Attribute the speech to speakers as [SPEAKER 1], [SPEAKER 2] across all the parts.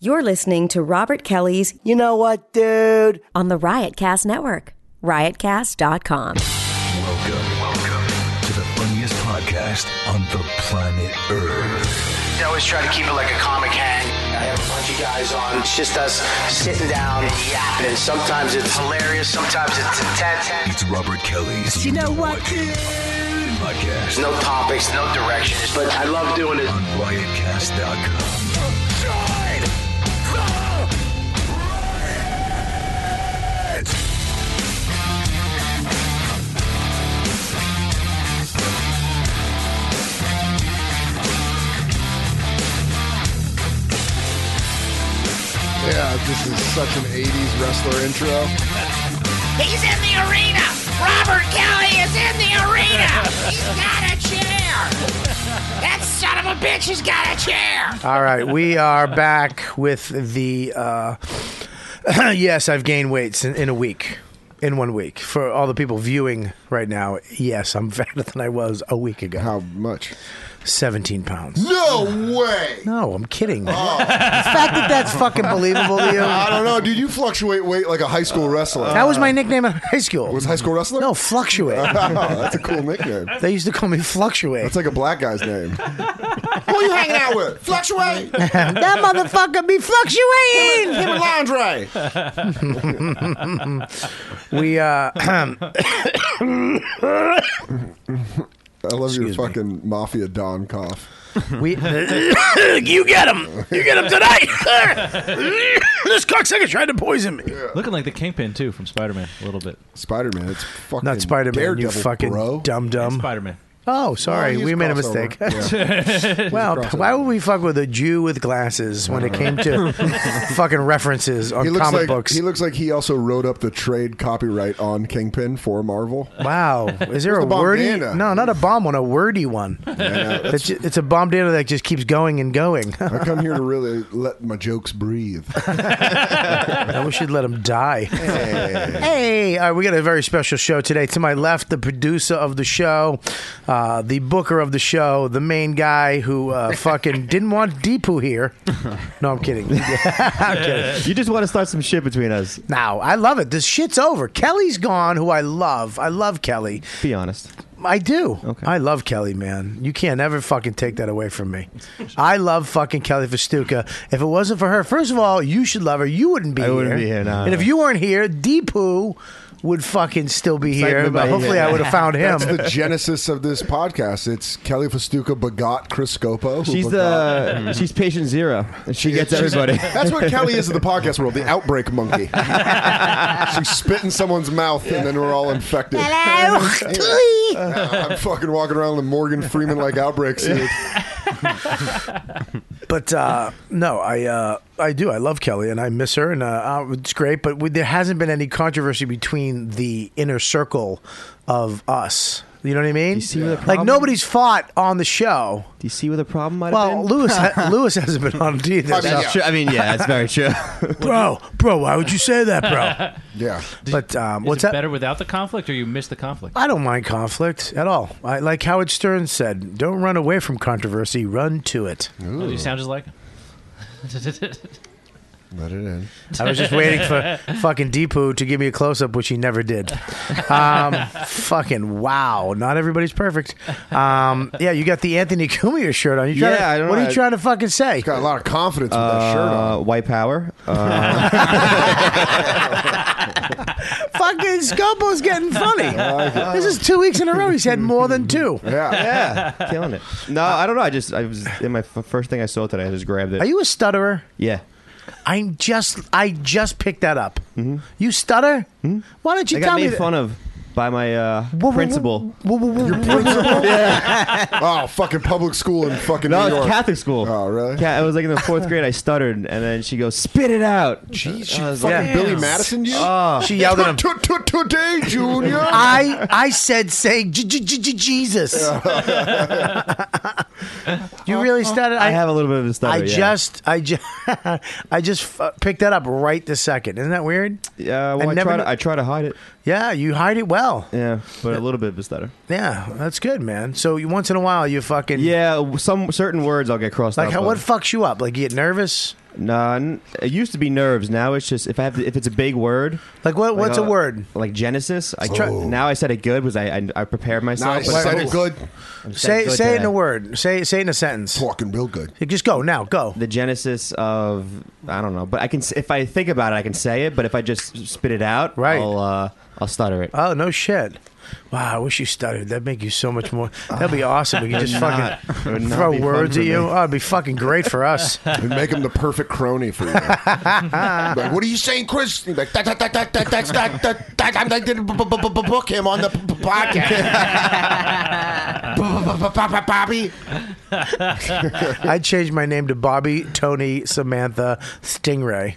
[SPEAKER 1] You're listening to Robert Kelly's
[SPEAKER 2] You know what, dude?
[SPEAKER 1] on the Riotcast Network, riotcast.com.
[SPEAKER 3] Welcome, welcome to the funniest podcast on the planet Earth.
[SPEAKER 4] I always try to keep it like a comic hang. I have a bunch of guys on. It's just us sitting down and yapping. And sometimes it's hilarious, sometimes it's intense.
[SPEAKER 3] It's Robert Kelly's You Know What Dude podcast
[SPEAKER 4] There's no topics, no directions, but I love doing it.
[SPEAKER 3] on riotcast.com.
[SPEAKER 5] Yeah, this is such an 80s wrestler intro.
[SPEAKER 6] He's in the arena. Robert Kelly is in the arena. He's got a chair. That son of a bitch has got a chair.
[SPEAKER 7] All right, we are back with the. Uh, yes, I've gained weights in, in a week, in one week. For all the people viewing right now, yes, I'm fatter than I was a week ago.
[SPEAKER 5] How much?
[SPEAKER 7] 17 pounds.
[SPEAKER 5] No way!
[SPEAKER 7] No, I'm kidding.
[SPEAKER 5] Oh.
[SPEAKER 7] the fact that that's fucking believable to you.
[SPEAKER 5] I don't know, dude. You fluctuate weight like a high school wrestler.
[SPEAKER 7] That was my nickname in high school.
[SPEAKER 5] was high school wrestler?
[SPEAKER 7] No, fluctuate.
[SPEAKER 5] Oh, that's a cool nickname.
[SPEAKER 7] they used to call me fluctuate.
[SPEAKER 5] That's like a black guy's name. Who you hanging out with? Fluctuate? Him
[SPEAKER 7] that motherfucker be fluctuating.
[SPEAKER 5] and Andre.
[SPEAKER 7] We uh,
[SPEAKER 5] I love
[SPEAKER 7] Excuse me.
[SPEAKER 5] your fucking mafia don cough.
[SPEAKER 7] We, you get him. You get him tonight. this cocksucker tried to poison me.
[SPEAKER 8] Looking like the Kingpin too from Spider-Man a little bit.
[SPEAKER 5] Spider Man, it's fucking
[SPEAKER 7] Not Spider Man, you
[SPEAKER 5] Daredevil,
[SPEAKER 7] fucking
[SPEAKER 5] bro.
[SPEAKER 7] dum
[SPEAKER 9] Um,
[SPEAKER 7] dum.
[SPEAKER 8] Spider-Man.
[SPEAKER 7] Oh,
[SPEAKER 5] Oh,
[SPEAKER 7] sorry,
[SPEAKER 5] he's
[SPEAKER 7] we made a mistake.
[SPEAKER 5] crossover. Yeah.
[SPEAKER 7] well,
[SPEAKER 5] crossover.
[SPEAKER 7] why would we fuck with a Jew with glasses when it came to fucking references on
[SPEAKER 5] He looks
[SPEAKER 7] comic
[SPEAKER 5] like
[SPEAKER 7] books?
[SPEAKER 5] he looks like he also wrote up the trade copyright on Kingpin for Marvel.
[SPEAKER 7] wow, is there a
[SPEAKER 5] Where's the
[SPEAKER 7] wordy?
[SPEAKER 5] bandana?
[SPEAKER 7] No, not a bomb one, a wordy one. That's ju- it's a bomb data that just keeps going and going.
[SPEAKER 5] I come here to really let my jokes breathe.
[SPEAKER 7] I wish you'd let him die. Hey, all right, we got a very special show today. To my left, the producer of the show, uh, the booker of the show, the main guy who uh, fucking didn't want Deepu here. No, I'm kidding. I'm kidding.
[SPEAKER 9] You just want to start some shit between us.
[SPEAKER 7] Now, I love it. This shit's over. Kelly's gone, who I love. I love Kelly.
[SPEAKER 9] Be honest.
[SPEAKER 7] I do.
[SPEAKER 9] Okay.
[SPEAKER 7] I love Kelly, man. You can't ever fucking take that away from me. I love fucking Kelly Festuca. If it wasn't for her, first of all, you should love her. You wouldn't be
[SPEAKER 9] I
[SPEAKER 7] here.
[SPEAKER 9] wouldn't be here, no,
[SPEAKER 7] and if
[SPEAKER 9] no.
[SPEAKER 7] you weren't here, Deepu would fucking still be
[SPEAKER 9] like
[SPEAKER 7] here. But
[SPEAKER 9] nobody-
[SPEAKER 7] hopefully, I would have found him.
[SPEAKER 5] That's the genesis of this podcast. It's Kelly Festuca begot Chris Scopo. who
[SPEAKER 9] She's
[SPEAKER 5] begot-
[SPEAKER 9] the she's patient zero. And she gets everybody.
[SPEAKER 5] That's what Kelly is in the podcast world, the outbreak monkey. She's spit in someone's mouth, and then we're all infected. Uh,
[SPEAKER 7] Hello.
[SPEAKER 5] I'm fucking walking around in the Morgan Freeman like outbreak suit.
[SPEAKER 7] but uh, no, I uh, I do. I love Kelly, and I miss her, and uh, uh, it's great. But we, there hasn't been any controversy between the inner circle of us. You know what I mean?
[SPEAKER 9] see where the
[SPEAKER 7] like
[SPEAKER 9] problem-
[SPEAKER 7] nobody's fought on the show.
[SPEAKER 9] Do you see where the problem might have
[SPEAKER 7] Well,
[SPEAKER 9] been?
[SPEAKER 7] Lewis ha- Lewis hasn't been on it either.
[SPEAKER 5] mean,
[SPEAKER 7] so-
[SPEAKER 9] That's true. I mean, yeah, that's very true.
[SPEAKER 7] Bro, bro, why would you say that, bro?
[SPEAKER 5] Yeah.
[SPEAKER 7] but um,
[SPEAKER 8] Is
[SPEAKER 7] what's
[SPEAKER 8] it
[SPEAKER 7] that?
[SPEAKER 8] better without the conflict, or you miss the conflict?
[SPEAKER 7] I don't mind conflict at all. I like Howard Stern said, "Don't run away from controversy, run to it."
[SPEAKER 8] Oh, you sound just like.
[SPEAKER 5] Let it in.
[SPEAKER 7] I was just waiting for fucking Deepu to give me a close up, which he never did. Um, fucking wow! Not everybody's perfect. Um, yeah, you got the Anthony Cumia shirt on. You trying
[SPEAKER 9] Yeah,
[SPEAKER 7] to-
[SPEAKER 9] I don't
[SPEAKER 7] what
[SPEAKER 9] know.
[SPEAKER 7] are you trying to fucking say?
[SPEAKER 5] Got a lot of confidence with that shirt
[SPEAKER 9] Uh,
[SPEAKER 5] on.
[SPEAKER 9] white power. Uh,
[SPEAKER 7] fucking Scopo's getting funny. This is two weeks in a row. He's had more than two.
[SPEAKER 5] Yeah.
[SPEAKER 9] yeah, killing it. No, I don't know. I just I was in my f- first thing I saw today. I just grabbed it.
[SPEAKER 7] Uh, Are you a stutterer?
[SPEAKER 9] Yeah.
[SPEAKER 7] I'm just I just picked that up. You stutter? Why don't you
[SPEAKER 9] I
[SPEAKER 7] tell
[SPEAKER 9] got
[SPEAKER 7] me
[SPEAKER 9] made
[SPEAKER 7] that-
[SPEAKER 9] fun of by my uh,
[SPEAKER 7] Whoa, whoa, whoa,
[SPEAKER 9] principal.
[SPEAKER 7] whoa, whoa, whoa, whoa.
[SPEAKER 5] Oh, fucking public school in fucking
[SPEAKER 9] No,
[SPEAKER 5] New
[SPEAKER 9] it
[SPEAKER 5] York.
[SPEAKER 9] was Catholic school.
[SPEAKER 5] Oh, really?
[SPEAKER 9] Yeah, I was like in the fourth grade. I stuttered, and then she goes, "Spit it out." Uh,
[SPEAKER 5] Jeez,
[SPEAKER 9] I
[SPEAKER 5] you
[SPEAKER 9] was
[SPEAKER 5] fucking
[SPEAKER 9] like,
[SPEAKER 5] Billy
[SPEAKER 9] "Damn."
[SPEAKER 5] Madison, you?
[SPEAKER 9] Oh,
[SPEAKER 7] She yelled at him.
[SPEAKER 5] T- t- Today, Junior.
[SPEAKER 7] I I said say J- J- J- J- Jesus. you really stuttered.
[SPEAKER 9] I have a little bit of a
[SPEAKER 7] I
[SPEAKER 9] stutter. yeah.
[SPEAKER 7] just I just I just f- picked that up right this second. Isn't that weird?
[SPEAKER 9] Yeah, well,
[SPEAKER 7] I
[SPEAKER 9] I,
[SPEAKER 7] never
[SPEAKER 9] try
[SPEAKER 7] kn-
[SPEAKER 9] to, I try to hide it.
[SPEAKER 7] Yeah, you hide it well.
[SPEAKER 9] Yeah, but a little bit of a stutter.
[SPEAKER 7] Yeah, that's good, man. So you, once in a while you fucking
[SPEAKER 9] Yeah, some certain words I'll get crossed
[SPEAKER 7] Like
[SPEAKER 9] out.
[SPEAKER 7] how,
[SPEAKER 9] by.
[SPEAKER 7] what fucks you up? Like you get nervous?
[SPEAKER 9] Nah, n- it used to be nerves. Now it's just if I have to, if it's a big word.
[SPEAKER 7] Like what? what's a
[SPEAKER 9] uh,
[SPEAKER 7] word?
[SPEAKER 9] Like Genesis. I try, now I said it good because I, I I prepared myself.
[SPEAKER 5] Nice.
[SPEAKER 9] but
[SPEAKER 5] Said
[SPEAKER 9] Oh. I said
[SPEAKER 5] it good.
[SPEAKER 9] it
[SPEAKER 7] Say
[SPEAKER 9] good
[SPEAKER 7] say it in
[SPEAKER 9] today.
[SPEAKER 7] a word. Say say it in a sentence.
[SPEAKER 5] Talking real good.
[SPEAKER 7] Hey, Just go now. Go.
[SPEAKER 9] The genesis of I don't know, but I can s- if I think about it, I can say it. But if I just spit it out,
[SPEAKER 7] Right.
[SPEAKER 9] I'll uh, I'll stutter it.
[SPEAKER 7] Oh no shit! Wow, I wish you stuttered. That'd make you so much more. That'd be awesome. We could just
[SPEAKER 9] not- it would
[SPEAKER 7] fucking
[SPEAKER 9] not
[SPEAKER 7] throw
[SPEAKER 9] be fun
[SPEAKER 7] words
[SPEAKER 9] for
[SPEAKER 7] at you.
[SPEAKER 9] me.
[SPEAKER 7] Oh, it'd be fucking great for us.
[SPEAKER 5] And make him the perfect crony for you. like, what are you saying, Chris? He's like, that, that, that, that, that, that's that, that, that, I did b- b- b- b- book him on the p- p- podcast. Bobby.
[SPEAKER 7] I changed my name to Bobby Tony Samantha Stingray.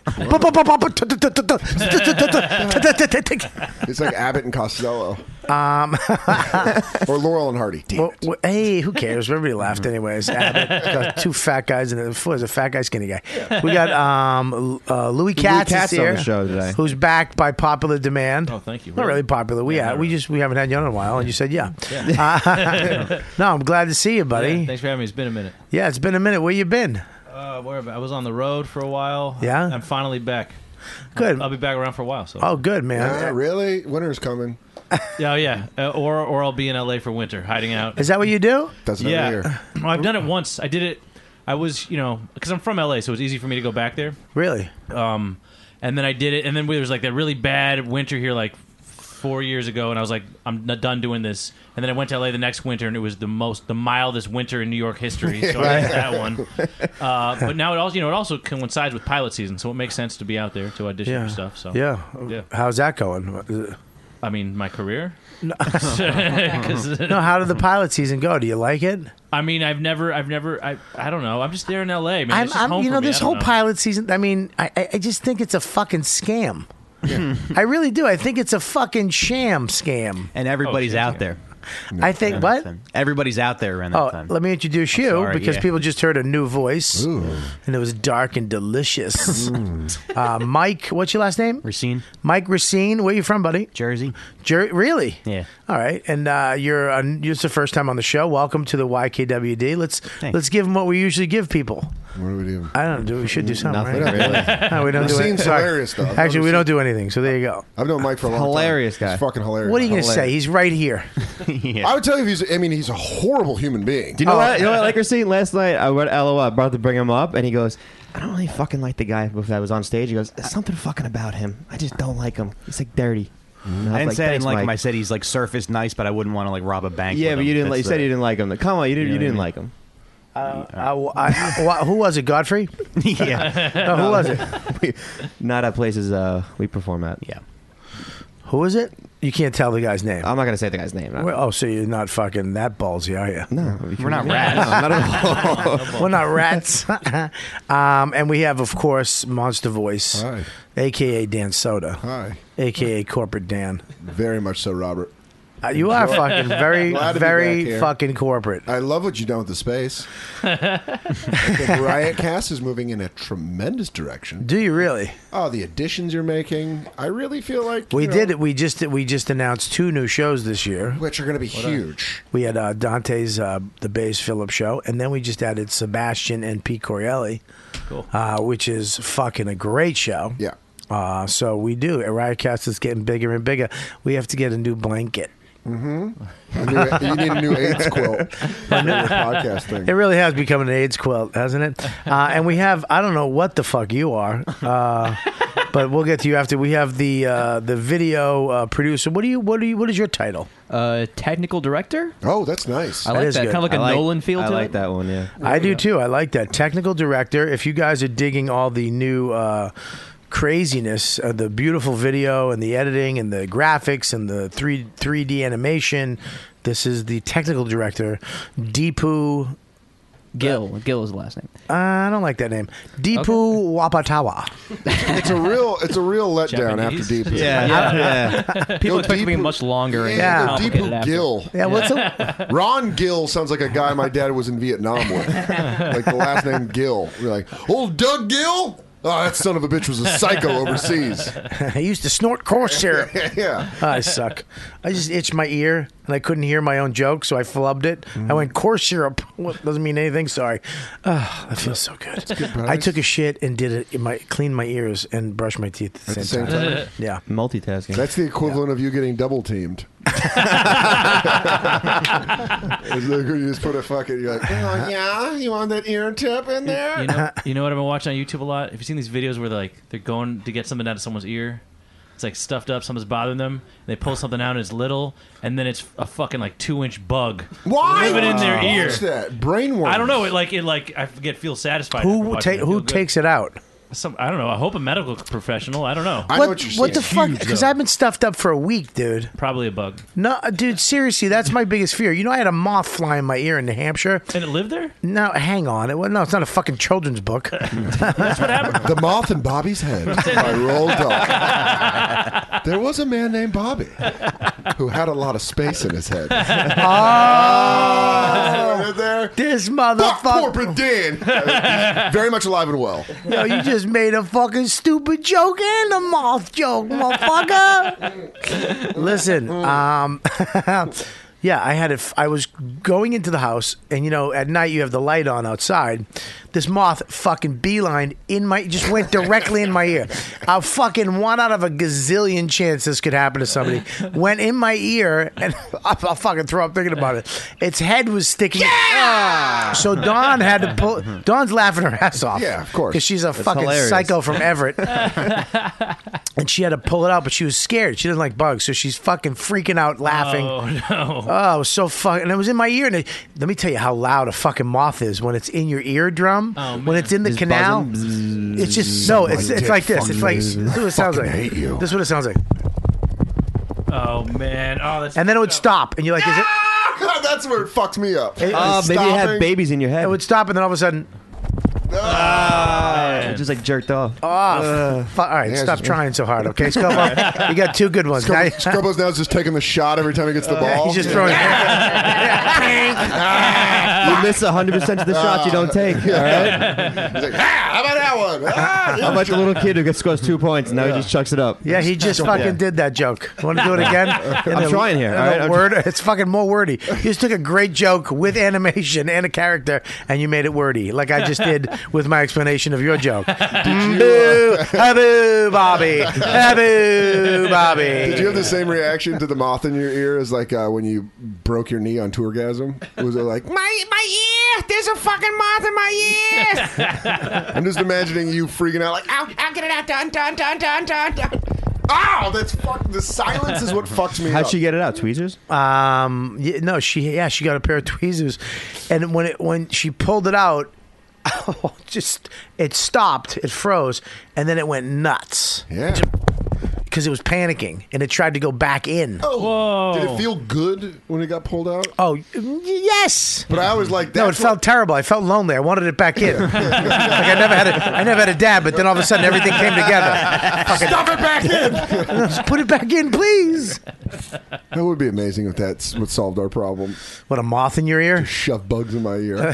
[SPEAKER 7] Well,
[SPEAKER 5] It's like Abbott and Costello. or Laurel and Hardy. Damn it.
[SPEAKER 7] well, Hey, who cares? Everybody laughed anyways. Abbott, got two fat guys and what is a fat guy, skinny guy. We got um, uh, Louis Katz, is
[SPEAKER 9] Katz on
[SPEAKER 7] here,
[SPEAKER 9] the show today.
[SPEAKER 7] who's backed by popular demand.
[SPEAKER 8] Oh, thank you.
[SPEAKER 7] Not really popular. We
[SPEAKER 8] Yeah,
[SPEAKER 7] yeah,
[SPEAKER 8] not
[SPEAKER 7] we
[SPEAKER 8] really.
[SPEAKER 7] just we haven't had you on in a while, and you said yeah. Uh, no, I'm glad to see you, buddy.
[SPEAKER 8] Yeah,
[SPEAKER 7] Yeah,
[SPEAKER 8] thanks for having me. It's been a minute.
[SPEAKER 7] it's been a minute. Where you been?
[SPEAKER 8] Uh, where have I I was on the road for a while.
[SPEAKER 7] Yeah?
[SPEAKER 8] I'm finally back.
[SPEAKER 7] Good.
[SPEAKER 8] I'll be back around for a while. So.
[SPEAKER 7] Oh, good man.
[SPEAKER 5] Yeah, Uh, really? Winter's coming.
[SPEAKER 8] Yeah, yeah. Uh, or or I'll be in LA for winter, hiding out.
[SPEAKER 7] Is that what you do?
[SPEAKER 5] That's another
[SPEAKER 8] yeah.
[SPEAKER 5] year.
[SPEAKER 8] Well, I've done it once. I did it. I was, you know, because I'm from LA, so it was easy for me to go back there.
[SPEAKER 7] Really?
[SPEAKER 8] Um, and then I did it, and then there was like that really bad winter here, like four years ago, and I was like, I'm n- done doing this. And then I went to LA the next winter, and it was the most, the mildest winter in New York history. So I did that one. Uh, but now it also, you know, it also coincides with pilot season, so it makes sense to be out there to audition
[SPEAKER 7] Yeah.
[SPEAKER 8] for stuff. So
[SPEAKER 7] Yeah.
[SPEAKER 8] Yeah.
[SPEAKER 7] How's that going?
[SPEAKER 8] I mean, my career. No.
[SPEAKER 7] No, how did the pilot season go? Do you like it?
[SPEAKER 8] I mean, I've never, I've never, I, I don't know. I'm just there in L.A. Man,
[SPEAKER 7] I'm,
[SPEAKER 8] It's just
[SPEAKER 7] I'm
[SPEAKER 8] home
[SPEAKER 7] you
[SPEAKER 8] for
[SPEAKER 7] know,
[SPEAKER 8] me. I
[SPEAKER 7] this
[SPEAKER 8] don't
[SPEAKER 7] whole
[SPEAKER 8] know.
[SPEAKER 7] pilot season. I mean, I, I I just think it's a fucking scam. I really do. I think it's a fucking sham scam.
[SPEAKER 2] And everybody's
[SPEAKER 8] Oh, shit,
[SPEAKER 2] out
[SPEAKER 8] yeah.
[SPEAKER 2] there.
[SPEAKER 7] I think what?
[SPEAKER 2] Everybody's out there around that
[SPEAKER 7] Oh,
[SPEAKER 2] time.
[SPEAKER 7] let me introduce you
[SPEAKER 2] sorry,
[SPEAKER 7] because
[SPEAKER 2] yeah.
[SPEAKER 7] people just heard a new voice, and it was dark and delicious. uh, Mike, what's your last name?
[SPEAKER 2] Racine,
[SPEAKER 7] Mike Racine. Where you from, buddy?
[SPEAKER 2] Jersey.
[SPEAKER 7] Jer- really?
[SPEAKER 2] Yeah.
[SPEAKER 7] All right, and uh, you're uh, it's the first time on the show. Welcome to the YKWd. Let's let's give them what we usually give people.
[SPEAKER 5] What do we do?
[SPEAKER 7] I don't do. We should do something.
[SPEAKER 9] Nothing
[SPEAKER 7] right?
[SPEAKER 9] Oh, really.
[SPEAKER 7] No, we don't
[SPEAKER 5] We've
[SPEAKER 7] do
[SPEAKER 5] seen
[SPEAKER 7] it.
[SPEAKER 5] some
[SPEAKER 7] Sorry.
[SPEAKER 5] hilarious stuff.
[SPEAKER 7] Actually, we don't do anything. So there you go.
[SPEAKER 5] I've known Mike for a long
[SPEAKER 9] Hilarious
[SPEAKER 5] time.
[SPEAKER 9] guy.
[SPEAKER 5] He's fucking hilarious.
[SPEAKER 7] What are you going to
[SPEAKER 9] Hilarious.
[SPEAKER 7] say? He's right here.
[SPEAKER 5] I would tell you if he's. I mean, he's a horrible human being.
[SPEAKER 9] Do you know what? You know what? I Like Racine, last night I went LOL. I brought to bring him up, and he goes, "I don't really fucking like the guy that was on stage." He goes, "There's something fucking about him. I just don't like him. He's like dirty." And was
[SPEAKER 2] I didn't say I
[SPEAKER 9] "Thanks,
[SPEAKER 2] didn't like
[SPEAKER 9] Mike."
[SPEAKER 2] him. I said he's like surface nice, but I wouldn't want to like rob a bank.
[SPEAKER 9] Yeah,
[SPEAKER 2] with
[SPEAKER 9] but
[SPEAKER 2] him.
[SPEAKER 9] you didn't.
[SPEAKER 2] That's
[SPEAKER 9] Like, you said
[SPEAKER 2] the-
[SPEAKER 9] you didn't like him. Come on, you didn't. You didn't like him.
[SPEAKER 7] Uh, wh- I- wh- who was it? Godfrey?
[SPEAKER 2] yeah,
[SPEAKER 7] No, who was it?
[SPEAKER 9] Not at places uh, we perform at.
[SPEAKER 2] yeah.
[SPEAKER 7] Who is it? You can't tell the guy's name.
[SPEAKER 9] I'm not gonna say the guy's name. no.
[SPEAKER 7] Well, oh, so you're not fucking that ballsy, are you?
[SPEAKER 9] no,
[SPEAKER 2] We're not
[SPEAKER 9] No,
[SPEAKER 2] rats.
[SPEAKER 9] not at all.
[SPEAKER 7] We're not rats. um, and we have, of course, Monster Voice,
[SPEAKER 5] Hi.
[SPEAKER 7] aka Dan Soda,
[SPEAKER 5] Hi.
[SPEAKER 7] aka Corporate Dan.
[SPEAKER 5] Very much so, Robert.
[SPEAKER 7] Uh, you are fucking very,
[SPEAKER 5] Glad to be back
[SPEAKER 7] very
[SPEAKER 5] here.
[SPEAKER 7] fucking corporate.
[SPEAKER 5] I love what you done with the space. I think Riot Cast is moving in a tremendous direction.
[SPEAKER 7] Do you really?
[SPEAKER 5] Oh, the additions you're making. I really feel like
[SPEAKER 7] We
[SPEAKER 5] you know,
[SPEAKER 7] did it. We just we just announced two new shows this year.
[SPEAKER 5] which are going to be huge.
[SPEAKER 7] We had uh, Dante's uh, the Bass Phillips show, and then we just added Sebastian and Pete Corielli,
[SPEAKER 8] Cool.
[SPEAKER 7] uh, which is fucking a great show.
[SPEAKER 5] Yeah.
[SPEAKER 7] Uh, so we do. Riotcast is getting bigger and bigger. We have to get a new blanket.
[SPEAKER 5] A new- you need a new AIDS quilt for your podcast
[SPEAKER 7] It
[SPEAKER 5] thing.
[SPEAKER 7] really has become an AIDS quilt, hasn't it? Uh, and we have I don't know what the fuck you are, uh, but we'll get to you after. We have the uh, the video uh, producer. What do you what do you what is your title?
[SPEAKER 10] uh, technical director.
[SPEAKER 5] Oh, that's nice.
[SPEAKER 10] I like
[SPEAKER 7] is
[SPEAKER 10] that.
[SPEAKER 7] good.
[SPEAKER 10] Kind of like
[SPEAKER 9] I
[SPEAKER 10] a
[SPEAKER 9] like-
[SPEAKER 10] Nolan feel
[SPEAKER 9] I
[SPEAKER 10] to
[SPEAKER 9] like
[SPEAKER 10] it.
[SPEAKER 9] that one. Yeah.
[SPEAKER 7] I do too. I like that. Technical director. If you guys are digging all the new uh, craziness, uh, the beautiful video and the editing and the graphics and the three three D animation, this is the technical director, Deepu.
[SPEAKER 10] Gill. Gill is the last name.
[SPEAKER 7] Uh, I don't like that name. Deepu Wapatawa.
[SPEAKER 5] It's a real. It's a real letdown after
[SPEAKER 8] Japanese?
[SPEAKER 5] Deep.
[SPEAKER 9] Yeah. Yeah.
[SPEAKER 10] People expect me
[SPEAKER 5] Deepu-
[SPEAKER 10] much longer. and
[SPEAKER 7] Yeah.
[SPEAKER 5] Yeah, no,
[SPEAKER 10] complicated
[SPEAKER 5] Deepu
[SPEAKER 10] after.
[SPEAKER 5] Gill.
[SPEAKER 7] Yeah, what's up?
[SPEAKER 5] Ron Gill sounds like a guy my dad was in Vietnam with. like the last name Gill. We're like, old Doug Gill? Oh, that son of a bitch was a psycho overseas.
[SPEAKER 7] I used to snort corn syrup.
[SPEAKER 5] yeah.
[SPEAKER 7] I suck. I just itch my ear. and I couldn't hear my own joke, so I flubbed it. I
[SPEAKER 8] Mm.
[SPEAKER 7] went corn syrup. What doesn't mean anything. Sorry. Ah, that feels so good. I took a shit and did it. In my cleaned my ears and brushed my teeth at the
[SPEAKER 5] At the
[SPEAKER 7] same,
[SPEAKER 5] same
[SPEAKER 7] time.
[SPEAKER 5] time?
[SPEAKER 7] yeah,
[SPEAKER 8] Mm.
[SPEAKER 9] multitasking.
[SPEAKER 5] That's the equivalent of you getting double teamed. It's like you just put a fucking. You're like, oh, yeah, you want that ear tip in there?
[SPEAKER 8] You know, you know what I've been watching on YouTube a lot? Have you seen these videos where they're like they're going to get something out of someone's ear? It's like stuffed up, something's bothering them. and they pull something out and it's little, and then it's a fucking like two inch bug
[SPEAKER 5] Why?
[SPEAKER 8] living in their
[SPEAKER 5] Why
[SPEAKER 8] ear.
[SPEAKER 5] is that? Brainworms.
[SPEAKER 8] I don't know. It like it like I get feel satisfied. after
[SPEAKER 7] Who
[SPEAKER 8] watching
[SPEAKER 7] ta-
[SPEAKER 8] it. I feel
[SPEAKER 7] who
[SPEAKER 8] good.
[SPEAKER 7] takes it out?
[SPEAKER 8] Some I don't know. I hope a medical professional. I don't know.
[SPEAKER 7] the fuck? Because I've been stuffed up for a week, dude.
[SPEAKER 8] probably a bug.
[SPEAKER 7] No, dude, seriously, that's my biggest fear. You know, I had a moth fly in my ear in New Hampshire.
[SPEAKER 8] And it lived there?
[SPEAKER 7] No, hang on. It, wa- no, it's not a fucking children's book.
[SPEAKER 5] The moth in Bobby's head by Roald Dahl. There was a man named Bobby who had a lot of space in his head.
[SPEAKER 7] oh,
[SPEAKER 5] Right there.
[SPEAKER 7] this
[SPEAKER 5] Fuck
[SPEAKER 7] motherfucker.
[SPEAKER 5] corporate Dan. Uh, Very much alive and well.
[SPEAKER 7] Yo, you just made a fucking stupid joke and a moth joke, motherfucker. Listen,
[SPEAKER 5] Mm.
[SPEAKER 7] um, yeah, I had it. f- I was going into the house, and you know, at night you have the light on outside. This moth fucking beeline in my, just went directly in my ear. A fucking one out of a gazillion chance this could happen to somebody went in my ear, and I'll, I'll fucking throw up thinking about it. Its head was sticking. Yeah! So Dawn had to pull. Dawn's laughing her ass off.
[SPEAKER 5] Yeah, of course.
[SPEAKER 7] Because she's a fucking
[SPEAKER 9] hilarious.
[SPEAKER 7] psycho from Everett. and she had to pull it out, but she was scared. She didn't like bugs, so she's fucking freaking out laughing.
[SPEAKER 8] Oh no.
[SPEAKER 7] Oh, it was so fucking, and it was in my ear. And it, let me tell you how loud a fucking moth is when it's in your eardrum,
[SPEAKER 8] Oh, man.
[SPEAKER 7] when it's in the canal. It's just no. It's it's
[SPEAKER 5] dick
[SPEAKER 7] like this. It's like
[SPEAKER 5] fucking is-
[SPEAKER 7] this. Is what it sounds
[SPEAKER 5] fucking
[SPEAKER 7] like.
[SPEAKER 5] hate you.
[SPEAKER 7] This is what it sounds like.
[SPEAKER 8] Oh man. Oh that's
[SPEAKER 7] And then it would stop, and you're like, is it?
[SPEAKER 5] God, that's where it fucked me up.
[SPEAKER 7] It-
[SPEAKER 9] Uh, maybe you had
[SPEAKER 5] Stopping.
[SPEAKER 9] babies in your head.
[SPEAKER 7] It would stop, and then all of a sudden,
[SPEAKER 9] It just like jerked off.
[SPEAKER 7] oh, fu- all right, stop trying so hard, okay, Scopo? you got two good ones. Now-
[SPEAKER 5] Scrub- Scrubbo's now just taking the shot every time he gets the ball.
[SPEAKER 7] Uh, He's just throwing. Ah.
[SPEAKER 9] you miss 100% of the shots you don't take. All right?
[SPEAKER 5] He's like, ah, how about that one? Ah,
[SPEAKER 9] How about a little kid who gets scores two points and now he just chucks it up?
[SPEAKER 7] Yeah, he just fucking did that joke. Want to do it again?
[SPEAKER 9] I'm trying here,
[SPEAKER 7] in
[SPEAKER 9] all
[SPEAKER 7] a
[SPEAKER 9] right? I'm
[SPEAKER 7] word, it's fucking more wordy. You just took a great joke with animation and a character, and you made it wordy, like I just did with my explanation of your joke.
[SPEAKER 5] uh,
[SPEAKER 7] Boo, boo, Bobby, boo, Bobby.
[SPEAKER 5] Did you have the same reaction to the moth in your ear as like uh, when you broke your knee on tourgasm? Was it like
[SPEAKER 6] My my ear! There's a fucking moth in my ear!
[SPEAKER 5] I'm just imagining you freaking out like, "Ah,
[SPEAKER 6] I'll, I'll get it out. Dun dun dun dun dun dun.
[SPEAKER 5] ow, ah, that's fuck. The silence is what fucked me
[SPEAKER 9] How'd
[SPEAKER 5] up.
[SPEAKER 9] she get it out? Tweezers?
[SPEAKER 7] Um, yeah, no, she yeah, she got a pair of tweezers, and when it when she pulled it out, just it stopped, it froze, and then it went nuts
[SPEAKER 5] yeah.
[SPEAKER 7] because it was panicking and it tried to go back in.
[SPEAKER 5] Oh,
[SPEAKER 8] Whoa.
[SPEAKER 5] Did it feel good when it got pulled out?
[SPEAKER 7] Oh, y- yes.
[SPEAKER 5] But I was like,
[SPEAKER 7] No, it
[SPEAKER 5] that's
[SPEAKER 7] felt terrible. I felt lonely. I wanted it back in. like I never had a, I never had a dab, but then all of a sudden everything came together.
[SPEAKER 5] Stop it back in.
[SPEAKER 7] Just put it back in, please.
[SPEAKER 5] that would be amazing if that's what solved our problem.
[SPEAKER 7] What a moth in your ear.
[SPEAKER 5] Shove bugs in my ear.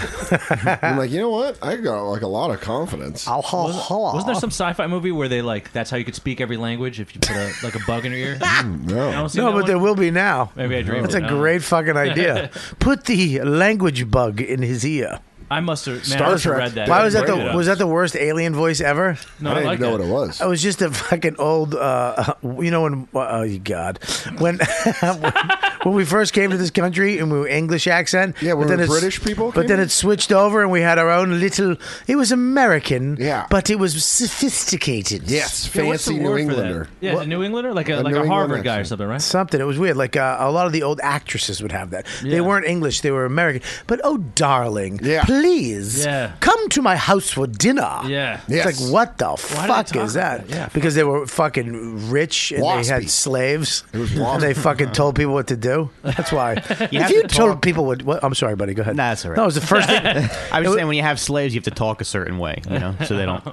[SPEAKER 5] I'm like, you know what? I got like a lot of confidence.
[SPEAKER 7] Ow, haw, haw.
[SPEAKER 8] Wasn't there some sci-fi movie where they like that's how you could speak every language if you put a like a bug in your ear? I
[SPEAKER 5] no.
[SPEAKER 8] don't see
[SPEAKER 7] no,
[SPEAKER 8] that
[SPEAKER 7] but
[SPEAKER 8] one.
[SPEAKER 7] there will be now.
[SPEAKER 8] Maybe I dreamed
[SPEAKER 7] That's
[SPEAKER 8] it.
[SPEAKER 7] a
[SPEAKER 8] I don't
[SPEAKER 7] great fucking idea. Put the language bug in his ear.
[SPEAKER 8] I must have. Man,
[SPEAKER 5] Star
[SPEAKER 8] I must have
[SPEAKER 5] Trek.
[SPEAKER 8] read that.
[SPEAKER 7] Why was that
[SPEAKER 8] Looked
[SPEAKER 7] the
[SPEAKER 8] it up.
[SPEAKER 7] was that the worst alien voice ever?
[SPEAKER 8] No,
[SPEAKER 5] I
[SPEAKER 8] I,
[SPEAKER 5] didn't
[SPEAKER 8] like
[SPEAKER 5] know
[SPEAKER 8] that.
[SPEAKER 5] what it was.
[SPEAKER 7] I was just a fucking old, uh, you know, when, oh, you God. When, when we first came to this country and we were English accent.
[SPEAKER 5] Yeah, when
[SPEAKER 7] but then
[SPEAKER 5] we were
[SPEAKER 7] it's-
[SPEAKER 5] British people
[SPEAKER 7] But
[SPEAKER 5] came
[SPEAKER 7] then
[SPEAKER 5] in?
[SPEAKER 7] it switched over and we had our own little, it was American.
[SPEAKER 5] Yeah.
[SPEAKER 7] But it was sophisticated.
[SPEAKER 5] yes,
[SPEAKER 8] Yeah, what's the
[SPEAKER 5] fancy New
[SPEAKER 8] word for that?
[SPEAKER 5] Englander.
[SPEAKER 8] Yeah, is it New Englander, like a, like
[SPEAKER 5] New
[SPEAKER 8] a
[SPEAKER 5] England
[SPEAKER 8] Harvard guy or
[SPEAKER 5] accent.
[SPEAKER 8] something, right?
[SPEAKER 7] Something. It was weird. Like uh, a lot of the old actresses would have that. They
[SPEAKER 8] Yeah.
[SPEAKER 7] weren't English. They were American. But oh, darling,
[SPEAKER 5] Yeah.
[SPEAKER 7] please
[SPEAKER 8] Yeah.
[SPEAKER 7] come to my house for dinner.
[SPEAKER 8] Yeah.
[SPEAKER 5] Yes.
[SPEAKER 7] It's like what the
[SPEAKER 8] they
[SPEAKER 7] fuck is
[SPEAKER 8] talk like
[SPEAKER 7] that?
[SPEAKER 8] that? Yeah.
[SPEAKER 7] Because they were fucking rich and they had
[SPEAKER 5] Waspy.
[SPEAKER 7] slaves.
[SPEAKER 5] It was Uh-huh.
[SPEAKER 7] and they fucking told people what to do. That's why. if
[SPEAKER 2] have
[SPEAKER 7] you
[SPEAKER 2] to
[SPEAKER 7] told
[SPEAKER 2] talk-
[SPEAKER 7] people what, what, I'm sorry, buddy. Go ahead.
[SPEAKER 2] Nah, that's all right.
[SPEAKER 7] No, it was the first thing.
[SPEAKER 2] I was
[SPEAKER 7] It wa-
[SPEAKER 2] saying when you have slaves, you have to talk a certain way, you know, so they don't.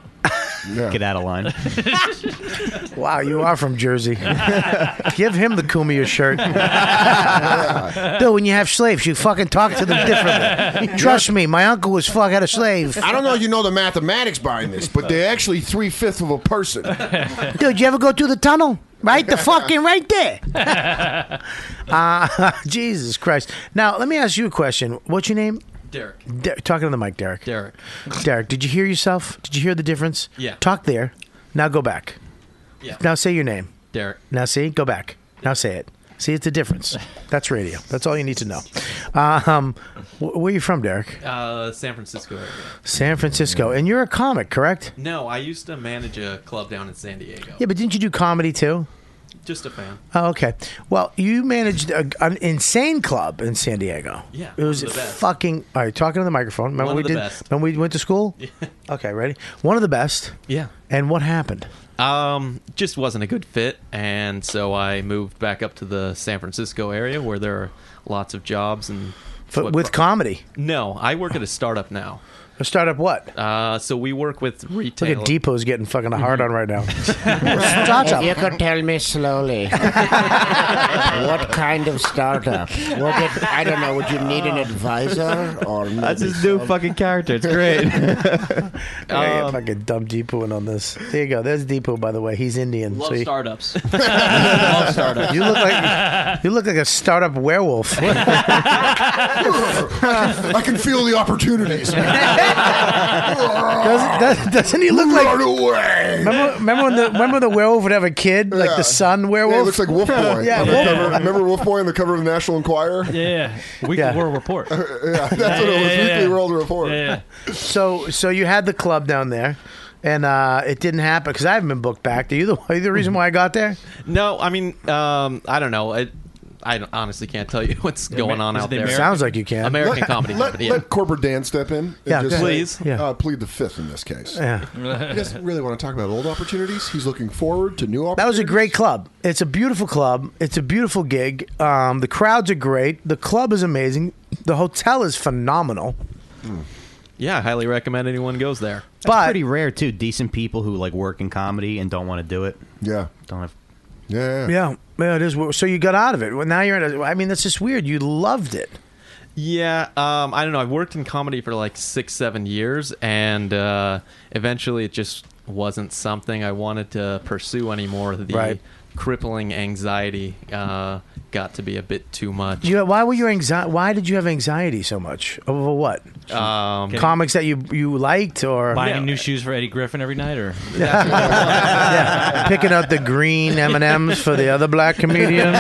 [SPEAKER 9] Get out of line.
[SPEAKER 7] wow, you are from Jersey. Give him the Kumia shirt. Dude, when you have slaves, you fucking talk to them differently. Trust me, my uncle was fuck out a slave.
[SPEAKER 5] I don't know if you know the mathematics behind this, but they're actually three fifths of a person.
[SPEAKER 7] Dude, you ever go through the tunnel? Right? The fucking right there. Uh, Jesus Christ. Now, let me ask you a question. What's your name?
[SPEAKER 11] Derek.
[SPEAKER 7] Der- talking to the mic, Derek.
[SPEAKER 11] Derek.
[SPEAKER 7] Derek, did you hear yourself? Did you hear the difference?
[SPEAKER 11] Yeah.
[SPEAKER 7] Talk there. Now go back.
[SPEAKER 11] Yeah.
[SPEAKER 7] Now say your name.
[SPEAKER 11] Derek.
[SPEAKER 7] Now see, go back. Now say it. See, it's a difference. That's radio. That's all you need to know. Um, wh- where are you from, Derek?
[SPEAKER 8] Uh, San Francisco area.
[SPEAKER 7] San Francisco. And you're a comic, correct?
[SPEAKER 8] No, I used to manage a club down in San Diego.
[SPEAKER 7] Yeah, but didn't you do comedy too?
[SPEAKER 8] Just a fan.
[SPEAKER 7] Oh, okay. Well, you managed a, an insane club in San Diego.
[SPEAKER 8] Yeah,
[SPEAKER 7] it was
[SPEAKER 8] one of the best.
[SPEAKER 7] fucking. All right, talking to the microphone. Remember
[SPEAKER 8] One
[SPEAKER 7] we
[SPEAKER 8] of the
[SPEAKER 7] did?
[SPEAKER 8] best.
[SPEAKER 7] Remember we went to school? Yeah. Okay, ready. One of the best.
[SPEAKER 8] Yeah.
[SPEAKER 7] And what happened?
[SPEAKER 8] Um, just wasn't a good fit, and so I moved back up to the San Francisco area where there are lots of jobs and.
[SPEAKER 7] But with comedy,
[SPEAKER 8] No, I work at a startup now.
[SPEAKER 7] a startup. What?
[SPEAKER 8] Uh, so we work with retail.
[SPEAKER 7] Look at Depot's getting fucking a hard on
[SPEAKER 8] Mm-hmm.
[SPEAKER 7] right now.
[SPEAKER 12] If you could tell me slowly, what kind of startup? Would it, I don't know. Would you need an advisor or?
[SPEAKER 13] That's his new fucking character. It's great.
[SPEAKER 7] Yeah, yeah, fucking dumb Depot in on this. There you go. There's Depot, by the way. He's Indian.
[SPEAKER 4] Love
[SPEAKER 7] so he-
[SPEAKER 4] startups. Love startups.
[SPEAKER 7] You look like you look like a startup werewolf.
[SPEAKER 5] I can feel the opportunities.
[SPEAKER 7] doesn't, does- doesn't he look like?
[SPEAKER 5] Run away.
[SPEAKER 7] Remember, remember when the remember the werewolf would have a kid, like
[SPEAKER 5] Yeah.
[SPEAKER 7] the son werewolf.
[SPEAKER 5] Yeah, he looks like Wolf Boy.
[SPEAKER 7] yeah,
[SPEAKER 5] on the
[SPEAKER 7] Wolf-
[SPEAKER 5] cover. Remember Wolf Boy on the cover of the National Enquirer?
[SPEAKER 11] Yeah. Weekly
[SPEAKER 7] Yeah.
[SPEAKER 11] World Report. Yeah,
[SPEAKER 5] Yeah, that's what it was.
[SPEAKER 11] yeah, yeah.
[SPEAKER 5] Weekly World Report.
[SPEAKER 11] yeah.
[SPEAKER 7] So so you had the club down there, and uh, it didn't happen because I haven't been booked back. Are you the, are you the reason why I got there?
[SPEAKER 8] No, I mean, um, I don't know. I, I don't- honestly can't tell you what's going on
[SPEAKER 11] is it
[SPEAKER 8] out
[SPEAKER 11] the
[SPEAKER 8] there.
[SPEAKER 11] Ameri-
[SPEAKER 7] Sounds like you can.
[SPEAKER 8] American comedy
[SPEAKER 5] Let,
[SPEAKER 8] company. yeah.
[SPEAKER 5] let corporate Dan step in. and
[SPEAKER 7] Yeah, go
[SPEAKER 5] just say,
[SPEAKER 7] ahead. Please. Yeah.
[SPEAKER 5] Uh, plead the fifth in this case.
[SPEAKER 7] Yeah.
[SPEAKER 5] He doesn't really want to talk about old opportunities. He's looking forward to new
[SPEAKER 7] That was
[SPEAKER 5] opportunities.
[SPEAKER 7] a great club. It's a beautiful club. It's a beautiful gig. Um, the crowds are great. The club is amazing. The hotel is phenomenal.
[SPEAKER 8] Yeah, I highly recommend anyone goes there.
[SPEAKER 7] but
[SPEAKER 9] pretty rare too. Decent people who like work in comedy and don't want to do it.
[SPEAKER 5] Yeah.
[SPEAKER 9] Don't have.
[SPEAKER 5] Yeah. yeah.
[SPEAKER 7] yeah, yeah, it is. So you got out of it. Well, now you're in. A, I mean, that's just weird. You loved it.
[SPEAKER 8] Yeah, um, I don't know. I've worked in comedy for like six, seven years, and uh, eventually it just wasn't something I wanted to pursue anymore. The
[SPEAKER 7] Right.
[SPEAKER 8] crippling anxiety uh, got to be a bit too much.
[SPEAKER 7] You, why were you anxiety? Why did you have anxiety so much over what?
[SPEAKER 8] Um,
[SPEAKER 7] Comics that you you liked or
[SPEAKER 11] Buying new shoes for Eddie Griffin every night, or
[SPEAKER 7] Yeah. picking out the green M and M's for the other black comedian?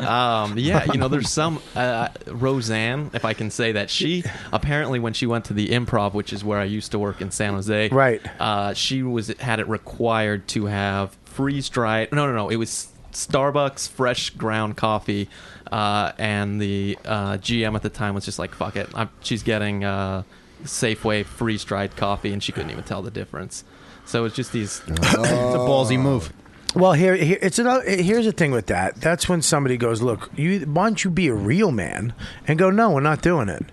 [SPEAKER 8] um, yeah, you know, there's some uh, Roseanne, if I can say that. She apparently, when she went to the Improv, which is where I used to work in San Jose,
[SPEAKER 7] Right.
[SPEAKER 8] Uh, she was had it required to have freeze dried. No, no, no. It was Starbucks fresh ground coffee, uh, and the uh, GM at the time was just like, "Fuck it." I'm, she's getting uh, Safeway freeze dried coffee, and she couldn't even tell the difference. So it's just these.
[SPEAKER 9] It's a ballsy move.
[SPEAKER 7] Well, here, here it's another. Here's the thing with that. That's when somebody goes, "Look, you why don't you be a real man and go? No, we're not doing it.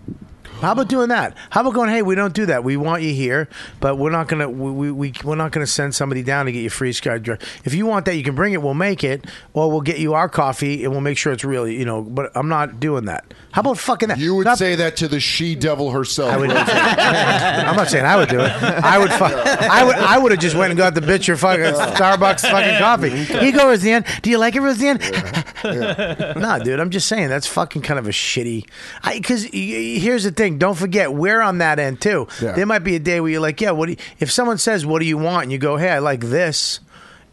[SPEAKER 7] How about doing that? How about going? Hey, we don't do that. We want you here, but we're not gonna we, we, we we're not gonna send somebody down to get you free sky drink. If you want that, you can bring it. We'll make it, or we'll get you our coffee and we'll make sure it's real. You know, but I'm not doing that. How about fucking that?
[SPEAKER 5] You would
[SPEAKER 7] Not-
[SPEAKER 5] say that to the she devil herself.
[SPEAKER 7] I would. I'm not saying I would do it. I would. Fu- I would. I would have just went and got the bitch your fucking Starbucks fucking coffee. Here you go, Roseanne. Do you like it, Roseanne? nah, dude. I'm just saying that's fucking kind of a shitty. Because y- y- here's the thing. Don't forget, we're on that end too.
[SPEAKER 5] Yeah.
[SPEAKER 7] There might be a day where you're like, yeah. What do you, if someone says, "What do you want?" and you go, "Hey, I like this."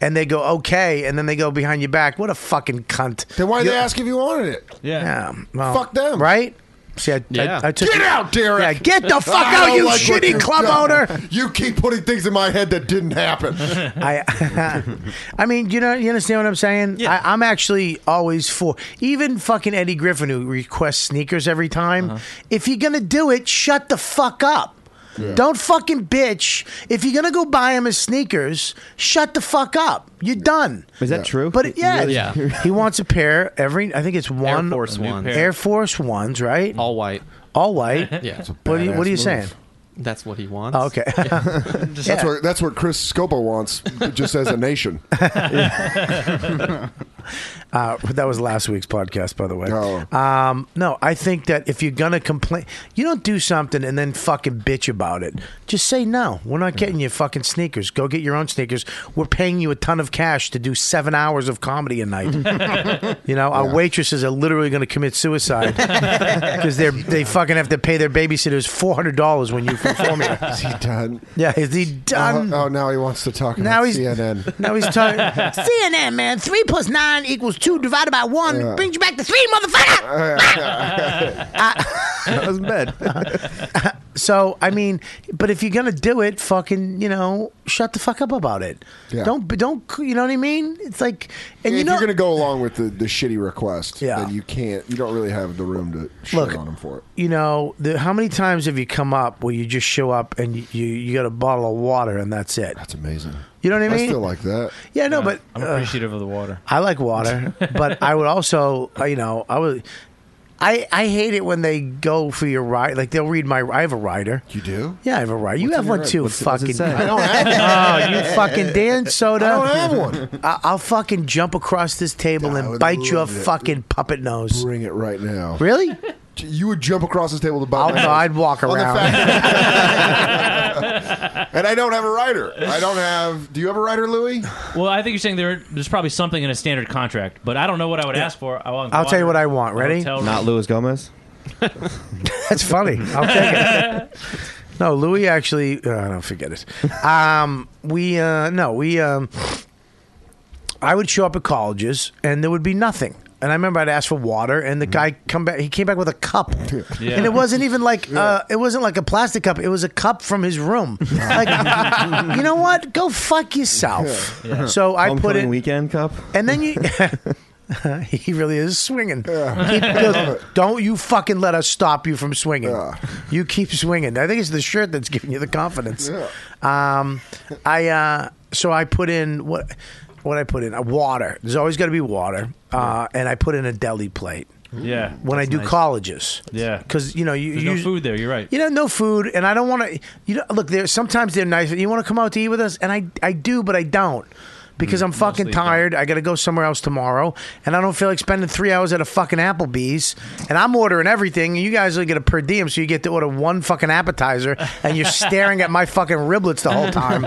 [SPEAKER 7] And they go okay, and then they go behind your back. What a fucking cunt!
[SPEAKER 5] Then why did
[SPEAKER 7] You're-
[SPEAKER 5] they ask if you wanted it?
[SPEAKER 7] Yeah, well,
[SPEAKER 5] Fuck them.
[SPEAKER 7] right? See, I,
[SPEAKER 8] Yeah.
[SPEAKER 7] I, I took
[SPEAKER 5] Get out, Derek!
[SPEAKER 7] Yeah, get the fuck
[SPEAKER 5] I
[SPEAKER 7] out,
[SPEAKER 5] don't
[SPEAKER 7] you
[SPEAKER 5] like what
[SPEAKER 7] shitty
[SPEAKER 5] you've
[SPEAKER 7] club
[SPEAKER 5] done.
[SPEAKER 7] owner!
[SPEAKER 5] You keep putting things in my head that didn't happen.
[SPEAKER 7] I, I mean, you know, you understand what I'm saying?
[SPEAKER 8] Yeah.
[SPEAKER 7] I, I'm actually always for even fucking Eddie Griffin who requests sneakers every time.
[SPEAKER 8] Uh-huh.
[SPEAKER 7] If you're gonna do it, shut the fuck up. Don't fucking bitch. If you're gonna go buy him his sneakers, shut the fuck up. You're done.
[SPEAKER 13] Is that true?
[SPEAKER 7] But yeah,
[SPEAKER 13] Really?
[SPEAKER 8] Yeah.
[SPEAKER 7] he wants a pair every. I think it's one
[SPEAKER 8] Force Ones.
[SPEAKER 7] Air Force ones, right?
[SPEAKER 8] All white.
[SPEAKER 7] All white.
[SPEAKER 8] Yeah.
[SPEAKER 7] What are you, what are you
[SPEAKER 5] Badass
[SPEAKER 7] saying?
[SPEAKER 5] move.
[SPEAKER 14] That's what he wants.
[SPEAKER 7] Oh, okay.
[SPEAKER 14] Just-
[SPEAKER 5] that's what that's what Chris Scopo wants, just as a nation.
[SPEAKER 7] Uh, but that was last week's podcast, by the way. Um, no, I think that if you're gonna complain, you don't do something and then fucking bitch about it. Just say no. We're not getting you fucking sneakers. Go get your own sneakers. We're paying you a ton of cash to do seven hours of comedy a night. you know, our waitresses are literally going to commit suicide because they are they fucking have to pay their babysitters four hundred dollars when you perform here.
[SPEAKER 5] Is he done?
[SPEAKER 7] Yeah, is he done?
[SPEAKER 5] Oh, oh, now he wants to talk
[SPEAKER 7] Now
[SPEAKER 5] about
[SPEAKER 7] he's-
[SPEAKER 5] CNN.
[SPEAKER 7] now he's talking-
[SPEAKER 15] CNN, man. Three plus nine equals two divided by one
[SPEAKER 5] Yeah.
[SPEAKER 15] brings you back to three, motherfucker.
[SPEAKER 12] Uh.
[SPEAKER 7] I was in bed. so I mean, but if you're gonna do it, fucking, you know, shut the fuck up about it.
[SPEAKER 5] Yeah.
[SPEAKER 7] Don't, don't, you know what I mean? It's like, and you
[SPEAKER 5] if
[SPEAKER 7] know,
[SPEAKER 5] you're going to go along with the, the shitty request, yeah. then you can't. You don't really have the room to shit
[SPEAKER 7] Look,
[SPEAKER 5] on him for it.
[SPEAKER 7] you know, the, how many times have you come up where you just show up and you you, you got a bottle of water and that's it? That's
[SPEAKER 5] amazing.
[SPEAKER 7] You know what I mean?
[SPEAKER 5] still like that.
[SPEAKER 7] Yeah, no, but
[SPEAKER 8] I'm
[SPEAKER 7] uh,
[SPEAKER 8] appreciative of the water.
[SPEAKER 7] I like water, but I would also, uh, you know, I would. I, I hate it when they go for your ride. Like they'll read my. I have a rider.
[SPEAKER 5] You do?
[SPEAKER 7] Yeah, I have a rider. You
[SPEAKER 6] What's
[SPEAKER 7] have
[SPEAKER 6] in your
[SPEAKER 7] one
[SPEAKER 6] ride?
[SPEAKER 7] too.
[SPEAKER 6] What's it- what's it
[SPEAKER 7] fucking.
[SPEAKER 6] say? I don't have one.
[SPEAKER 7] oh, you fucking Dan Soda.
[SPEAKER 6] I don't have one.
[SPEAKER 7] I, I'll fucking jump across this table and bite your fucking puppet nose.
[SPEAKER 5] Bring it right now.
[SPEAKER 7] Really?
[SPEAKER 5] You would jump across this table to buy.
[SPEAKER 7] I'll,
[SPEAKER 5] my-
[SPEAKER 7] no, I'd walk
[SPEAKER 5] On the
[SPEAKER 7] around.
[SPEAKER 5] And I don't have a rider. I don't have. Do you have a rider, Louis?
[SPEAKER 8] Well, I think you're saying there, there's probably something in a standard contract, but I don't know what I would ask for. I want
[SPEAKER 7] I'll tell you what
[SPEAKER 8] water,
[SPEAKER 7] I want.
[SPEAKER 8] a
[SPEAKER 7] Ready?
[SPEAKER 8] hotel room.
[SPEAKER 7] Luis Gomez. That's funny. I'll take it. No, Louis actually. Uh, I don't forget it. Um, we uh, no, we. Um, I would show up at colleges, and there would be nothing. And I remember I'd ask for water, and the guy come back. He came back with a cup,
[SPEAKER 6] Yeah.
[SPEAKER 7] and it wasn't even like uh, it wasn't like a plastic cup. It was a cup from his room. Like, you know what? Go fuck yourself.
[SPEAKER 9] Yeah.
[SPEAKER 7] So I put
[SPEAKER 9] Homecoming
[SPEAKER 7] it
[SPEAKER 9] weekend cup.
[SPEAKER 7] and then you. he really is swinging. Keep- goes, Don't you fucking let us stop you from swinging. You keep swinging. I think it's the shirt that's giving you the confidence. Um, I uh, so I put in what what I put in uh, water. There's always got to be water, uh, and I put in a deli plate.
[SPEAKER 8] Yeah.
[SPEAKER 7] When I
[SPEAKER 8] that's
[SPEAKER 7] do
[SPEAKER 8] nice.
[SPEAKER 7] colleges,
[SPEAKER 8] Yeah.
[SPEAKER 7] because you know you
[SPEAKER 8] There's
[SPEAKER 7] you,
[SPEAKER 8] no food there. You're right.
[SPEAKER 7] you know, no food, and I don't want to. You know, look, there. Sometimes they're nice. You want to come out to eat with us, and I, I do, but I don't because I'm fucking tired. I got to go somewhere else tomorrow, and I don't feel like spending three hours at a fucking Applebee's. And I'm ordering everything, and you guys only get a per diem, so you get to order one fucking appetizer, and you're staring at my fucking riblets the whole time.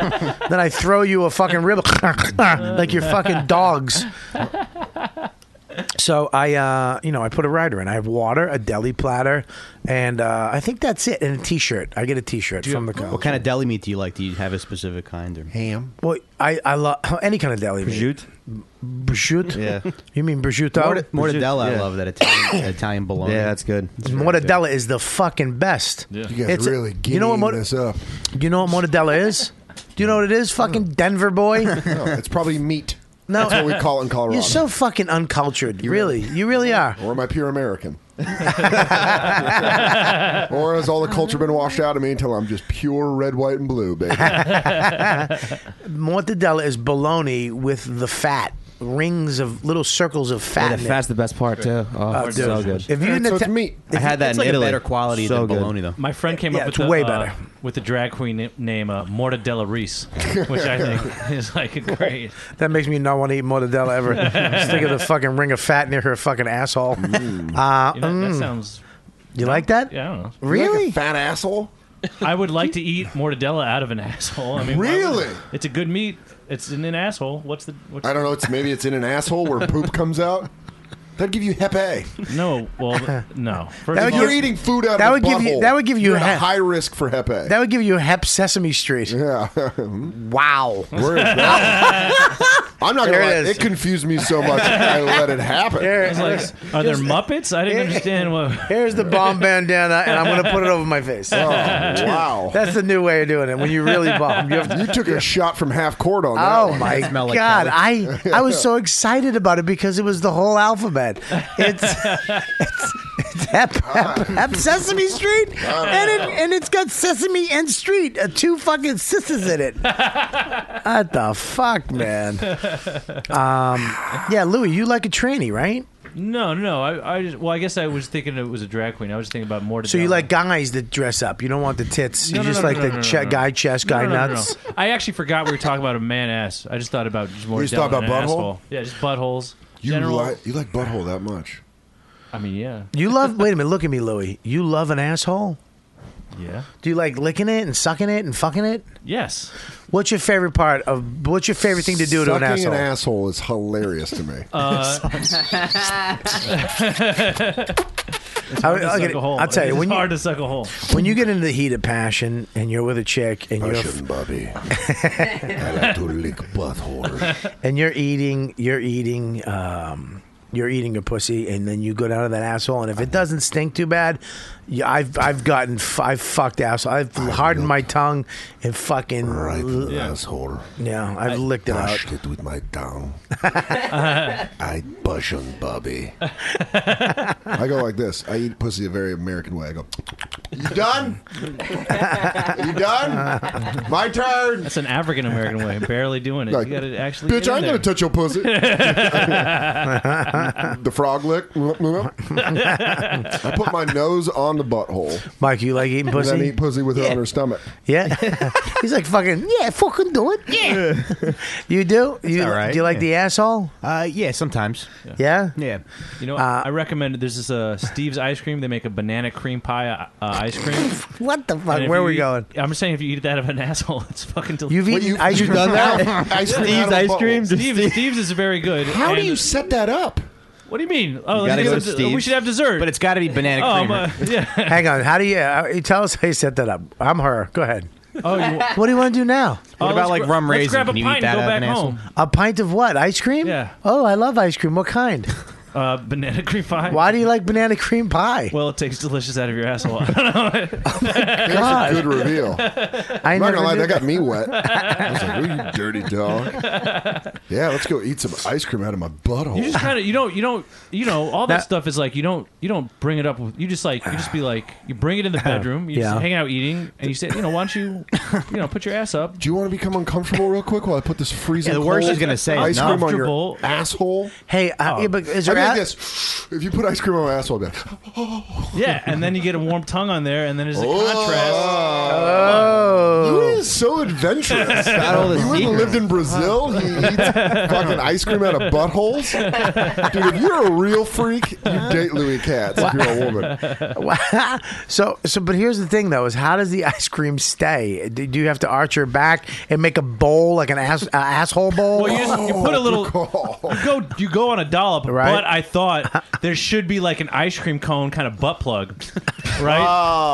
[SPEAKER 7] then I throw you a fucking riblet like you're fucking dogs. So I, uh, you know, I put a rider in. I have water, a deli platter, and uh, I think that's it. And a T-shirt. I get a T-shirt from the college.
[SPEAKER 2] What kind of deli meat do you like? Do you have a specific kind? Or?
[SPEAKER 5] Ham.
[SPEAKER 7] Well, I, I love any kind of deli. Prosciutto. Prosciutto.
[SPEAKER 2] Yeah.
[SPEAKER 7] You mean prosciutto?
[SPEAKER 2] Mort- mortadella, I love that Italian, Italian bologna.
[SPEAKER 7] Yeah,
[SPEAKER 2] that's good.
[SPEAKER 7] Mortadella is the fucking best.
[SPEAKER 2] Yeah. You guys really
[SPEAKER 7] you know what
[SPEAKER 2] giddying
[SPEAKER 5] this up.
[SPEAKER 7] You know what mortadella is? Do you know what it is? Fucking Denver boy.
[SPEAKER 5] No, it's probably meat.
[SPEAKER 7] No,
[SPEAKER 5] That's what we call it in Colorado.
[SPEAKER 7] You're so fucking uncultured. really, you really are.
[SPEAKER 5] Or am I pure American? or has all the culture been washed out of me until I'm just pure red, white, and blue, baby?
[SPEAKER 7] Mortadella is bologna with the fat. Rings of little circles of fat.
[SPEAKER 9] Yeah,
[SPEAKER 7] in
[SPEAKER 9] the
[SPEAKER 7] it.
[SPEAKER 9] fat's the best part too. Oh,
[SPEAKER 2] Uh,
[SPEAKER 9] it's
[SPEAKER 7] dude.
[SPEAKER 9] so good.
[SPEAKER 7] If you in the meat,
[SPEAKER 9] I had that
[SPEAKER 2] it's
[SPEAKER 9] in
[SPEAKER 2] like
[SPEAKER 9] Italy.
[SPEAKER 2] a better quality
[SPEAKER 9] So
[SPEAKER 2] than
[SPEAKER 9] good.
[SPEAKER 2] bologna, though.
[SPEAKER 8] My friend came
[SPEAKER 7] Yeah,
[SPEAKER 8] up with
[SPEAKER 7] it's
[SPEAKER 8] the,
[SPEAKER 7] way
[SPEAKER 8] uh,
[SPEAKER 7] better.
[SPEAKER 8] with the drag queen na- name uh, Mortadella Reese, which I think is like great.
[SPEAKER 7] That makes me not want to eat mortadella ever. Just think of the fucking ring of fat near her fucking asshole. Uh,
[SPEAKER 8] You know, that
[SPEAKER 7] mm.
[SPEAKER 8] sounds.
[SPEAKER 7] You like that?
[SPEAKER 8] Yeah, I don't know.
[SPEAKER 7] Really?
[SPEAKER 5] fat asshole?
[SPEAKER 8] I would like to eat mortadella out of an asshole. I mean, why would-
[SPEAKER 5] Really?
[SPEAKER 8] It's a good meat. It's in an asshole. What's the? What's
[SPEAKER 5] I don't know. It's maybe it's in an asshole where poop comes out. That'd give you hepe.
[SPEAKER 8] No, well, no. First
[SPEAKER 5] Now
[SPEAKER 8] of all-
[SPEAKER 5] you're eating food out
[SPEAKER 7] that
[SPEAKER 5] of a
[SPEAKER 7] would give you-
[SPEAKER 5] butthole.
[SPEAKER 7] that would give you
[SPEAKER 5] You're at
[SPEAKER 7] hep.
[SPEAKER 5] high risk for hepe.
[SPEAKER 7] That would give you a hep Sesame Street.
[SPEAKER 5] Yeah.
[SPEAKER 7] wow.
[SPEAKER 5] Where is that? I'm not
[SPEAKER 7] There
[SPEAKER 5] gonna.
[SPEAKER 7] it
[SPEAKER 5] lie.
[SPEAKER 7] is.
[SPEAKER 5] It confused me so much. I let it happen.
[SPEAKER 7] There-
[SPEAKER 8] I was like, are there Muppets? I didn't understand what.
[SPEAKER 7] Here's the bomb bandana, and I'm going to put it over my face.
[SPEAKER 5] Oh, wow.
[SPEAKER 7] That's the new way of doing it. When you really bomb, you have to.
[SPEAKER 5] You took a shot from half court on that.
[SPEAKER 7] Oh
[SPEAKER 5] one.
[SPEAKER 7] my God! I I was so excited about it because it was the whole alphabet. It's it's, it's hep, hep, hep Sesame Street, and it, and it's got Sesame and Street, uh, two fucking sisters in it. What the fuck, man? Um, yeah, Louis, you like a tranny, right?
[SPEAKER 8] No, no, no. I, I just, well, I guess I was thinking it was a drag queen. I was thinking about more.
[SPEAKER 7] So you like guys that dress up. You don't want the tits.
[SPEAKER 8] No,
[SPEAKER 7] you
[SPEAKER 8] no,
[SPEAKER 7] just
[SPEAKER 8] no,
[SPEAKER 7] like
[SPEAKER 8] no,
[SPEAKER 7] the
[SPEAKER 8] no, no,
[SPEAKER 7] che-
[SPEAKER 8] no.
[SPEAKER 7] guy chest, guy
[SPEAKER 8] no, no, no, no,
[SPEAKER 7] nuts.
[SPEAKER 8] no. I actually forgot we were talking about a man ass. I just thought about just more.
[SPEAKER 5] You just thought
[SPEAKER 8] down
[SPEAKER 5] about
[SPEAKER 8] an
[SPEAKER 5] butthole?
[SPEAKER 8] asshole. Yeah, just buttholes.
[SPEAKER 5] You
[SPEAKER 8] General-
[SPEAKER 5] like you like butthole that much?
[SPEAKER 8] I mean, yeah.
[SPEAKER 7] You love. wait a minute. Look at me, Louis. You love an asshole.
[SPEAKER 8] Yeah.
[SPEAKER 7] Do you like licking it and sucking it and fucking it?
[SPEAKER 8] Yes.
[SPEAKER 7] What's your favorite part of? What's your favorite thing to do to an
[SPEAKER 5] Sucking
[SPEAKER 7] asshole?
[SPEAKER 5] an asshole is hilarious to me.
[SPEAKER 8] It's
[SPEAKER 7] I-
[SPEAKER 8] hard to
[SPEAKER 7] I'll
[SPEAKER 8] suck
[SPEAKER 7] get it.
[SPEAKER 8] a hole.
[SPEAKER 7] I'll tell you,
[SPEAKER 8] It's
[SPEAKER 7] when you-
[SPEAKER 8] hard to suck a hole.
[SPEAKER 7] when you get into the heat of passion and you're with a chick and you're
[SPEAKER 5] Passion, Bobby.
[SPEAKER 7] I
[SPEAKER 5] like to lick buttholes.
[SPEAKER 7] And you're eating, you're eating, um, you're eating a pussy, and then you go down to that asshole, and if it doesn't stink too bad, you, I've I've gotten f- I've fucked asshole. I've hardened my tongue and fucking right
[SPEAKER 5] asshole.
[SPEAKER 7] Yeah, I've licked it out.
[SPEAKER 5] Brushed it with my tongue. I passion, Bobby. I go like this. I eat pussy a very American way. I go. You done? you done? My turn.
[SPEAKER 8] That's an African American way. Barely doing it.
[SPEAKER 5] Like,
[SPEAKER 8] you got to actually.
[SPEAKER 5] Bitch,
[SPEAKER 8] get in
[SPEAKER 5] I ain't
[SPEAKER 8] there.
[SPEAKER 5] gonna touch your pussy. the frog lick. I put my nose on the butthole.
[SPEAKER 7] Mike, you like eating pussy?
[SPEAKER 5] And then eat pussy with her
[SPEAKER 7] Yeah.
[SPEAKER 5] on her stomach.
[SPEAKER 7] Yeah, he's like fucking. Yeah, fucking do it. Yeah, you do. You do you like the asshole?
[SPEAKER 2] Uh, yeah, sometimes. Yeah.
[SPEAKER 7] Yeah.
[SPEAKER 8] You know, I recommend there's this uh, Steve's ice cream. They make a banana cream pie uh, uh, ice cream.
[SPEAKER 7] What the
[SPEAKER 8] And
[SPEAKER 7] fuck?
[SPEAKER 8] if
[SPEAKER 7] Uh, Where
[SPEAKER 8] you
[SPEAKER 7] are we
[SPEAKER 8] eat-
[SPEAKER 7] going?
[SPEAKER 8] I'm just saying, if you eat that of an asshole, it's fucking delicious.
[SPEAKER 7] You've Wait, eaten you- ice you've cream done that? out of- Ice cream Steve's out of a ice bottle. cream?
[SPEAKER 8] Steve's, Steve's is very good.
[SPEAKER 5] How do
[SPEAKER 8] and-
[SPEAKER 5] you set that up?
[SPEAKER 8] What do you mean? Oh,
[SPEAKER 2] You gotta
[SPEAKER 8] let's
[SPEAKER 2] go
[SPEAKER 8] get
[SPEAKER 2] to
[SPEAKER 8] some- we
[SPEAKER 2] Steve's.
[SPEAKER 8] should have dessert. But
[SPEAKER 2] it's got to be banana
[SPEAKER 8] oh,
[SPEAKER 2] cream.
[SPEAKER 8] but- yeah.
[SPEAKER 7] Hang on. How do you uh, tell us how you set that up? I'm her. Go ahead.
[SPEAKER 8] Oh, you,
[SPEAKER 7] What do you want to do now?
[SPEAKER 8] Oh,
[SPEAKER 2] What about
[SPEAKER 8] let's
[SPEAKER 2] like
[SPEAKER 8] gra-
[SPEAKER 2] rum
[SPEAKER 8] let's
[SPEAKER 2] raisin?
[SPEAKER 8] grab a
[SPEAKER 2] Can you
[SPEAKER 8] pint
[SPEAKER 2] eat that
[SPEAKER 8] and go
[SPEAKER 2] out of
[SPEAKER 8] back
[SPEAKER 2] an asshole?
[SPEAKER 8] home.
[SPEAKER 7] A pint of what? Ice cream?
[SPEAKER 8] Yeah.
[SPEAKER 7] Oh, I love ice cream. What kind?
[SPEAKER 8] uh, banana cream pie.
[SPEAKER 7] Why do you like banana cream pie?
[SPEAKER 8] Well, it takes delicious out of your asshole. I don't know.
[SPEAKER 5] That's a good reveal.
[SPEAKER 7] I
[SPEAKER 5] I'm not
[SPEAKER 7] never
[SPEAKER 5] gonna lie,
[SPEAKER 7] knew
[SPEAKER 5] that got
[SPEAKER 7] that.
[SPEAKER 5] me wet. I was like, "Oh, you dirty dog!" Yeah, let's go eat some ice cream out of my butthole.
[SPEAKER 8] You just kind of you don't you don't you know all that
[SPEAKER 5] That-
[SPEAKER 8] stuff is like you don't you don't bring it up. With, you just like you just be like you bring it in the bedroom. You
[SPEAKER 5] Yeah.
[SPEAKER 8] just hang out eating, and you say you know why don't you you know put your ass up.
[SPEAKER 5] Do you want to become uncomfortable real quick while I put this freezing?
[SPEAKER 8] Yeah, the worst
[SPEAKER 5] cold
[SPEAKER 8] she's gonna say
[SPEAKER 5] ice
[SPEAKER 8] is no.
[SPEAKER 5] cream on your
[SPEAKER 8] Comfortable.
[SPEAKER 5] asshole.
[SPEAKER 7] Hey, uh, yeah, but is there
[SPEAKER 5] I mean,
[SPEAKER 7] a-
[SPEAKER 5] this. If you put ice cream on my asshole, I'd be like,
[SPEAKER 8] Yeah, and then you get a warm tongue on there, and then there's a contrast.
[SPEAKER 5] "Oh, you is so adventurous."
[SPEAKER 8] Got all the
[SPEAKER 5] you wouldn't have lived in Brazil. You eat fucking ice cream out of buttholes, dude. If you're a real freak, you date Louis Katz. If you're a woman,
[SPEAKER 7] Wow. so, so, but here's the thing though: is how does the ice cream stay? Do do you have to arch your back and make a bowl like an ass, uh, asshole bowl?
[SPEAKER 8] Well, you, just, you put a little. You go, you go on a dollop,
[SPEAKER 7] Right.
[SPEAKER 8] but I thought there should be like an ice cream cone kind of butt plug, right?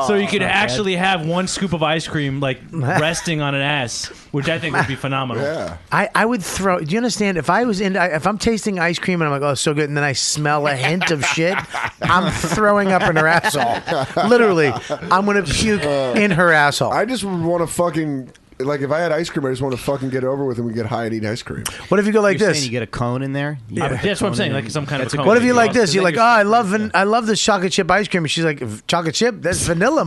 [SPEAKER 7] Oh.
[SPEAKER 8] so you could
[SPEAKER 7] Not bad.
[SPEAKER 8] actually have one scoop of ice cream like resting on an ass, which I think would be phenomenal.
[SPEAKER 7] I, I would throw. Do you understand? If I was in, I- if I'm tasting ice cream and I'm like, oh, it's so good, and then I smell a hint of shit, I'm throwing up in her asshole. Literally, I'm gonna puke in her asshole.
[SPEAKER 5] I just would want to fucking like if I had ice cream, I just want to fucking get it over with and we get high and eat ice cream.
[SPEAKER 7] What if you go like
[SPEAKER 2] You're
[SPEAKER 7] this?
[SPEAKER 2] saying you get a cone in there. You
[SPEAKER 8] Yeah,
[SPEAKER 2] get a
[SPEAKER 8] that's what I'm
[SPEAKER 2] cone
[SPEAKER 8] saying,
[SPEAKER 2] in
[SPEAKER 8] like
[SPEAKER 2] there.
[SPEAKER 8] some kind of
[SPEAKER 2] That's a
[SPEAKER 8] cone.
[SPEAKER 2] good
[SPEAKER 7] What if you
[SPEAKER 2] idea.
[SPEAKER 7] like this? You're like,
[SPEAKER 2] Because
[SPEAKER 7] oh, I love van- I love this chocolate chip ice cream. And she's like, "V- chocolate chip? That's vanilla,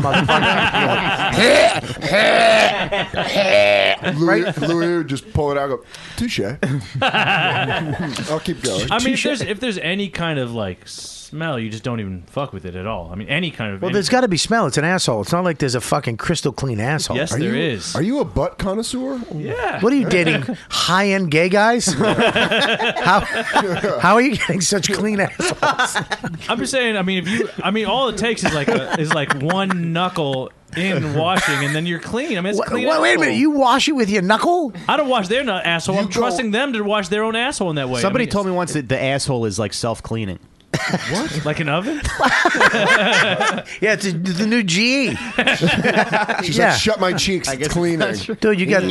[SPEAKER 7] motherfucker.
[SPEAKER 5] Louis, Louis would just pull it out. and Go, touche. I'll keep going.
[SPEAKER 8] I mean, if there's if there's any kind of like smell, you just don't even fuck with it at all. I mean, any kind of.
[SPEAKER 7] well,
[SPEAKER 8] any-
[SPEAKER 7] there's got to be smell. It's an asshole. It's not like there's a fucking crystal clean asshole.
[SPEAKER 8] Yes, Are there you- is.
[SPEAKER 5] Are you a butt connoisseur?
[SPEAKER 8] Yeah.
[SPEAKER 7] What are you dating? High end gay guys? how, how are you getting such clean assholes?
[SPEAKER 8] I'm just saying. I mean, if you, I mean, all it takes is like a, is like one knuckle in washing, and then you're clean. I mean, it's
[SPEAKER 7] Wha-
[SPEAKER 8] clean.
[SPEAKER 7] wha- wait a minute.
[SPEAKER 8] asshole.
[SPEAKER 7] You wash it with your knuckle?
[SPEAKER 8] I don't wash their nu- asshole. I'm trusting them to wash their own asshole in that way.
[SPEAKER 2] Somebody
[SPEAKER 8] I mean,
[SPEAKER 2] told me once that the asshole is like self cleaning.
[SPEAKER 8] what? Like an oven?
[SPEAKER 7] Yeah, it's a, the new GE.
[SPEAKER 5] She's
[SPEAKER 7] Yeah.
[SPEAKER 5] like, shut my cheeks. It's cleaning.
[SPEAKER 7] Dude, you got-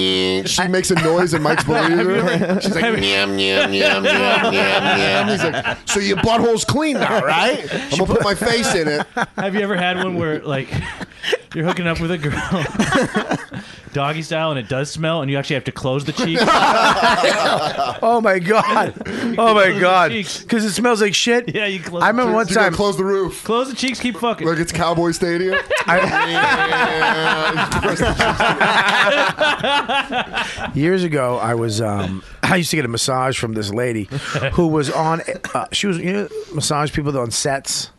[SPEAKER 5] She makes a noise and Mike's believer. She's like, yum, yum, yum, yum, yum, yum. He's like, so your butthole's clean now, right? I'm going to put my face in it.
[SPEAKER 8] Have you ever had one where like you're hooking up with a girl, doggy style, and it does smell, and you actually have to close the cheek?
[SPEAKER 7] oh my god! Oh my god! Because it smells like shit.
[SPEAKER 8] Yeah, you close.
[SPEAKER 7] I remember one
[SPEAKER 5] You gotta
[SPEAKER 7] time.
[SPEAKER 5] Close the roof.
[SPEAKER 8] Close the cheeks. Keep fucking.
[SPEAKER 5] Like it's Cowboy Stadium.
[SPEAKER 7] Years ago, I was um, I used to get a massage from this lady who was on. Uh, she was you know massage people that on sets.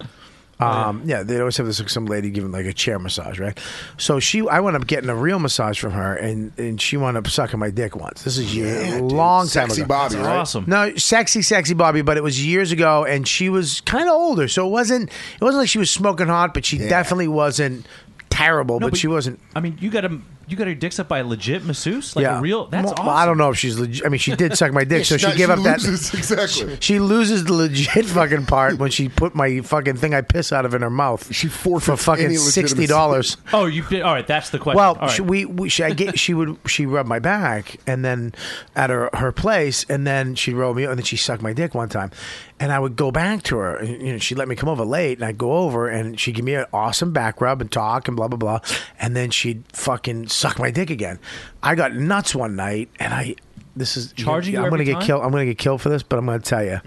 [SPEAKER 7] Um, yeah, they always have this like, some lady giving like a chair massage, right? So she, I wound up getting a real massage from her, and and she wound up sucking my dick once. This is yeah, long time
[SPEAKER 5] Sexy
[SPEAKER 7] ago.
[SPEAKER 5] Bobby, That's right? awesome.
[SPEAKER 7] No, sexy, sexy Bobby, but it was years ago, and she was kind of older, so it wasn't it wasn't like she was smoking hot, but she definitely wasn't terrible,
[SPEAKER 8] No,
[SPEAKER 7] but,
[SPEAKER 8] but
[SPEAKER 7] she wasn't.
[SPEAKER 8] I mean, you got a you got your dicks up by a legit masseuse, like
[SPEAKER 7] yeah,
[SPEAKER 8] a real. That's
[SPEAKER 7] well,
[SPEAKER 8] awesome.
[SPEAKER 7] I don't know if she's. Legit. I mean, she did suck my dick, so
[SPEAKER 8] Yeah, she
[SPEAKER 7] she
[SPEAKER 8] does-
[SPEAKER 7] gave
[SPEAKER 8] she
[SPEAKER 7] up that.
[SPEAKER 8] loses,
[SPEAKER 5] exactly.
[SPEAKER 7] She loses the legit fucking part when she put my fucking thing I piss out of in her mouth. She for
[SPEAKER 8] forfeits
[SPEAKER 7] fucking
[SPEAKER 8] any
[SPEAKER 7] sixty
[SPEAKER 8] legitimacy.
[SPEAKER 7] dollars.
[SPEAKER 8] Oh, you did. All right, that's the question.
[SPEAKER 7] Well,
[SPEAKER 8] All right.
[SPEAKER 7] she, we, we she, I get, she would she rubbed my back and then at her her place and then she'd roll me and then she sucked my dick one time, and I would go back to her. And, you know, she'd let me come over late and I'd go over and she'd give me an awesome back rub and talk and blah blah blah, and then she'd fucking suck my dick again. I got nuts one night and I. This is
[SPEAKER 8] Charging you
[SPEAKER 7] I'm
[SPEAKER 8] every
[SPEAKER 7] gonna
[SPEAKER 8] time?
[SPEAKER 7] get killed. I'm gonna get killed for this, but I'm gonna tell you,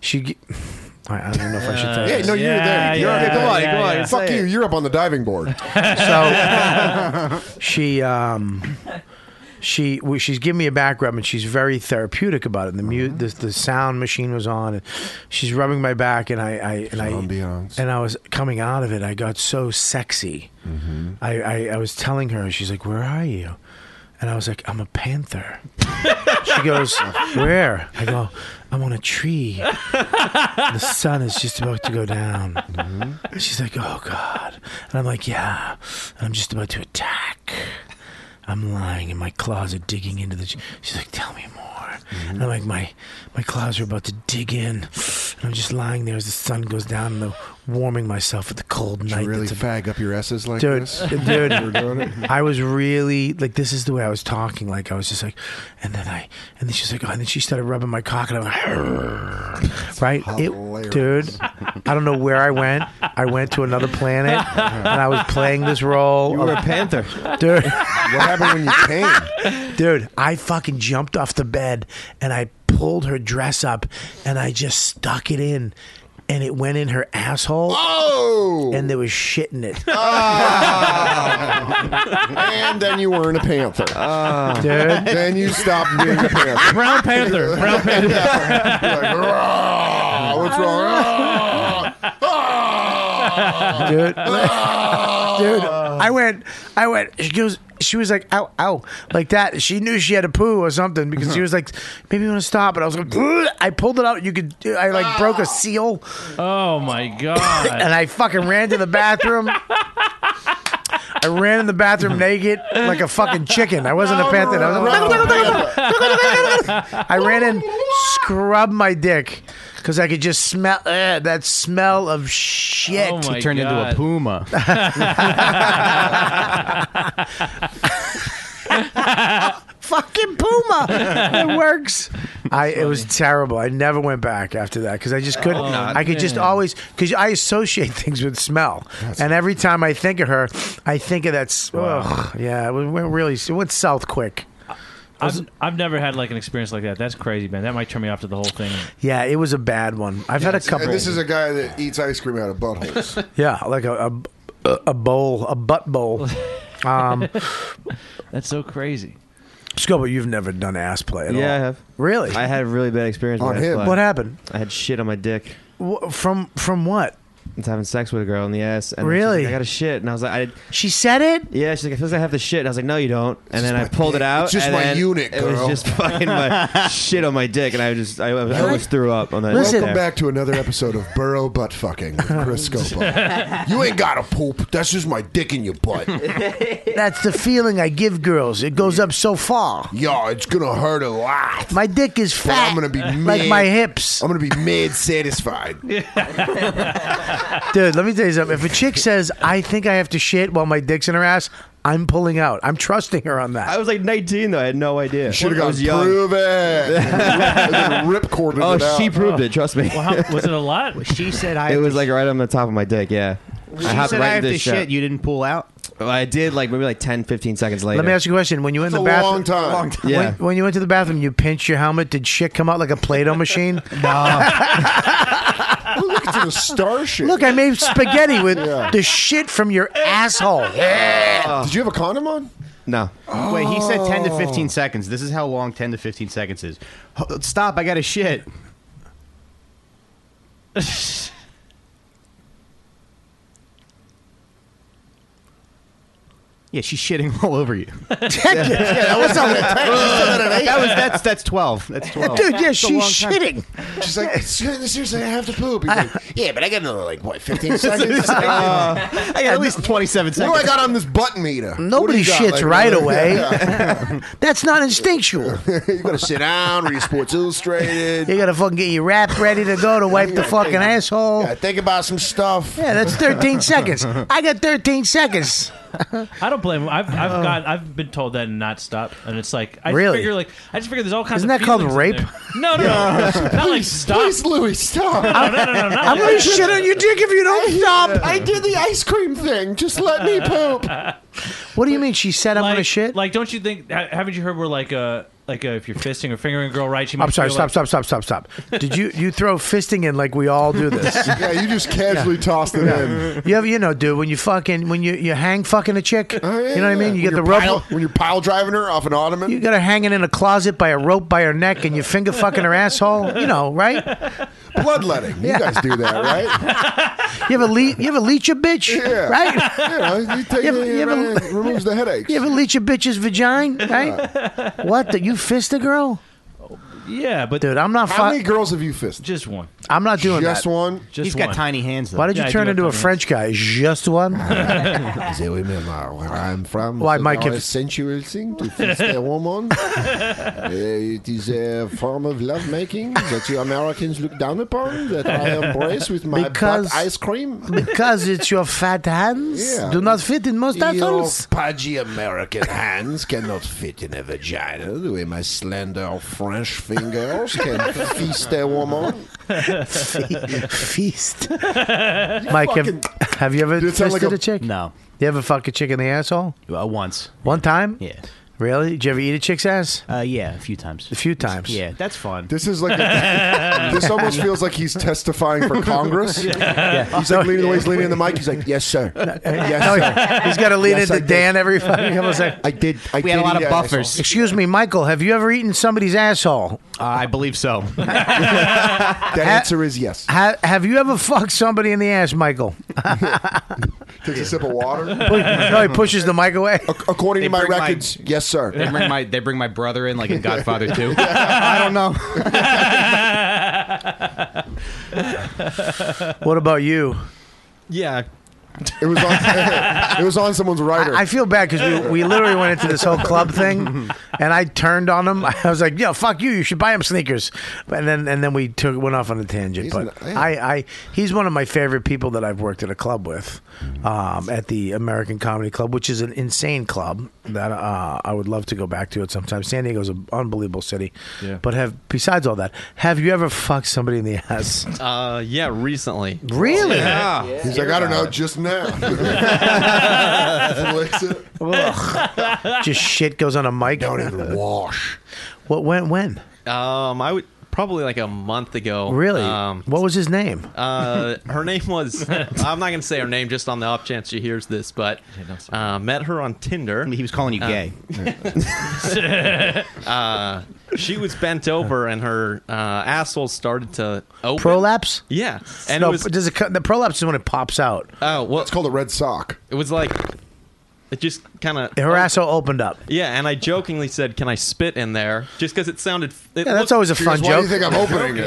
[SPEAKER 7] she. ge- I I don't even know if I should tell you.
[SPEAKER 5] Yeah,
[SPEAKER 7] this.
[SPEAKER 5] no, you're there. You're
[SPEAKER 7] yeah,
[SPEAKER 5] go on,
[SPEAKER 7] yeah,
[SPEAKER 5] go on.
[SPEAKER 7] yeah.
[SPEAKER 5] Fuck you. You're up on the diving board.
[SPEAKER 7] So she um she well, she's giving me a back rub and she's very therapeutic about it. The mu- the, the sound machine was on and she's rubbing my back and I, I and I and I was coming out of it. I got so sexy. I, I I was telling her she's like, "Where are you?" And I was like, "I'm a panther." she goes, "Where?" I go, "I'm on a tree. the sun is just about to go down."
[SPEAKER 5] Mm-hmm.
[SPEAKER 7] She's like, "Oh God," and I'm like, "Yeah," and I'm just about to attack. I'm lying in my claws are digging into the. She's like, "Tell me more," and I'm like, "My my claws are about to dig in," and I'm just lying there as the sun goes down and the, warming myself at the cold night.
[SPEAKER 5] really
[SPEAKER 7] that's
[SPEAKER 5] fag up your S's like
[SPEAKER 7] dude,
[SPEAKER 5] this?
[SPEAKER 7] Dude,
[SPEAKER 5] You were doing it?
[SPEAKER 7] I was really like, this is the way I was talking. Like I was just like, and then I, and then she's like, oh, and then she started rubbing my cock, and I'm like, "Arrgh." right, it, dude. I don't know where I went. I went to another planet, and I was playing this role.
[SPEAKER 9] You were
[SPEAKER 7] of-
[SPEAKER 9] a panther.
[SPEAKER 7] dude. What
[SPEAKER 5] happened when you came,
[SPEAKER 7] dude? I fucking jumped off the bed and I pulled her dress up, and I just stuck it in. And it went in her asshole.
[SPEAKER 5] Oh!
[SPEAKER 7] And there was shit in it.
[SPEAKER 5] and then you weren't a panther.
[SPEAKER 7] Dude.
[SPEAKER 5] Then you stopped being a panther.
[SPEAKER 8] Brown Panther. Brown Panther.
[SPEAKER 5] Ah, what's wrong?
[SPEAKER 7] dude. dude, I
[SPEAKER 8] Oh.
[SPEAKER 7] went, I went. She goes, she was like, ow, ow, like that. She knew she had a poo or something because she was like, maybe you want to stop. And I was like, "Ugh." I pulled it out. You could, I like broke a seal.
[SPEAKER 8] Oh my god!
[SPEAKER 7] and I fucking ran to the bathroom. I ran in the bathroom naked like a fucking chicken. I wasn't a panther. I, was I ran in, scrubbed my dick because I could just smell eh, that smell of shit.
[SPEAKER 8] Oh my He turned into a God.
[SPEAKER 7] puma. Fucking puma. It works. I it was terrible. I never went back after that because I just couldn't.
[SPEAKER 15] Oh,
[SPEAKER 7] I could just
[SPEAKER 15] man.
[SPEAKER 7] always because I associate things with smell, and every time I think of her, I think of that. s- Ugh, yeah, it went really. It went south quick.
[SPEAKER 8] I've, I've never had like an experience like that. That's crazy, man. That might turn me off to the whole thing.
[SPEAKER 7] Yeah, it was a bad one. I've had a
[SPEAKER 5] Yes,
[SPEAKER 7] couple.
[SPEAKER 5] And this is a guy that eats ice cream out of buttholes.
[SPEAKER 7] yeah, like a a, a bowl, a butt bowl. Um,
[SPEAKER 8] That's so crazy.
[SPEAKER 7] Scobo, you've never done ass play at all.
[SPEAKER 9] Yeah, I have.
[SPEAKER 7] Really?
[SPEAKER 9] I had a really bad experience.
[SPEAKER 7] On
[SPEAKER 9] with
[SPEAKER 7] him.
[SPEAKER 9] Fly.
[SPEAKER 7] What happened?
[SPEAKER 9] I had shit on my dick.
[SPEAKER 7] Wh- From from what?
[SPEAKER 9] I was having sex with a girl in the ass. And then she's
[SPEAKER 7] Really?
[SPEAKER 9] like, I got a shit, and I was like, I.
[SPEAKER 7] She said it.
[SPEAKER 9] Yeah, she's like, I feel like I have the shit. And I was like, No, you don't. And then I pulled it
[SPEAKER 5] dick.
[SPEAKER 9] out.
[SPEAKER 5] It's just
[SPEAKER 9] and
[SPEAKER 5] my
[SPEAKER 9] then
[SPEAKER 5] unit,
[SPEAKER 9] It was
[SPEAKER 5] girl.
[SPEAKER 9] just fucking my shit on my dick, and I just, I, I almost threw up on that.
[SPEAKER 5] Welcome
[SPEAKER 9] Yeah.
[SPEAKER 5] back to another episode of Burrow Butt Fucking with Chris Scopo. you ain't got a poop. That's just my dick in your butt.
[SPEAKER 7] That's the feeling I give girls. It goes up so far.
[SPEAKER 5] Yeah, it's gonna hurt a lot.
[SPEAKER 7] My dick is
[SPEAKER 5] But
[SPEAKER 7] fat.
[SPEAKER 5] I'm gonna be
[SPEAKER 7] like
[SPEAKER 5] mad-
[SPEAKER 7] my hips.
[SPEAKER 5] I'm gonna be mad satisfied.
[SPEAKER 7] Dude, let me tell you something. If a chick says, I think I have to shit while my dick's in her ass, I'm pulling out. I'm trusting her on that.
[SPEAKER 9] I was like 19 though. I had no idea.
[SPEAKER 5] You should
[SPEAKER 9] I
[SPEAKER 5] have
[SPEAKER 9] was
[SPEAKER 5] gone
[SPEAKER 9] young.
[SPEAKER 5] prove it. Rip corded
[SPEAKER 9] Oh,
[SPEAKER 5] it out.
[SPEAKER 9] she proved it. Trust me.
[SPEAKER 8] was it a lot?
[SPEAKER 7] She said
[SPEAKER 9] it was like right on the top of my dick. Yeah.
[SPEAKER 2] She said I have
[SPEAKER 9] into
[SPEAKER 2] to
[SPEAKER 9] this
[SPEAKER 2] shit. You didn't pull out.
[SPEAKER 9] I did like maybe like 10, 15 seconds later.
[SPEAKER 7] Let me ask you a question. When you went in
[SPEAKER 2] It's
[SPEAKER 7] the
[SPEAKER 2] a
[SPEAKER 7] bathroom,
[SPEAKER 2] long time. Long time.
[SPEAKER 9] Yeah.
[SPEAKER 7] When, when you went to the bathroom, you pinched your helmet. Did shit come out like a Play-Doh machine?
[SPEAKER 5] Oh, Look at the starship.
[SPEAKER 7] Look, I made spaghetti with the shit from your asshole.
[SPEAKER 5] Did you have a condom on?
[SPEAKER 9] No. Oh.
[SPEAKER 2] Wait, he said 10 to 15 seconds. This is how long 10 to 15 seconds is. Ho- Stop, I got to shit. yeah, she's shitting all over you.
[SPEAKER 6] yeah, that was not what I typed. I said that at eight.
[SPEAKER 2] That was that's that's 12. That's 12. That's a long time.
[SPEAKER 5] She's like, seriously, I have to poop. He's like, yeah, but I got another like what, fifteen seconds?
[SPEAKER 2] Uh, I got at least twenty-seven
[SPEAKER 5] What do I got on this button meter?
[SPEAKER 7] Nobody shits right away. That's not instinctual.
[SPEAKER 5] you gotta sit down, read Sports Illustrated.
[SPEAKER 7] You gotta fucking get your rap ready to go to wipe the fucking asshole.
[SPEAKER 5] Yeah, think about some stuff.
[SPEAKER 7] Yeah, that's 13 seconds. I got 13 seconds.
[SPEAKER 8] I don't blame him. I've, I've got I've been told that and not stop, and it's like I
[SPEAKER 7] Oh.
[SPEAKER 8] just
[SPEAKER 7] Really?
[SPEAKER 8] figure like I just figure there's all kinds
[SPEAKER 7] Isn't
[SPEAKER 8] of
[SPEAKER 7] that called
[SPEAKER 8] feelings in
[SPEAKER 7] rape?
[SPEAKER 8] there. No, no, no, not like stop.
[SPEAKER 5] Please, Louis, stop.
[SPEAKER 8] No, no, no, no, no,
[SPEAKER 7] I'm gonna shit on your dick if you don't stop.
[SPEAKER 5] I did the ice cream thing. Just let me poop.
[SPEAKER 7] What do you mean? She said I'm gonna shit.
[SPEAKER 8] Like, don't you think? ha- Haven't you heard where like uh like uh, if you're fisting or fingering a girl right, she might
[SPEAKER 7] I'm sorry.
[SPEAKER 8] feel
[SPEAKER 7] Stop.
[SPEAKER 8] like,
[SPEAKER 7] Stop. Stop. Stop. Stop. Did you you throw fisting in like we all do this?
[SPEAKER 5] yeah, you just casually tossed it in.
[SPEAKER 7] You ever you know, dude, when you fucking when you you hang fucking a chick, you know what I mean? You
[SPEAKER 5] Oh, When
[SPEAKER 7] get the
[SPEAKER 5] you're
[SPEAKER 7] rope.
[SPEAKER 5] pile- when you're pile driving her off an ottoman.
[SPEAKER 7] You got her hanging in a closet by a rope by her neck, and you finger fucking her asshole. You know, right?
[SPEAKER 5] Bloodletting. You guys do that, right?
[SPEAKER 7] You ever leech? You ever leech a bitch?
[SPEAKER 5] Yeah.
[SPEAKER 7] Right?
[SPEAKER 5] You know, you take
[SPEAKER 7] You
[SPEAKER 5] you
[SPEAKER 7] ever- you ever-
[SPEAKER 5] removes the headaches.
[SPEAKER 7] You ever leech a bitch's vagina? Right? What? Did you fist a girl?
[SPEAKER 8] Yeah, but
[SPEAKER 7] dude, I'm not.
[SPEAKER 5] How
[SPEAKER 7] Fu-
[SPEAKER 5] many girls have you fisted?
[SPEAKER 8] Just one.
[SPEAKER 7] I'm not doing
[SPEAKER 5] Just
[SPEAKER 7] that.
[SPEAKER 5] one.
[SPEAKER 8] Just
[SPEAKER 2] He's got
[SPEAKER 8] one.
[SPEAKER 2] tiny hands though.
[SPEAKER 7] Why did you
[SPEAKER 8] Yeah, I
[SPEAKER 7] turn
[SPEAKER 8] do
[SPEAKER 7] into a
[SPEAKER 8] have
[SPEAKER 7] French guy? Just one.
[SPEAKER 5] They women are where I'm from.
[SPEAKER 7] Why,
[SPEAKER 5] so
[SPEAKER 7] Mike,
[SPEAKER 5] now
[SPEAKER 7] if-
[SPEAKER 5] a sensual thing to fist a woman. Uh, it is a form of lovemaking that you Americans look down upon, that I embrace with my
[SPEAKER 7] Because-
[SPEAKER 5] butt ice cream.
[SPEAKER 7] because it's your fat hands
[SPEAKER 5] Yeah.
[SPEAKER 7] do not fit in most assholes.
[SPEAKER 5] Your pudgy American hands cannot fit in a vagina the way my slender French fingers can feast a woman.
[SPEAKER 7] Fe- feast. Mike, have,
[SPEAKER 5] fucking-
[SPEAKER 7] have you ever
[SPEAKER 5] Did it sound
[SPEAKER 7] fisted
[SPEAKER 5] like
[SPEAKER 7] a,
[SPEAKER 5] a-
[SPEAKER 7] chick?
[SPEAKER 2] No.
[SPEAKER 7] You ever fuck a chick in the asshole?
[SPEAKER 2] Uh, once.
[SPEAKER 7] One time?
[SPEAKER 2] Yeah.
[SPEAKER 7] Really? Did you ever eat a chick's ass?
[SPEAKER 2] Uh, yeah, a few times.
[SPEAKER 7] A few times.
[SPEAKER 2] Yeah, that's fun.
[SPEAKER 5] This is like a, this almost feels like he's testifying for Congress. He's like leaning the way he's leaning in the mic. He's like, "Yes, sir. Yes,
[SPEAKER 7] No,
[SPEAKER 5] sir.
[SPEAKER 7] he's got to lean
[SPEAKER 5] Yes, I
[SPEAKER 7] into
[SPEAKER 5] did.
[SPEAKER 7] Dan every fucking couple of seconds.
[SPEAKER 5] I did. I
[SPEAKER 2] We had a
[SPEAKER 5] did
[SPEAKER 2] lot
[SPEAKER 5] eat
[SPEAKER 2] of
[SPEAKER 5] an
[SPEAKER 2] buffers.
[SPEAKER 7] Excuse me, Michael, have you ever eaten somebody's asshole?
[SPEAKER 2] Uh, I believe so.
[SPEAKER 5] asshole. The answer is yes.
[SPEAKER 7] Ha- have you ever fucked somebody in the ass, Michael?
[SPEAKER 5] Takes a sip of water.
[SPEAKER 7] Push- no, he pushes the mic away.
[SPEAKER 5] Ac- According
[SPEAKER 2] They
[SPEAKER 5] to my
[SPEAKER 2] bring my-
[SPEAKER 5] records, yes,
[SPEAKER 2] They
[SPEAKER 5] sir.
[SPEAKER 2] bring my they bring my brother in like in Godfather 2. I don't know.
[SPEAKER 7] What about you?
[SPEAKER 14] Yeah.
[SPEAKER 5] It was on. it was on someone's writer.
[SPEAKER 7] I feel bad because we, we literally went into this whole club thing, and I turned on him. I was like, "Yo, fuck you! You should buy him sneakers." But- And then and then we took went off on a tangent.
[SPEAKER 5] He's
[SPEAKER 7] but
[SPEAKER 5] an- yeah.
[SPEAKER 7] I, I he's one of my favorite people that I've worked at a club with, um, at the American Comedy Club, which is an insane club that uh, I would love to go back to at some time. San Diego's an unbelievable city.
[SPEAKER 8] Yeah.
[SPEAKER 7] But have besides all that, have you ever fucked somebody in the ass?
[SPEAKER 14] Uh, yeah. Recently.
[SPEAKER 7] really?
[SPEAKER 5] He's like, I don't know, just now. Flicks it.
[SPEAKER 7] Just shit goes on a mic.
[SPEAKER 5] Don't even wash.
[SPEAKER 7] What went when?
[SPEAKER 14] Um, I would probably like a month ago.
[SPEAKER 7] Really?
[SPEAKER 14] Um,
[SPEAKER 7] what was his name?
[SPEAKER 14] uh, her name was. I'm not gonna say her name just on the off chance she hears this, but uh, met her on Tinder.
[SPEAKER 2] He was calling you gay.
[SPEAKER 14] Uh, she was bent over and her uh, asshole started to open.
[SPEAKER 7] Prolapse?
[SPEAKER 14] Yeah, and
[SPEAKER 7] no,
[SPEAKER 14] it was.
[SPEAKER 7] does it cut, the prolapse is when it pops out.
[SPEAKER 14] Oh well,
[SPEAKER 5] It's called a red sock.
[SPEAKER 14] it was like it just kind of.
[SPEAKER 5] Oh.
[SPEAKER 7] Her asshole opened up.
[SPEAKER 14] Yeah, and I jokingly said, "Can I spit in there?" Just because it sounded. It
[SPEAKER 7] Yeah, that's
[SPEAKER 14] looked-
[SPEAKER 7] always a
[SPEAKER 5] She
[SPEAKER 7] fun
[SPEAKER 5] goes, Why do you
[SPEAKER 7] joke.
[SPEAKER 5] think I'm opening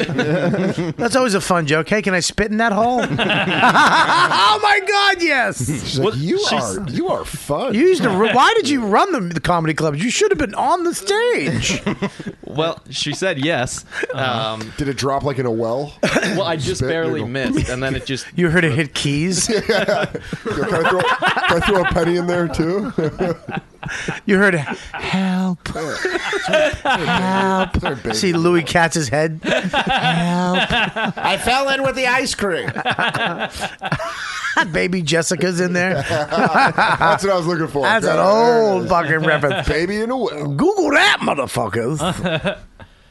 [SPEAKER 5] it?
[SPEAKER 7] That's always a fun joke. Hey, can I spit in that hole? oh my god, yes.
[SPEAKER 5] She's like,
[SPEAKER 14] What-
[SPEAKER 5] you
[SPEAKER 14] she's-
[SPEAKER 5] are you are fun.
[SPEAKER 7] You used to. ru- Why did you run the, the comedy clubs? You should have been on the stage.
[SPEAKER 14] Well, she said yes.
[SPEAKER 8] Uh-huh.
[SPEAKER 14] Um,
[SPEAKER 5] Did it drop like in a well?
[SPEAKER 14] well, I just
[SPEAKER 5] Spit,
[SPEAKER 14] barely
[SPEAKER 5] giggle.
[SPEAKER 14] missed, and then it just.
[SPEAKER 7] You heard it hit keys.
[SPEAKER 5] Yo, can, I throw, can I throw a penny in there too?
[SPEAKER 7] You heard help, help.
[SPEAKER 5] Sorry, baby.
[SPEAKER 7] See Louis Katz's head. Help,
[SPEAKER 12] I fell in with the ice cream.
[SPEAKER 7] baby Jessica's in there.
[SPEAKER 5] That's what I was looking for.
[SPEAKER 7] That's an
[SPEAKER 5] There it
[SPEAKER 7] old
[SPEAKER 5] is.
[SPEAKER 7] fucking reference.
[SPEAKER 5] baby in a well.
[SPEAKER 7] Google that, motherfuckers.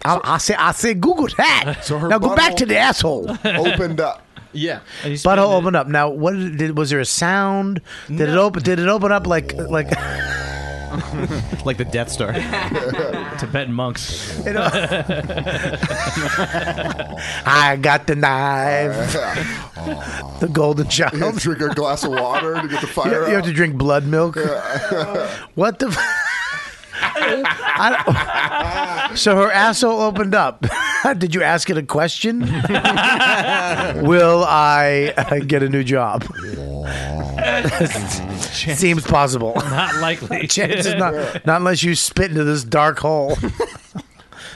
[SPEAKER 7] I, I say, I say, Google that.
[SPEAKER 5] So her
[SPEAKER 7] now go back
[SPEAKER 5] butthole-
[SPEAKER 7] to the asshole.
[SPEAKER 5] Opened up.
[SPEAKER 14] Yeah.
[SPEAKER 8] And you spin
[SPEAKER 7] Butthole
[SPEAKER 8] it.
[SPEAKER 7] opened up. Now, what did, did was there a sound? Did it open? Did it open up like like?
[SPEAKER 8] like the Death Star. Tibetan monks.
[SPEAKER 7] You know- I got the knife. the golden child.
[SPEAKER 5] You drink a glass of water to get the fire
[SPEAKER 7] You, you have
[SPEAKER 5] out.
[SPEAKER 7] to drink blood milk. what the? F- I don't- so her asshole opened up. Did you ask it a question? Will I uh, get a new job? Seems possible.
[SPEAKER 8] Not likely.
[SPEAKER 7] Chances not, not unless you spit into this dark hole.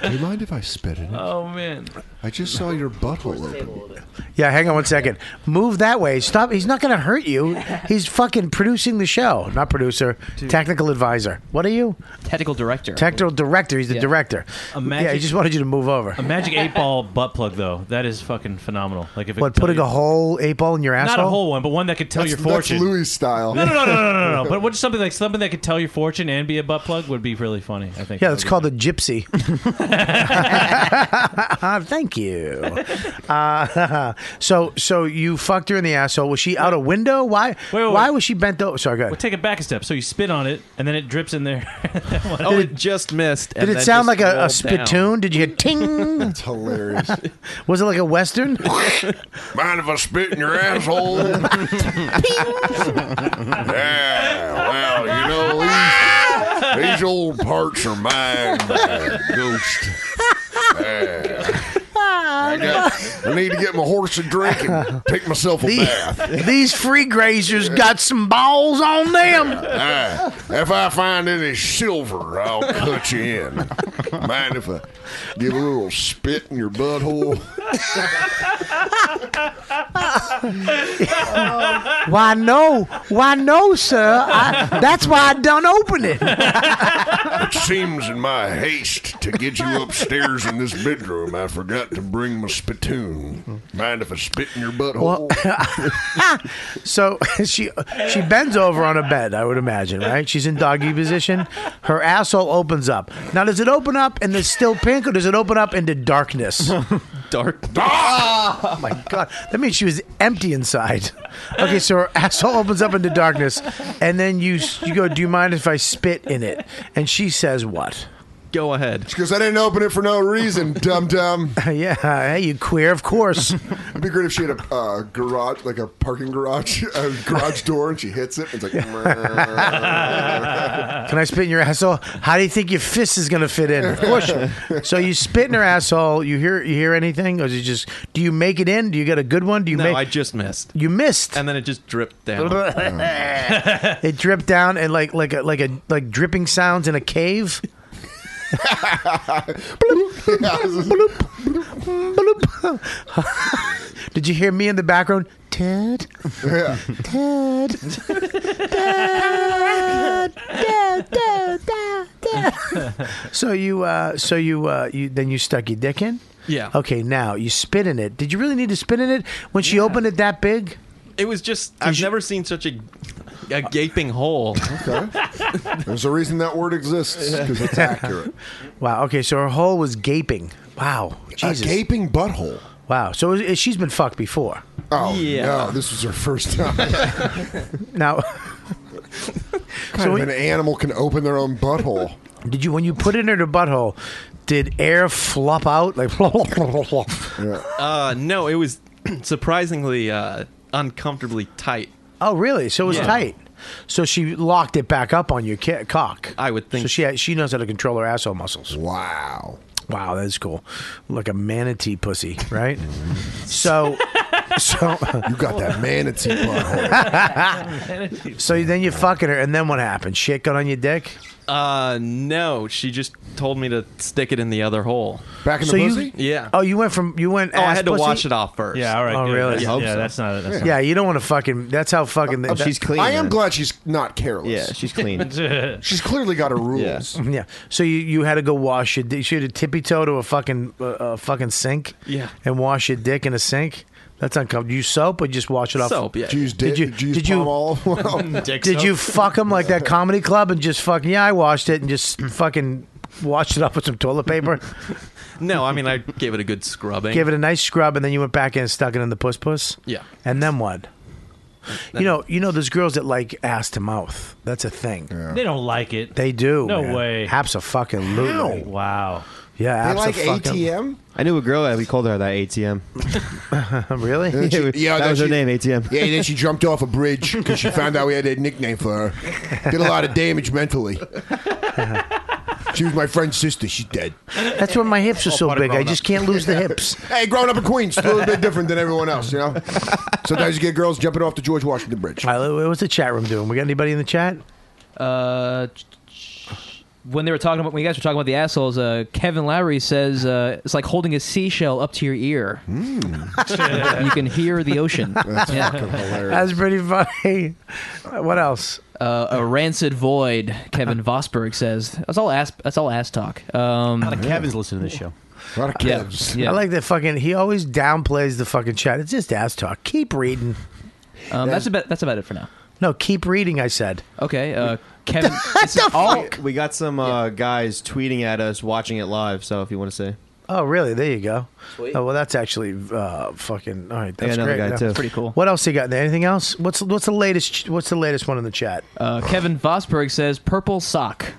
[SPEAKER 5] Do you mind if I spit in it?
[SPEAKER 8] Oh man.
[SPEAKER 5] I just saw your butthole
[SPEAKER 8] Oh,
[SPEAKER 5] open.
[SPEAKER 7] Yeah, hang on one second. Move that way. Stop. He's not going to hurt you. He's fucking producing the show. Not producer, technical advisor. What are you?
[SPEAKER 14] Technical director.
[SPEAKER 7] Technical director. He's the
[SPEAKER 8] Yeah.
[SPEAKER 7] director.
[SPEAKER 8] A
[SPEAKER 7] yeah, he
[SPEAKER 8] magic-
[SPEAKER 7] just wanted you to move over.
[SPEAKER 8] A magic eight ball butt plug though. That is fucking phenomenal. Like if it
[SPEAKER 7] What,
[SPEAKER 8] tell
[SPEAKER 7] putting
[SPEAKER 8] you-
[SPEAKER 7] a whole eight ball in your asshole?
[SPEAKER 8] Not a whole one, but one that could tell your fortune.
[SPEAKER 5] Louis style.
[SPEAKER 8] no, no, no, no, no, no, no, no. But what's something like something that could tell your fortune and be a butt plug would be really funny. I think.
[SPEAKER 7] Yeah, that's called a gypsy. Thank you. Uh, so, so you fucked her in the asshole. Was she out a window? Why? why was she bent over? Sorry, go ahead.
[SPEAKER 8] Well, take it back a step. So you spit on it, and then it drips in there.
[SPEAKER 14] oh, it just missed. and
[SPEAKER 7] Did it
[SPEAKER 14] then
[SPEAKER 7] sound
[SPEAKER 14] just
[SPEAKER 7] like a, a
[SPEAKER 14] rolled
[SPEAKER 7] spittoon?
[SPEAKER 14] down.
[SPEAKER 7] Did you hear ting? That's
[SPEAKER 5] hilarious.
[SPEAKER 7] Was it like a western?
[SPEAKER 16] Mind if I spit in your asshole? yeah, well, you know, these, these old parts are mine, uh, ghost. Yeah. I, got, I need to get my horse a drink and take myself a bath.
[SPEAKER 7] These free grazers got some balls on them.
[SPEAKER 16] Ah, if I find any silver, I'll cut you in. Mind if I
[SPEAKER 5] Give a little spit in your butthole.
[SPEAKER 7] Why no? Why no, sir? I, that's why I done open it.
[SPEAKER 16] It seems in my haste to get you upstairs in this bedroom, I forgot to bring my spittoon. Mind if I spit in your butthole?
[SPEAKER 7] so she she bends over on a bed, I would imagine, right? She's in doggy position. Her asshole opens up. Now, does it open up and there's still pink, or does it open up into darkness?
[SPEAKER 14] Dark.
[SPEAKER 7] Oh my god, that means she was empty inside. Okay, so her asshole opens up into darkness, and then you you go, "Do you mind if I spit in it?" And she says, "What?"
[SPEAKER 14] Go ahead.
[SPEAKER 5] She goes, I didn't open it for no reason, dum dum.
[SPEAKER 7] yeah, hey, you queer, of course.
[SPEAKER 5] It'd be great if she had a uh, garage, like a parking garage, a garage door, and she hits it. And it's like,
[SPEAKER 7] Can I spit in your asshole? How do you think your fist is gonna fit in? Of course. you- so you spit in her asshole. You hear you hear anything, or is it just? Do you make it in? Do you get a good one? Do you
[SPEAKER 14] no,
[SPEAKER 7] make?
[SPEAKER 14] I just missed.
[SPEAKER 7] You missed.
[SPEAKER 14] And then it just dripped down.
[SPEAKER 7] it dripped down and like like a, like a like dripping sounds in a cave. bloop, bloop, bloop. Did you hear me in the background, Ted?
[SPEAKER 5] Yeah.
[SPEAKER 7] Ted. Ted. Ted. Ted. Ted. So you, uh, so you, uh, you then you stuck your dick in.
[SPEAKER 14] Yeah.
[SPEAKER 7] Okay, now you spit in it. Did you really need to spit in it when she opened it that big?
[SPEAKER 14] It was just. I've never seen such a a gaping hole.
[SPEAKER 5] There's a reason that word exists because it's accurate.
[SPEAKER 7] Wow. Okay, so her hole was gaping. Wow. Jesus.
[SPEAKER 5] gaping butthole.
[SPEAKER 7] Wow. So is- is- she's been fucked before.
[SPEAKER 5] Oh no, this was her first time.
[SPEAKER 7] Now,
[SPEAKER 5] so
[SPEAKER 7] when-
[SPEAKER 5] an animal can open their own butthole.
[SPEAKER 7] did you when you put it in her butthole, did air flop out like?
[SPEAKER 14] Uh, no, it was surprisingly uh, uncomfortably tight.
[SPEAKER 7] Oh, really? So it was
[SPEAKER 14] Yeah.
[SPEAKER 7] tight. So she locked it back up on your ca- cock.
[SPEAKER 14] I would think.
[SPEAKER 7] So she she knows how to control her asshole muscles.
[SPEAKER 5] Wow.
[SPEAKER 7] Wow, that is cool. Like a manatee pussy, right? so, so
[SPEAKER 5] you got that manatee
[SPEAKER 7] butthole. so then you're fucking her, and then what happened? Shit got on your dick.
[SPEAKER 14] Uh, no, she just told me to stick it in the other hole.
[SPEAKER 5] Back
[SPEAKER 7] so you,
[SPEAKER 14] yeah.
[SPEAKER 7] Oh, you went from you went.
[SPEAKER 14] Oh, I
[SPEAKER 7] ass
[SPEAKER 14] had to
[SPEAKER 7] pussy?
[SPEAKER 14] wash it off first.
[SPEAKER 8] Yeah, all right,
[SPEAKER 7] Oh,
[SPEAKER 8] good.
[SPEAKER 7] really?
[SPEAKER 8] That's- I hope yeah, so. that's not- that's not-
[SPEAKER 7] yeah, you don't want to fucking. That's how fucking. that-
[SPEAKER 5] I am glad Oh, she's not careless.
[SPEAKER 7] Yeah, she's clean.
[SPEAKER 5] she's clearly got her rules.
[SPEAKER 7] Yeah. So you, you had to go wash your dick. You had to tippy toe to a fucking uh, uh, fucking sink.
[SPEAKER 5] Yeah.
[SPEAKER 7] And wash your dick in a sink. That's uncomfortable. You soap or just wash it off?
[SPEAKER 5] Soap, yeah. Did you use
[SPEAKER 7] Did
[SPEAKER 5] dick-
[SPEAKER 7] you?
[SPEAKER 5] did you use
[SPEAKER 7] did you?
[SPEAKER 5] palm olive? Dick
[SPEAKER 7] did you
[SPEAKER 5] soap?
[SPEAKER 7] fuck him like that comedy club and just fucking? Yeah, I washed it and just fucking washed it off with some toilet paper.
[SPEAKER 14] No, I mean I gave it a good scrubbing.
[SPEAKER 7] Gave it a nice scrub and then you went back in and stuck it in the puss puss.
[SPEAKER 14] Yeah.
[SPEAKER 7] And then what? You know, you know, there's girls that like ass to mouth. That's a thing.
[SPEAKER 8] They don't like it.
[SPEAKER 7] They do.
[SPEAKER 8] No
[SPEAKER 7] man.
[SPEAKER 8] way.
[SPEAKER 7] Abso-fucking-lutely.
[SPEAKER 8] Wow.
[SPEAKER 7] Yeah,
[SPEAKER 8] They like
[SPEAKER 7] abso-fucking-
[SPEAKER 5] ATM?
[SPEAKER 9] I knew a girl that we called her that ATM.
[SPEAKER 7] really?
[SPEAKER 9] Yeah, we- that
[SPEAKER 5] then
[SPEAKER 9] was her
[SPEAKER 5] she-
[SPEAKER 9] name, ATM.
[SPEAKER 5] Yeah, then she jumped off a bridge because she found out we had a nickname for her. Did a lot of damage mentally. She was my friend's sister. She's dead.
[SPEAKER 7] That's why my
[SPEAKER 9] Oh,
[SPEAKER 7] hips are so big. I just can't lose the hips.
[SPEAKER 5] Hey, growing up in Queens, a little bit different than everyone else, you know? Sometimes you get girls jumping off the George Washington Bridge.
[SPEAKER 7] All right, what's the chat room doing? We got anybody in the chat?
[SPEAKER 17] Uh, when they were talking about when you guys were talking about the assholes, uh, Kevin Lowry says uh, it's like holding a seashell up to your ear.
[SPEAKER 7] Hmm.
[SPEAKER 17] you can hear the ocean.
[SPEAKER 7] That's fucking hilarious. That's pretty funny. What else?
[SPEAKER 17] Uh, a rancid void. Kevin Vosberg says that's all ass. That's all ass talk. Um, a lot
[SPEAKER 2] of Kevin's listening to this show.
[SPEAKER 5] A lot of
[SPEAKER 17] Kevs.
[SPEAKER 7] I like that fucking. He always downplays the fucking chat. It's just ass talk. Keep reading.
[SPEAKER 17] Um, that's about that's about it for now.
[SPEAKER 7] No, keep reading. I said.
[SPEAKER 17] Okay, uh, Kevin.
[SPEAKER 9] We, we got some uh, guys tweeting at us watching it live. So if you want to say,
[SPEAKER 7] Oh, really? There you go. Oh, well, that's actually uh, fucking. All right,
[SPEAKER 9] Yeah,
[SPEAKER 7] that's great.
[SPEAKER 9] another guy,
[SPEAKER 7] Yeah.
[SPEAKER 9] too. That's pretty cool.
[SPEAKER 7] What else you got in there? Anything else? What's what's the latest? ch- What's the latest one in the chat?
[SPEAKER 17] Uh, Kevin Vosberg says purple sock.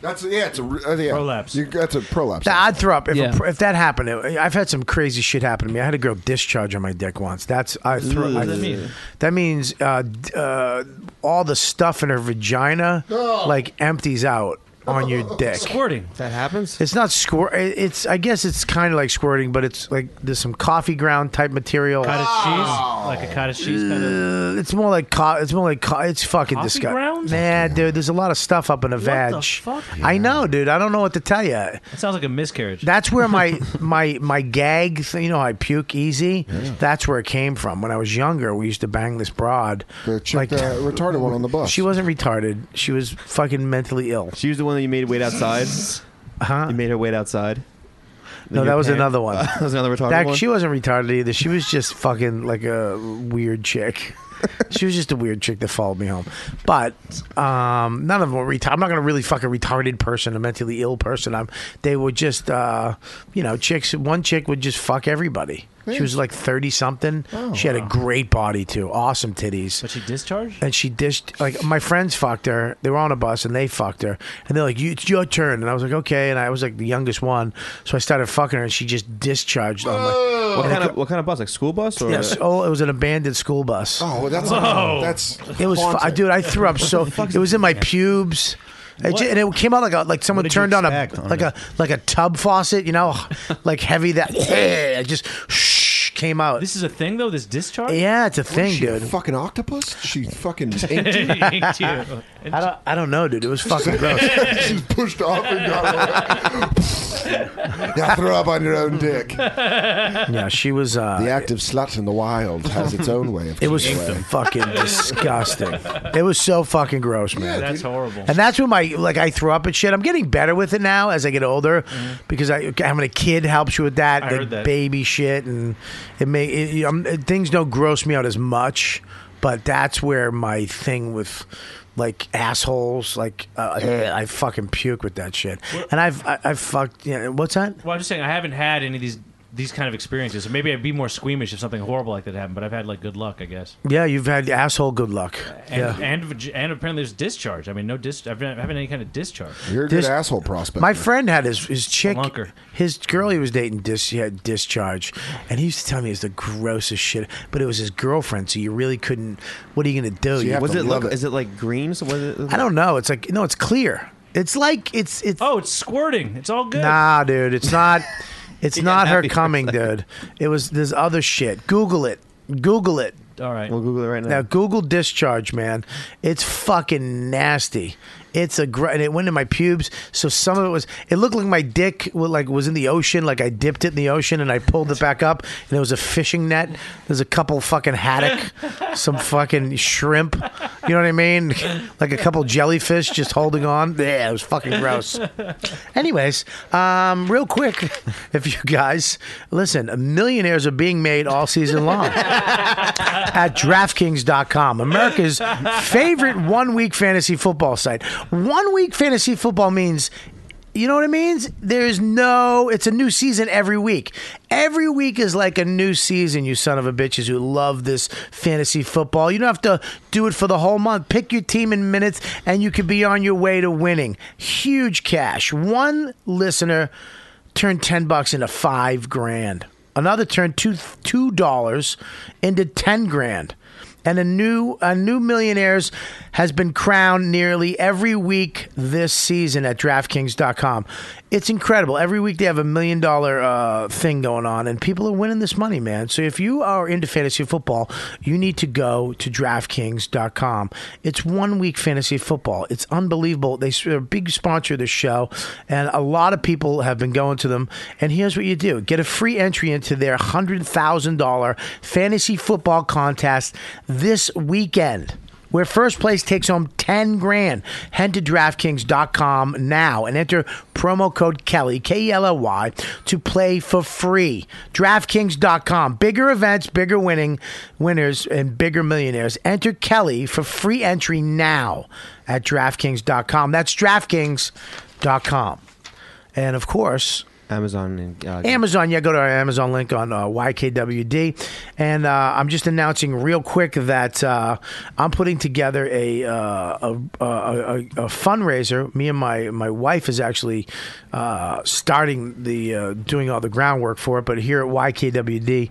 [SPEAKER 5] That's, yeah, it's a uh, yeah. prolapse. that's a prolapse.
[SPEAKER 7] Nah, I'd throw up if, a
[SPEAKER 5] Yeah.
[SPEAKER 7] pr if that happened. it- I've had some crazy shit happen to me. I had a girl discharge on my dick once. That's I threw.
[SPEAKER 17] Ooh, what
[SPEAKER 7] I-
[SPEAKER 17] does that mean?
[SPEAKER 7] That means uh, d- uh, all the stuff in her vagina like empties out on your dick.
[SPEAKER 8] Squirting.
[SPEAKER 9] That happens.
[SPEAKER 7] It's not squirt. It's I guess it's kind of like squirting, but it's like there's some coffee ground type material.
[SPEAKER 8] Cottage cheese, like a cottage cheese kind of.
[SPEAKER 7] Uh, it's more like co- it's more like co- it's fucking
[SPEAKER 8] Coffee
[SPEAKER 7] disgusting.
[SPEAKER 8] ground?
[SPEAKER 7] Nah, dude, there's a lot of stuff up in a
[SPEAKER 8] What the
[SPEAKER 7] vag.
[SPEAKER 8] fuck?
[SPEAKER 7] I know, dude. I don't know what to tell you.
[SPEAKER 8] It sounds like a miscarriage.
[SPEAKER 7] That's where my my my gag. Thing, you know, I puke easy. That's where it came from. When I was younger, we used to bang this broad. like
[SPEAKER 5] the retarded one on the bus.
[SPEAKER 7] She wasn't retarded. She was fucking mentally ill.
[SPEAKER 9] She was the one that you made wait outside.
[SPEAKER 7] Huh?
[SPEAKER 9] You made her wait outside.
[SPEAKER 7] No,
[SPEAKER 9] Your
[SPEAKER 7] that was
[SPEAKER 9] parent-
[SPEAKER 7] another one.
[SPEAKER 9] that was another retarded
[SPEAKER 7] That-
[SPEAKER 9] one.
[SPEAKER 7] She wasn't retarded either. She was just fucking like a weird chick. she was just a weird chick that followed me home. But um, none of them were retarded. I'm not going to really fuck a retarded person, a mentally ill person. I'm, they were just, uh, you know, chicks. One chick would just fuck everybody. She was like 30 something. she had a great body too. Awesome titties. But
[SPEAKER 8] she discharged?
[SPEAKER 7] And she dished, like, my friends fucked her. They were on a bus and they fucked her. And they're like, you, it's your turn. And I was like, okay. And I was like the youngest one. So I started fucking her and she just discharged on my.
[SPEAKER 9] What kind of what kind of bus? Like school bus or?
[SPEAKER 7] Yes. Oh, it was an abandoned school bus.
[SPEAKER 5] Oh, well, that's
[SPEAKER 9] Whoa.
[SPEAKER 5] that's
[SPEAKER 7] It was, fu- I- dude. I threw up so it was in my pubes. I ju- and it came out like a like someone
[SPEAKER 2] did you
[SPEAKER 7] turned on a
[SPEAKER 2] expect? I don't
[SPEAKER 7] like
[SPEAKER 2] know.
[SPEAKER 7] a like a tub faucet, you know, like heavy that I just shh, came out.
[SPEAKER 8] This is a thing though. This discharge.
[SPEAKER 7] Yeah, it's a thing,
[SPEAKER 5] she, a
[SPEAKER 7] dude.
[SPEAKER 5] fucking octopus? She fucking inked you?
[SPEAKER 8] Inked you.
[SPEAKER 7] I don't, I don't know, dude. It was fucking gross.
[SPEAKER 5] She's pushed off and got away. yeah, throw up on your own dick.
[SPEAKER 7] Yeah, she was. Uh,
[SPEAKER 5] the active slut in the wild has its own way of.
[SPEAKER 7] It was
[SPEAKER 5] getting away.
[SPEAKER 7] fucking disgusting. It was so fucking gross, man.
[SPEAKER 8] That's horrible.
[SPEAKER 7] And that's when my like I threw up and shit. I'm getting better with it now as I get older because I having a kid helps you with that,
[SPEAKER 8] Mm-hmm. I
[SPEAKER 7] the
[SPEAKER 8] heard that.
[SPEAKER 7] baby shit, and it may it, um, things don't gross me out as much. But that's where my thing with like assholes, like uh, I fucking puke with that shit, and I've I, I've fucked. You know, what's that?
[SPEAKER 8] Well, I'm just saying I haven't had any of these these kind of experiences. So maybe I'd be more squeamish if something horrible like that happened. But I've had like good luck, I guess.
[SPEAKER 7] Yeah, you've had asshole good luck.
[SPEAKER 8] And
[SPEAKER 7] yeah.
[SPEAKER 8] and, vag- and apparently there's discharge. I mean, no dis. I've not having any kind of discharge.
[SPEAKER 5] You're a good
[SPEAKER 7] Dis-
[SPEAKER 5] asshole prospect.
[SPEAKER 7] My friend had his his chick, his girl he was dating. Dis, he had discharge, and he used to tell me it was the grossest shit. But it was his girlfriend, so you really couldn't. What are you gonna do? You-
[SPEAKER 9] was it like is it like green? So was it?
[SPEAKER 7] I don't know. It's like no, it's clear. It's like it's it's.
[SPEAKER 8] Oh, it's squirting. It's all good.
[SPEAKER 7] Nah, dude, it's not. It's
[SPEAKER 8] He got
[SPEAKER 7] not her
[SPEAKER 8] happy for a
[SPEAKER 7] coming, dude. It was this other shit. Google it. Google it.
[SPEAKER 8] All right.
[SPEAKER 9] We'll Google it right now.
[SPEAKER 7] Now Google discharge, man. It's fucking nasty. It's a gr- and it went in my pubes. So some of it was. It looked like my dick wa- like was in the ocean. Like I dipped it in the ocean and I pulled it back up, and it was a fishing net. There's a couple fucking haddock, some fucking shrimp. You know what I mean? Like a couple jellyfish just holding on. Yeah, it was fucking gross. Anyways, um, real quick, if you guys listen, millionaires are being made all season long at DraftKings.com, America's favorite one week fantasy football site. One week fantasy football means You know what it means? There's no. It's a new season every week. Every week is like a new season. You son of a bitches who love this fantasy football. You don't have to do it for the whole month. Pick your team in minutes, and you could be on your way to winning. Huge cash. One listener turned ten bucks into five grand. Another turned two two dollars into ten grand and a new a new millionaires has been crowned nearly every week this season at DraftKings.com. It's incredible. Every week they have a million dollar uh, thing going on, and people are winning this money, man. So if you are into fantasy football, you need to go to DraftKings.com. It's one week fantasy football. It's unbelievable. They, they're a big sponsor of the show, and a lot of people have been going to them. And here's what you do: get a free entry into their hundred thousand dollar fantasy football contest this weekend. Where first place takes home 10 grand. Head to DraftKings.com now and enter promo code Kelly, K E L L Y, to play for free. DraftKings.com. Bigger events, bigger winning winners, and bigger millionaires. Enter Kelly for free entry now at DraftKings.com. That's DraftKings.com. And of course,
[SPEAKER 9] Amazon and uh,
[SPEAKER 7] Amazon. Yeah, go to our Amazon link on uh, YKWD. And uh, I'm just announcing real quick that uh, I'm putting together a, uh, a, a, a, a fundraiser. Me and my, my wife is actually uh, starting the uh, doing all the groundwork for it, but here at YKWD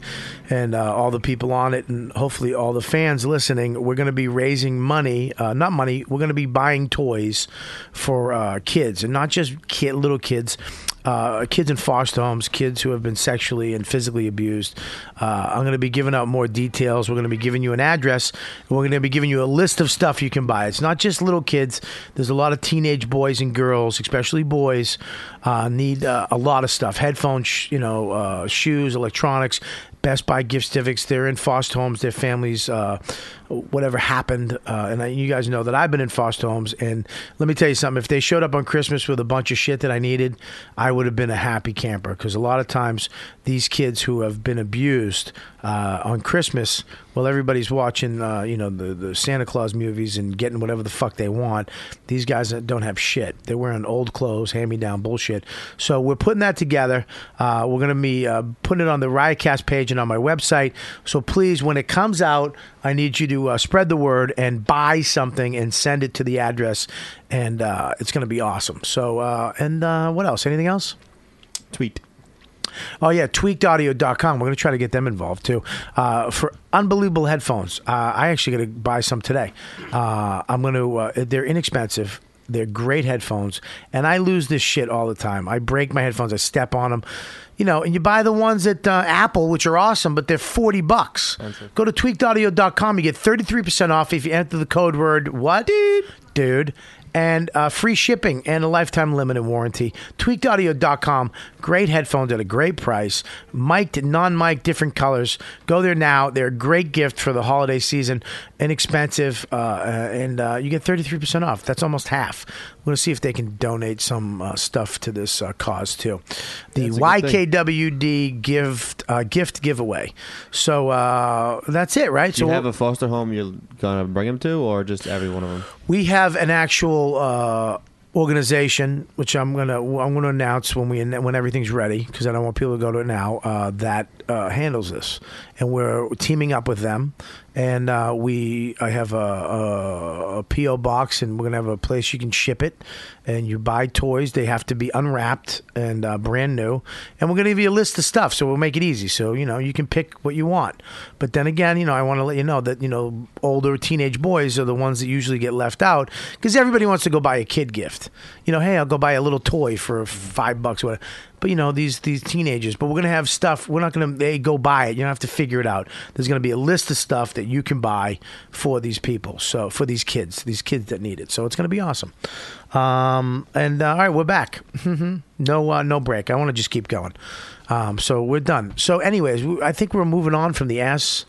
[SPEAKER 7] and uh, all the people on it, and hopefully all the fans listening, we're going to be raising money. Uh, not money. We're going to be buying toys for uh, kids, and not just kid little kids uh, kids in foster homes, kids who have been sexually and physically abused. Uh, I'm going to be giving out more details. We're going to be giving you an address. We're going to be giving you a list of stuff you can buy. It's not just little kids. There's a lot of teenage boys and girls, especially boys, uh, need uh, a lot of stuff: headphones, sh- you know, uh, shoes, electronics. Best Buy gift certificates. They're in foster homes. Their families, uh, whatever happened, uh, and I, you guys know that I've been in foster homes. And let me tell you something: if they showed up on Christmas with a bunch of shit that I needed, I would have been a happy camper. Because a lot of times, these kids who have been abused uh, on Christmas, well, everybody's watching, uh, you know, the the Santa Claus movies and getting whatever the fuck they want. These guys don't have shit. They're wearing old clothes, hand me down bullshit. So we're putting that together. Uh, we're going to be uh, putting it on the Riotcast page and on my website. So please, when it comes out, I need you to uh, spread the word and buy something and send it to the address, and uh, it's going to be awesome. So uh, and uh, what else? Anything else? Tweet. Oh yeah, tweakedaudio.com. We're going to try to get them involved too uh, for unbelievable headphones. Uh, I actually going to buy some today. Uh, I'm going to. Uh, they're inexpensive. They're great headphones, and I lose this shit all the time. I break my headphones. I step on them, you know. And you buy the ones at uh, Apple, which are awesome, but they're forty bucks. Go to tweakedaudio.com. You get thirty three percent off if you enter the code word what dude dude and uh, free shipping and a lifetime limited warranty. TweakedAudio.com. Great headphones at a great price. Mic'd, non mic different colors. Go there now. They're a great gift for the holiday season. Inexpensive, uh, uh, and uh, you get 33% off. That's almost half. We're going to see if they can donate some uh, stuff to this uh, cause, too. The
[SPEAKER 18] That's a good thing.
[SPEAKER 7] YKWD gift, uh, gift giveaway. So uh, that's it, right?
[SPEAKER 9] Do you
[SPEAKER 7] so
[SPEAKER 9] have a foster home you're gonna bring him to, or just every one of them?
[SPEAKER 7] we have an actual uh, organization, which I'm gonna I'm gonna announce when we when everything's ready, because I don't want people to go to it now. Uh, that uh, handles this, and we're teaming up with them. And uh, we I have a, a, a PO box, and we're gonna have a place you can ship it, and you buy toys. They have to be unwrapped and uh, brand new, and we're gonna give you a list of stuff, so we'll make it easy. So you know you can pick what you want. But then again, you know I want to let you know that you know older teenage boys are the ones that usually get left out because everybody wants to go buy a kid gift. You know, hey, I'll go buy a little toy for five bucks, whatever. But you know these these teenagers. But we're gonna have stuff. We're not gonna they go buy it. You don't have to figure it out. There's gonna be a list of stuff that you can buy for these people. So for these kids, these kids that need it. So it's gonna be awesome. Um, and uh, all right, we're back. No, uh, no break. I want to just keep going. Um, so we're done. So, anyways, we- I think we're moving on from the ass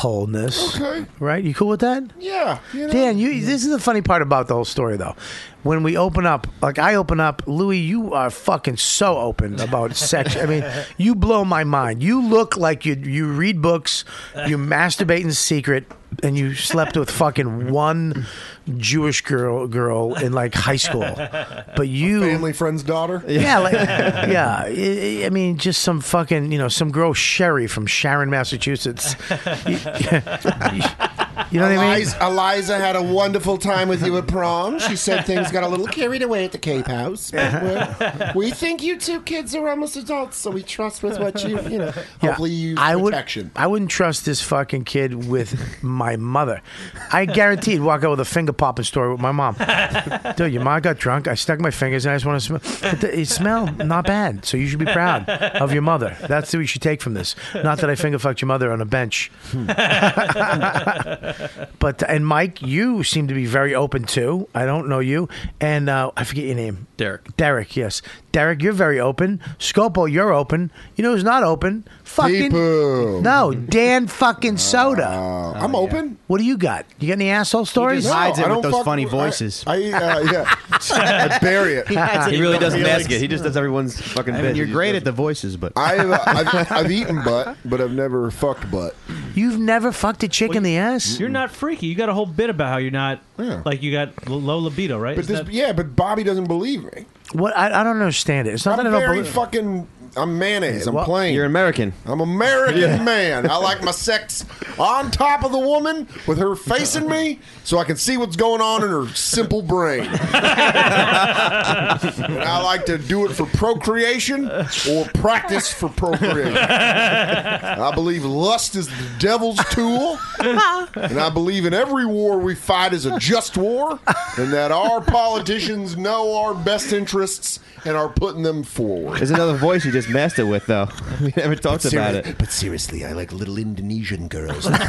[SPEAKER 7] wholeness.
[SPEAKER 5] Okay.
[SPEAKER 7] Right? You cool with that?
[SPEAKER 5] Yeah. You know?
[SPEAKER 7] Dan, you. This is the funny part about the whole story, though. When we open up, like I open up, Louis, you are fucking so open about sex. I mean, you blow my mind. You look like you you read books, you masturbate in secret, and you slept with fucking one Jewish girl girl in like high school. But you
[SPEAKER 5] family friend's daughter.
[SPEAKER 7] Yeah, like, yeah. I- I- I mean, just some fucking, you know, some girl Sherry from Sharon, Massachusetts. You, you know what I mean?
[SPEAKER 18] Eliza, Eliza had a wonderful time with you at prom. She said things got a little carried away at the Cape House. but we're- we think you two kids are almost adults, so we trust with what you, you know. Hopefully you
[SPEAKER 7] I protection. Would, I wouldn't trust this fucking kid with my mother. I guarantee he'd walk out with a finger popping story with my mom. Dude, your mom got drunk. I stuck my fingers and I just want to smell. But the, it smell not bad. So you should be proud of your mother. That's what you should take from this. Not that I finger fucked your mother on a bench. but and Mike, you seem to be very open too. I don't know you, and uh, I forget your name.
[SPEAKER 14] Derek.
[SPEAKER 7] Derek, yes. Derek, you're very open. Scopo, you're open. You know who's not open? Fucking
[SPEAKER 5] Deepu.
[SPEAKER 7] no, Dan fucking Soda.
[SPEAKER 18] Uh,
[SPEAKER 5] I'm open.
[SPEAKER 7] What do you got? You got any asshole stories?
[SPEAKER 5] No, I don't fuck with- I- I, uh, yeah, I bury it.
[SPEAKER 2] He just does everyone's fucking.
[SPEAKER 5] bit.
[SPEAKER 2] you're
[SPEAKER 5] He
[SPEAKER 2] great at the voices, but
[SPEAKER 5] I've, uh, I've, I've eaten butt, but I've never fucked butt.
[SPEAKER 7] You've never fucked a chick in the ass.
[SPEAKER 8] You're not freaky. You got a whole bit about how you're not like you got l- low libido, right?
[SPEAKER 5] But
[SPEAKER 8] Isn't
[SPEAKER 5] this, yeah, but Bobby doesn't believe me.
[SPEAKER 7] What I, I don't understand it. It's not
[SPEAKER 5] I'm
[SPEAKER 7] that I don't
[SPEAKER 5] very
[SPEAKER 7] believe.
[SPEAKER 5] fucking. I'm mayonnaise. I'm
[SPEAKER 2] Well,
[SPEAKER 5] plain.
[SPEAKER 2] you're American.
[SPEAKER 5] I'm American
[SPEAKER 2] Yeah.
[SPEAKER 5] man. I like my sex on top of the woman with her facing me, so I can see what's going on in her simple brain. And I like to do it for procreation or practice for procreation. I believe lust is the devil's tool, and I believe in every war we fight is a just war, and that our politicians know our best interests and are putting them forward.
[SPEAKER 9] There's another voice you just messed it with, though. We never talked
[SPEAKER 18] But
[SPEAKER 9] about
[SPEAKER 18] seri-
[SPEAKER 9] it.
[SPEAKER 18] But seriously, I like little Indonesian girls. with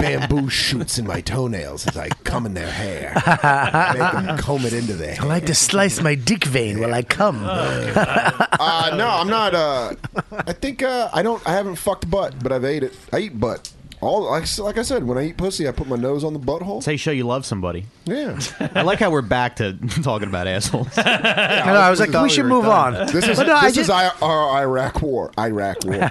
[SPEAKER 18] bamboo shoots in my toenails as I come in their hair. I make them comb it into their hair.
[SPEAKER 7] I like to slice my dick vein while I come.
[SPEAKER 5] uh, no, I'm not. Uh, I think uh, I don't. I haven't fucked butt, but I've ate it. I eat butt. All like, like I said, when I eat pussy, I put my nose on the butthole.
[SPEAKER 2] Say, show you love somebody.
[SPEAKER 5] Yeah.
[SPEAKER 2] I like how we're back to talking about assholes.
[SPEAKER 7] No, no, I was like, we should move on.
[SPEAKER 5] This is
[SPEAKER 7] But no, I
[SPEAKER 5] this is
[SPEAKER 7] just-
[SPEAKER 5] I, our Iraq war. Iraq war.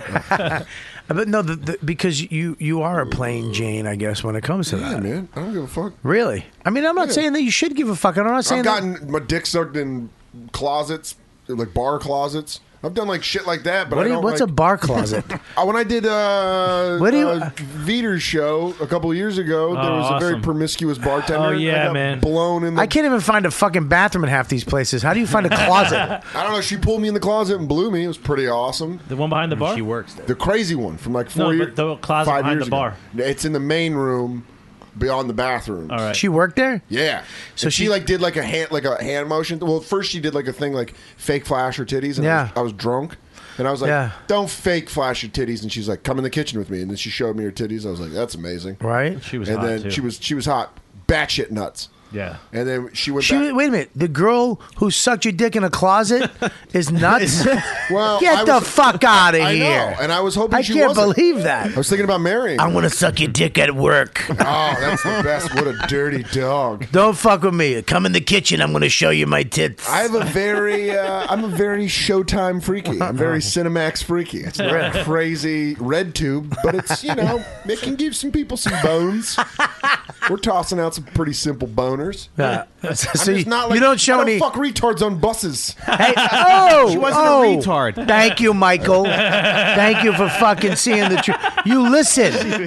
[SPEAKER 7] But no, the, the, because you you are a plain Jane, I guess, when it comes to that.
[SPEAKER 5] man. I don't give a fuck.
[SPEAKER 7] Really? I mean, I'm not saying that you should give a fuck. I'm not saying
[SPEAKER 5] I've
[SPEAKER 7] that.
[SPEAKER 5] gotten my dick sucked in closets, like bar closets. I've done like shit like that, but
[SPEAKER 7] What
[SPEAKER 5] I
[SPEAKER 7] do you-
[SPEAKER 5] don't,
[SPEAKER 7] what's
[SPEAKER 5] like-
[SPEAKER 7] a bar closet?
[SPEAKER 5] Uh, when I did uh,
[SPEAKER 7] What do you-
[SPEAKER 5] uh, Veter's show a couple of years ago, there
[SPEAKER 7] Oh,
[SPEAKER 5] was a very
[SPEAKER 7] awesome.
[SPEAKER 5] promiscuous bartender.
[SPEAKER 8] Oh,
[SPEAKER 5] I got Blown in the
[SPEAKER 7] I can't even find a fucking bathroom in half these places. How do you find a closet?
[SPEAKER 5] I don't know. She pulled me in the closet and blew me. It was pretty awesome. The
[SPEAKER 8] one behind the bar. She
[SPEAKER 2] works.
[SPEAKER 5] The crazy one from like four
[SPEAKER 8] No,
[SPEAKER 5] years.
[SPEAKER 8] but the closet
[SPEAKER 5] five
[SPEAKER 8] behind
[SPEAKER 5] years
[SPEAKER 8] the bar.
[SPEAKER 5] ago. It's in the main room, beyond the bathroom. All
[SPEAKER 7] She worked there.
[SPEAKER 5] Yeah. So she, like did like a hand like a hand motion. Well, first she did like a thing like fake flash her titties. And I
[SPEAKER 7] Yeah.
[SPEAKER 5] was- I was, drunk. And I was like,
[SPEAKER 7] Yeah.
[SPEAKER 5] "Don't fake flash your titties." And she's like, "Come in the kitchen with me." And then she showed me her titties. I was like, "That's amazing."
[SPEAKER 7] Right? She was
[SPEAKER 5] And
[SPEAKER 7] hot,
[SPEAKER 5] then
[SPEAKER 7] too.
[SPEAKER 5] she was she was hot, batshit nuts.
[SPEAKER 8] Yeah.
[SPEAKER 5] And then she went.
[SPEAKER 7] She
[SPEAKER 5] back.
[SPEAKER 7] wait a minute. The girl who sucked your dick in a closet is nuts.
[SPEAKER 5] Well,
[SPEAKER 7] get
[SPEAKER 5] I
[SPEAKER 7] the
[SPEAKER 5] was-
[SPEAKER 7] fuck out of
[SPEAKER 5] I know,
[SPEAKER 7] here.
[SPEAKER 5] and I was hoping
[SPEAKER 7] I
[SPEAKER 5] she
[SPEAKER 7] can't
[SPEAKER 5] wasn't.
[SPEAKER 7] believe that. I
[SPEAKER 5] was thinking about marrying.
[SPEAKER 7] I'm
[SPEAKER 5] her.
[SPEAKER 7] gonna suck your dick at work.
[SPEAKER 5] Oh, that's the best. What a dirty dog.
[SPEAKER 7] Don't fuck with me. Come in the kitchen. I'm gonna show you my tits.
[SPEAKER 5] I have a very, uh, I'm a very Showtime freaky. I'm very Cinemax freaky. It's not a crazy red tube, but it's you know it can give some people some bones. We're tossing out some pretty simple boners.
[SPEAKER 7] Yeah.
[SPEAKER 5] I'm
[SPEAKER 7] So
[SPEAKER 5] just
[SPEAKER 7] you-
[SPEAKER 5] not
[SPEAKER 7] you
[SPEAKER 5] like,
[SPEAKER 7] don't show
[SPEAKER 5] I
[SPEAKER 7] any-
[SPEAKER 5] fuck retards on buses.
[SPEAKER 7] Hey, oh,
[SPEAKER 5] She wasn't a
[SPEAKER 7] oh.
[SPEAKER 5] retard.
[SPEAKER 7] Thank you, Michael. Thank you for fucking seeing the truth. You listen.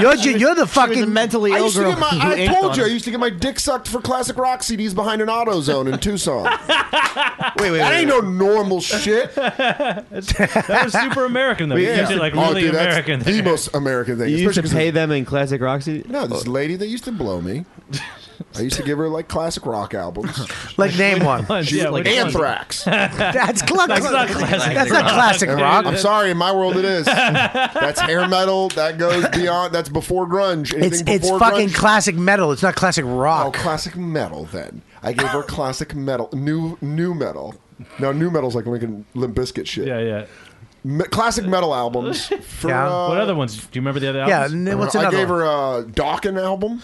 [SPEAKER 7] You're ju- you're the fucking mentally
[SPEAKER 5] I, used to get my, I told you, I used to get my dick sucked for classic rock CDs behind an auto zone in Tucson. wait, wait, that ain't no normal shit.
[SPEAKER 8] that was super American though.
[SPEAKER 5] We
[SPEAKER 8] You
[SPEAKER 5] used
[SPEAKER 8] used it
[SPEAKER 5] to-
[SPEAKER 8] like
[SPEAKER 5] oh,
[SPEAKER 8] really
[SPEAKER 5] dude, that's
[SPEAKER 8] American.
[SPEAKER 5] the most American thing.
[SPEAKER 9] You used to
[SPEAKER 5] especially 'cause
[SPEAKER 9] pay them in classic Roxy?
[SPEAKER 5] No, this lady that used to blow me. I used to give her like classic rock albums.
[SPEAKER 7] Like name one.
[SPEAKER 5] She was like Anthrax.
[SPEAKER 7] That's, cla-
[SPEAKER 8] That's not classic
[SPEAKER 7] That's not
[SPEAKER 8] rock.
[SPEAKER 7] classic
[SPEAKER 5] Am I-
[SPEAKER 7] rock.
[SPEAKER 5] I'm sorry, in my world it is. That's hair metal. That goes beyond. That's before grunge. Anything
[SPEAKER 7] It's it's
[SPEAKER 5] before
[SPEAKER 7] fucking
[SPEAKER 5] grunge?
[SPEAKER 7] classic metal. It's not classic rock.
[SPEAKER 5] Oh, classic metal. Then I gave her classic metal, new new metal. Now new metal's like Lincoln Limp Bizkit shit. Yeah,
[SPEAKER 8] yeah.
[SPEAKER 5] classic metal albums. For,
[SPEAKER 8] Yeah.
[SPEAKER 5] uh,
[SPEAKER 8] what other ones? Do you remember the other
[SPEAKER 5] Yeah,
[SPEAKER 8] albums?
[SPEAKER 5] n- what's I another gave one? her a Dawkin album.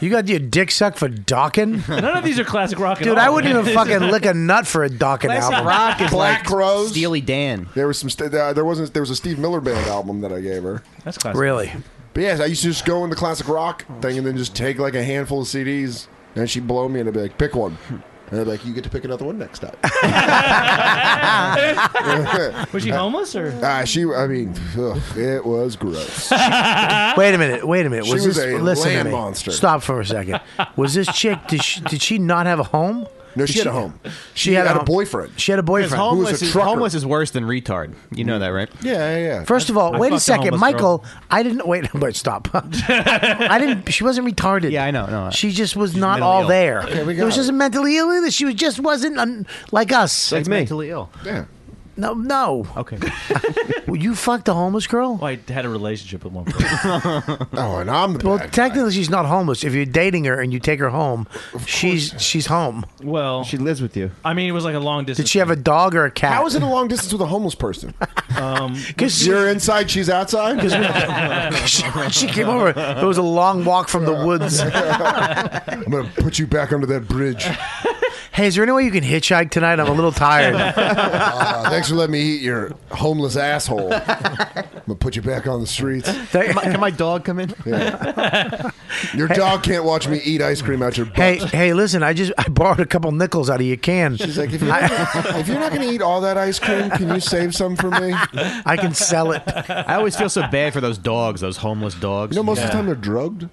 [SPEAKER 7] You got your dick sucked for Dawkin?
[SPEAKER 8] None of these are classic rock. at
[SPEAKER 7] Dude,
[SPEAKER 8] all,
[SPEAKER 7] I wouldn't
[SPEAKER 8] man.
[SPEAKER 7] even fucking lick a nut for a Dawkin album.
[SPEAKER 5] Black Crows,
[SPEAKER 10] Steely Dan.
[SPEAKER 5] There was some. St- uh, there wasn't. There was a Steve Miller Band album that I gave her.
[SPEAKER 8] That's
[SPEAKER 7] classic. Really?
[SPEAKER 5] But yes, I used to just go in the classic rock thing and then just take like a handful of CDs and she'd blow me and I'd be like, pick one. And I'd be like, you get to pick another one next time.
[SPEAKER 8] Was she homeless or?
[SPEAKER 5] Uh, she, I mean, ugh, it was gross.
[SPEAKER 7] Wait a minute. Wait a minute.
[SPEAKER 5] She
[SPEAKER 7] Was,
[SPEAKER 5] was
[SPEAKER 7] this,
[SPEAKER 5] a
[SPEAKER 7] listen to
[SPEAKER 5] land
[SPEAKER 7] me.
[SPEAKER 5] monster.
[SPEAKER 7] Stop for a second. Was this chick? Did she, did she not have a home?
[SPEAKER 5] No,
[SPEAKER 7] Did
[SPEAKER 5] she had a home.
[SPEAKER 7] She, had, a, home.
[SPEAKER 5] boyfriend.
[SPEAKER 7] She had a
[SPEAKER 10] Because
[SPEAKER 7] boyfriend
[SPEAKER 10] Homeless, is, homeless is worse than retard. You know that, right?
[SPEAKER 5] Yeah, yeah. yeah.
[SPEAKER 7] First of all,
[SPEAKER 10] I
[SPEAKER 7] wait a
[SPEAKER 10] fucked a
[SPEAKER 7] second,
[SPEAKER 10] homeless
[SPEAKER 7] Michael. I didn't wait. Wait, stop. I didn't. She wasn't retarded. Yeah, I
[SPEAKER 10] know. No,
[SPEAKER 7] she just was not
[SPEAKER 10] mentally
[SPEAKER 7] all
[SPEAKER 10] ill.
[SPEAKER 7] there.
[SPEAKER 10] Okay, we
[SPEAKER 7] it
[SPEAKER 10] got
[SPEAKER 7] was
[SPEAKER 10] it.
[SPEAKER 7] just a mentally ill. either. She was just wasn't um, like us.
[SPEAKER 10] Like That's me. mentally ill.
[SPEAKER 5] Yeah.
[SPEAKER 7] No, no.
[SPEAKER 10] Okay.
[SPEAKER 7] well, you fucked a homeless girl.
[SPEAKER 8] I had a relationship at one point.
[SPEAKER 5] oh, and I'm the
[SPEAKER 7] well. Technically, she's not homeless. If you're dating her and you take her home, she's she's home.
[SPEAKER 8] Well, she
[SPEAKER 10] lives with you.
[SPEAKER 8] I mean, it was like a long distance.
[SPEAKER 7] Did she have a dog or a cat?
[SPEAKER 5] How is it a long distance with a homeless person?
[SPEAKER 8] Um,
[SPEAKER 7] Because
[SPEAKER 5] you're inside, she's outside.
[SPEAKER 7] she, she came over. It was a long walk from the woods.
[SPEAKER 5] I'm gonna put you back under that bridge.
[SPEAKER 7] Hey, is there any way you can hitchhike tonight? I'm a little tired.
[SPEAKER 5] Uh, thanks for letting me eat your homeless asshole. I'm gonna put you back on the streets.
[SPEAKER 10] Can my, can my dog come in?
[SPEAKER 5] Your dog can't watch me eat ice cream out your butt.
[SPEAKER 7] Hey, hey, listen, I just I borrowed a couple nickels out of your can.
[SPEAKER 5] She's like, if you're, not
[SPEAKER 7] I,
[SPEAKER 5] gonna, if you're not gonna eat all that ice cream, can you save some for me? You
[SPEAKER 7] I can sell it.
[SPEAKER 10] I always feel so bad for those dogs, those homeless dogs.
[SPEAKER 5] know, most of the time they're drugged.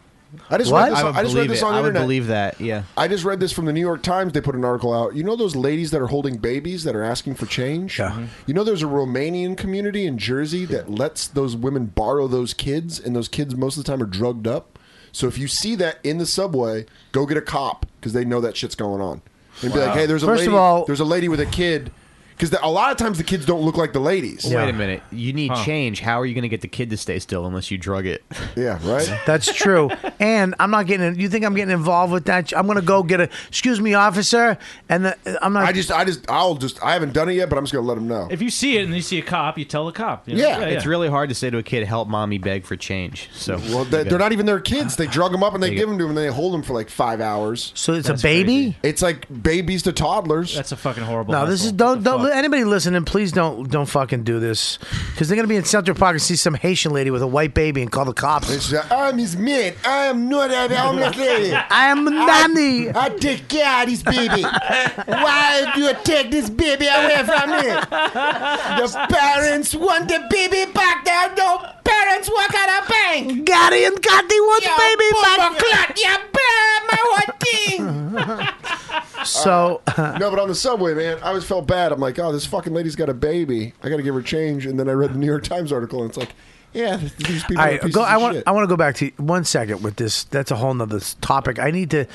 [SPEAKER 5] I just read this.
[SPEAKER 10] I
[SPEAKER 5] On,
[SPEAKER 10] would
[SPEAKER 5] I just read
[SPEAKER 10] believe
[SPEAKER 5] this
[SPEAKER 10] it.
[SPEAKER 5] on the
[SPEAKER 10] I would
[SPEAKER 5] internet.
[SPEAKER 10] believe that. Yeah.
[SPEAKER 5] I just read this from the New York Times. They put an article out. You know those ladies that are holding babies that are asking for change? Mm-hmm. You know there's a Romanian community in Jersey that lets those women borrow those kids, and those kids most of the time are drugged up. So if you see that in the subway, go get a cop because they know that shit's going on. And be
[SPEAKER 10] Wow.
[SPEAKER 5] like, hey, there's a
[SPEAKER 10] First of
[SPEAKER 5] lady,
[SPEAKER 10] all-
[SPEAKER 5] there's a lady with a kid. Because a lot of times the kids don't look like the ladies.
[SPEAKER 10] Wait a minute. You need
[SPEAKER 5] Huh.
[SPEAKER 10] change. How are you going to get the kid to stay still unless you drug it?
[SPEAKER 5] Yeah, right?
[SPEAKER 7] That's true. And I'm not getting. You think I'm getting involved with that? I'm gonna go get a. Excuse me, officer. And the, I'm not.
[SPEAKER 5] I just, I just, I'll just, I haven't done it yet, but I'm just gonna let them know.
[SPEAKER 8] If you see it and you see a cop, you tell the cop. you know?
[SPEAKER 10] It's really hard to say to a kid, help mommy beg for change. So
[SPEAKER 5] Well, they, they're not even their kids. They drug them up and they give them to them and they hold them for like five hours.
[SPEAKER 7] So it's a That's baby?
[SPEAKER 5] It's like babies to toddlers. That's
[SPEAKER 8] a fucking horrible.
[SPEAKER 7] No, this is don't don't anybody listening. Please don't don't fucking do this because they're gonna be in Central Park and see some Haitian lady with a white baby and call the cops.
[SPEAKER 5] I'm his man. I am not a homeless lady.
[SPEAKER 7] I am
[SPEAKER 5] Ah!
[SPEAKER 7] nanny.
[SPEAKER 5] I take care of this baby. Why do you take this baby away from me? The
[SPEAKER 18] parents want the baby back. There are no parents work at a bank.
[SPEAKER 7] Gary and Kathy want
[SPEAKER 18] you
[SPEAKER 7] baby
[SPEAKER 18] back. Clot, you bear my one thing.
[SPEAKER 7] So
[SPEAKER 5] no, but on the subway, man, I always felt bad. I'm like, oh, this fucking lady's got a baby. I got to give her change. And then I read the New York Times article, and it's like, yeah, these people
[SPEAKER 7] All
[SPEAKER 5] are
[SPEAKER 7] right,
[SPEAKER 5] pieces
[SPEAKER 7] go,
[SPEAKER 5] of
[SPEAKER 7] I want
[SPEAKER 5] shit.
[SPEAKER 7] I want to go back to one second with this. That's a whole nother s- topic. I need to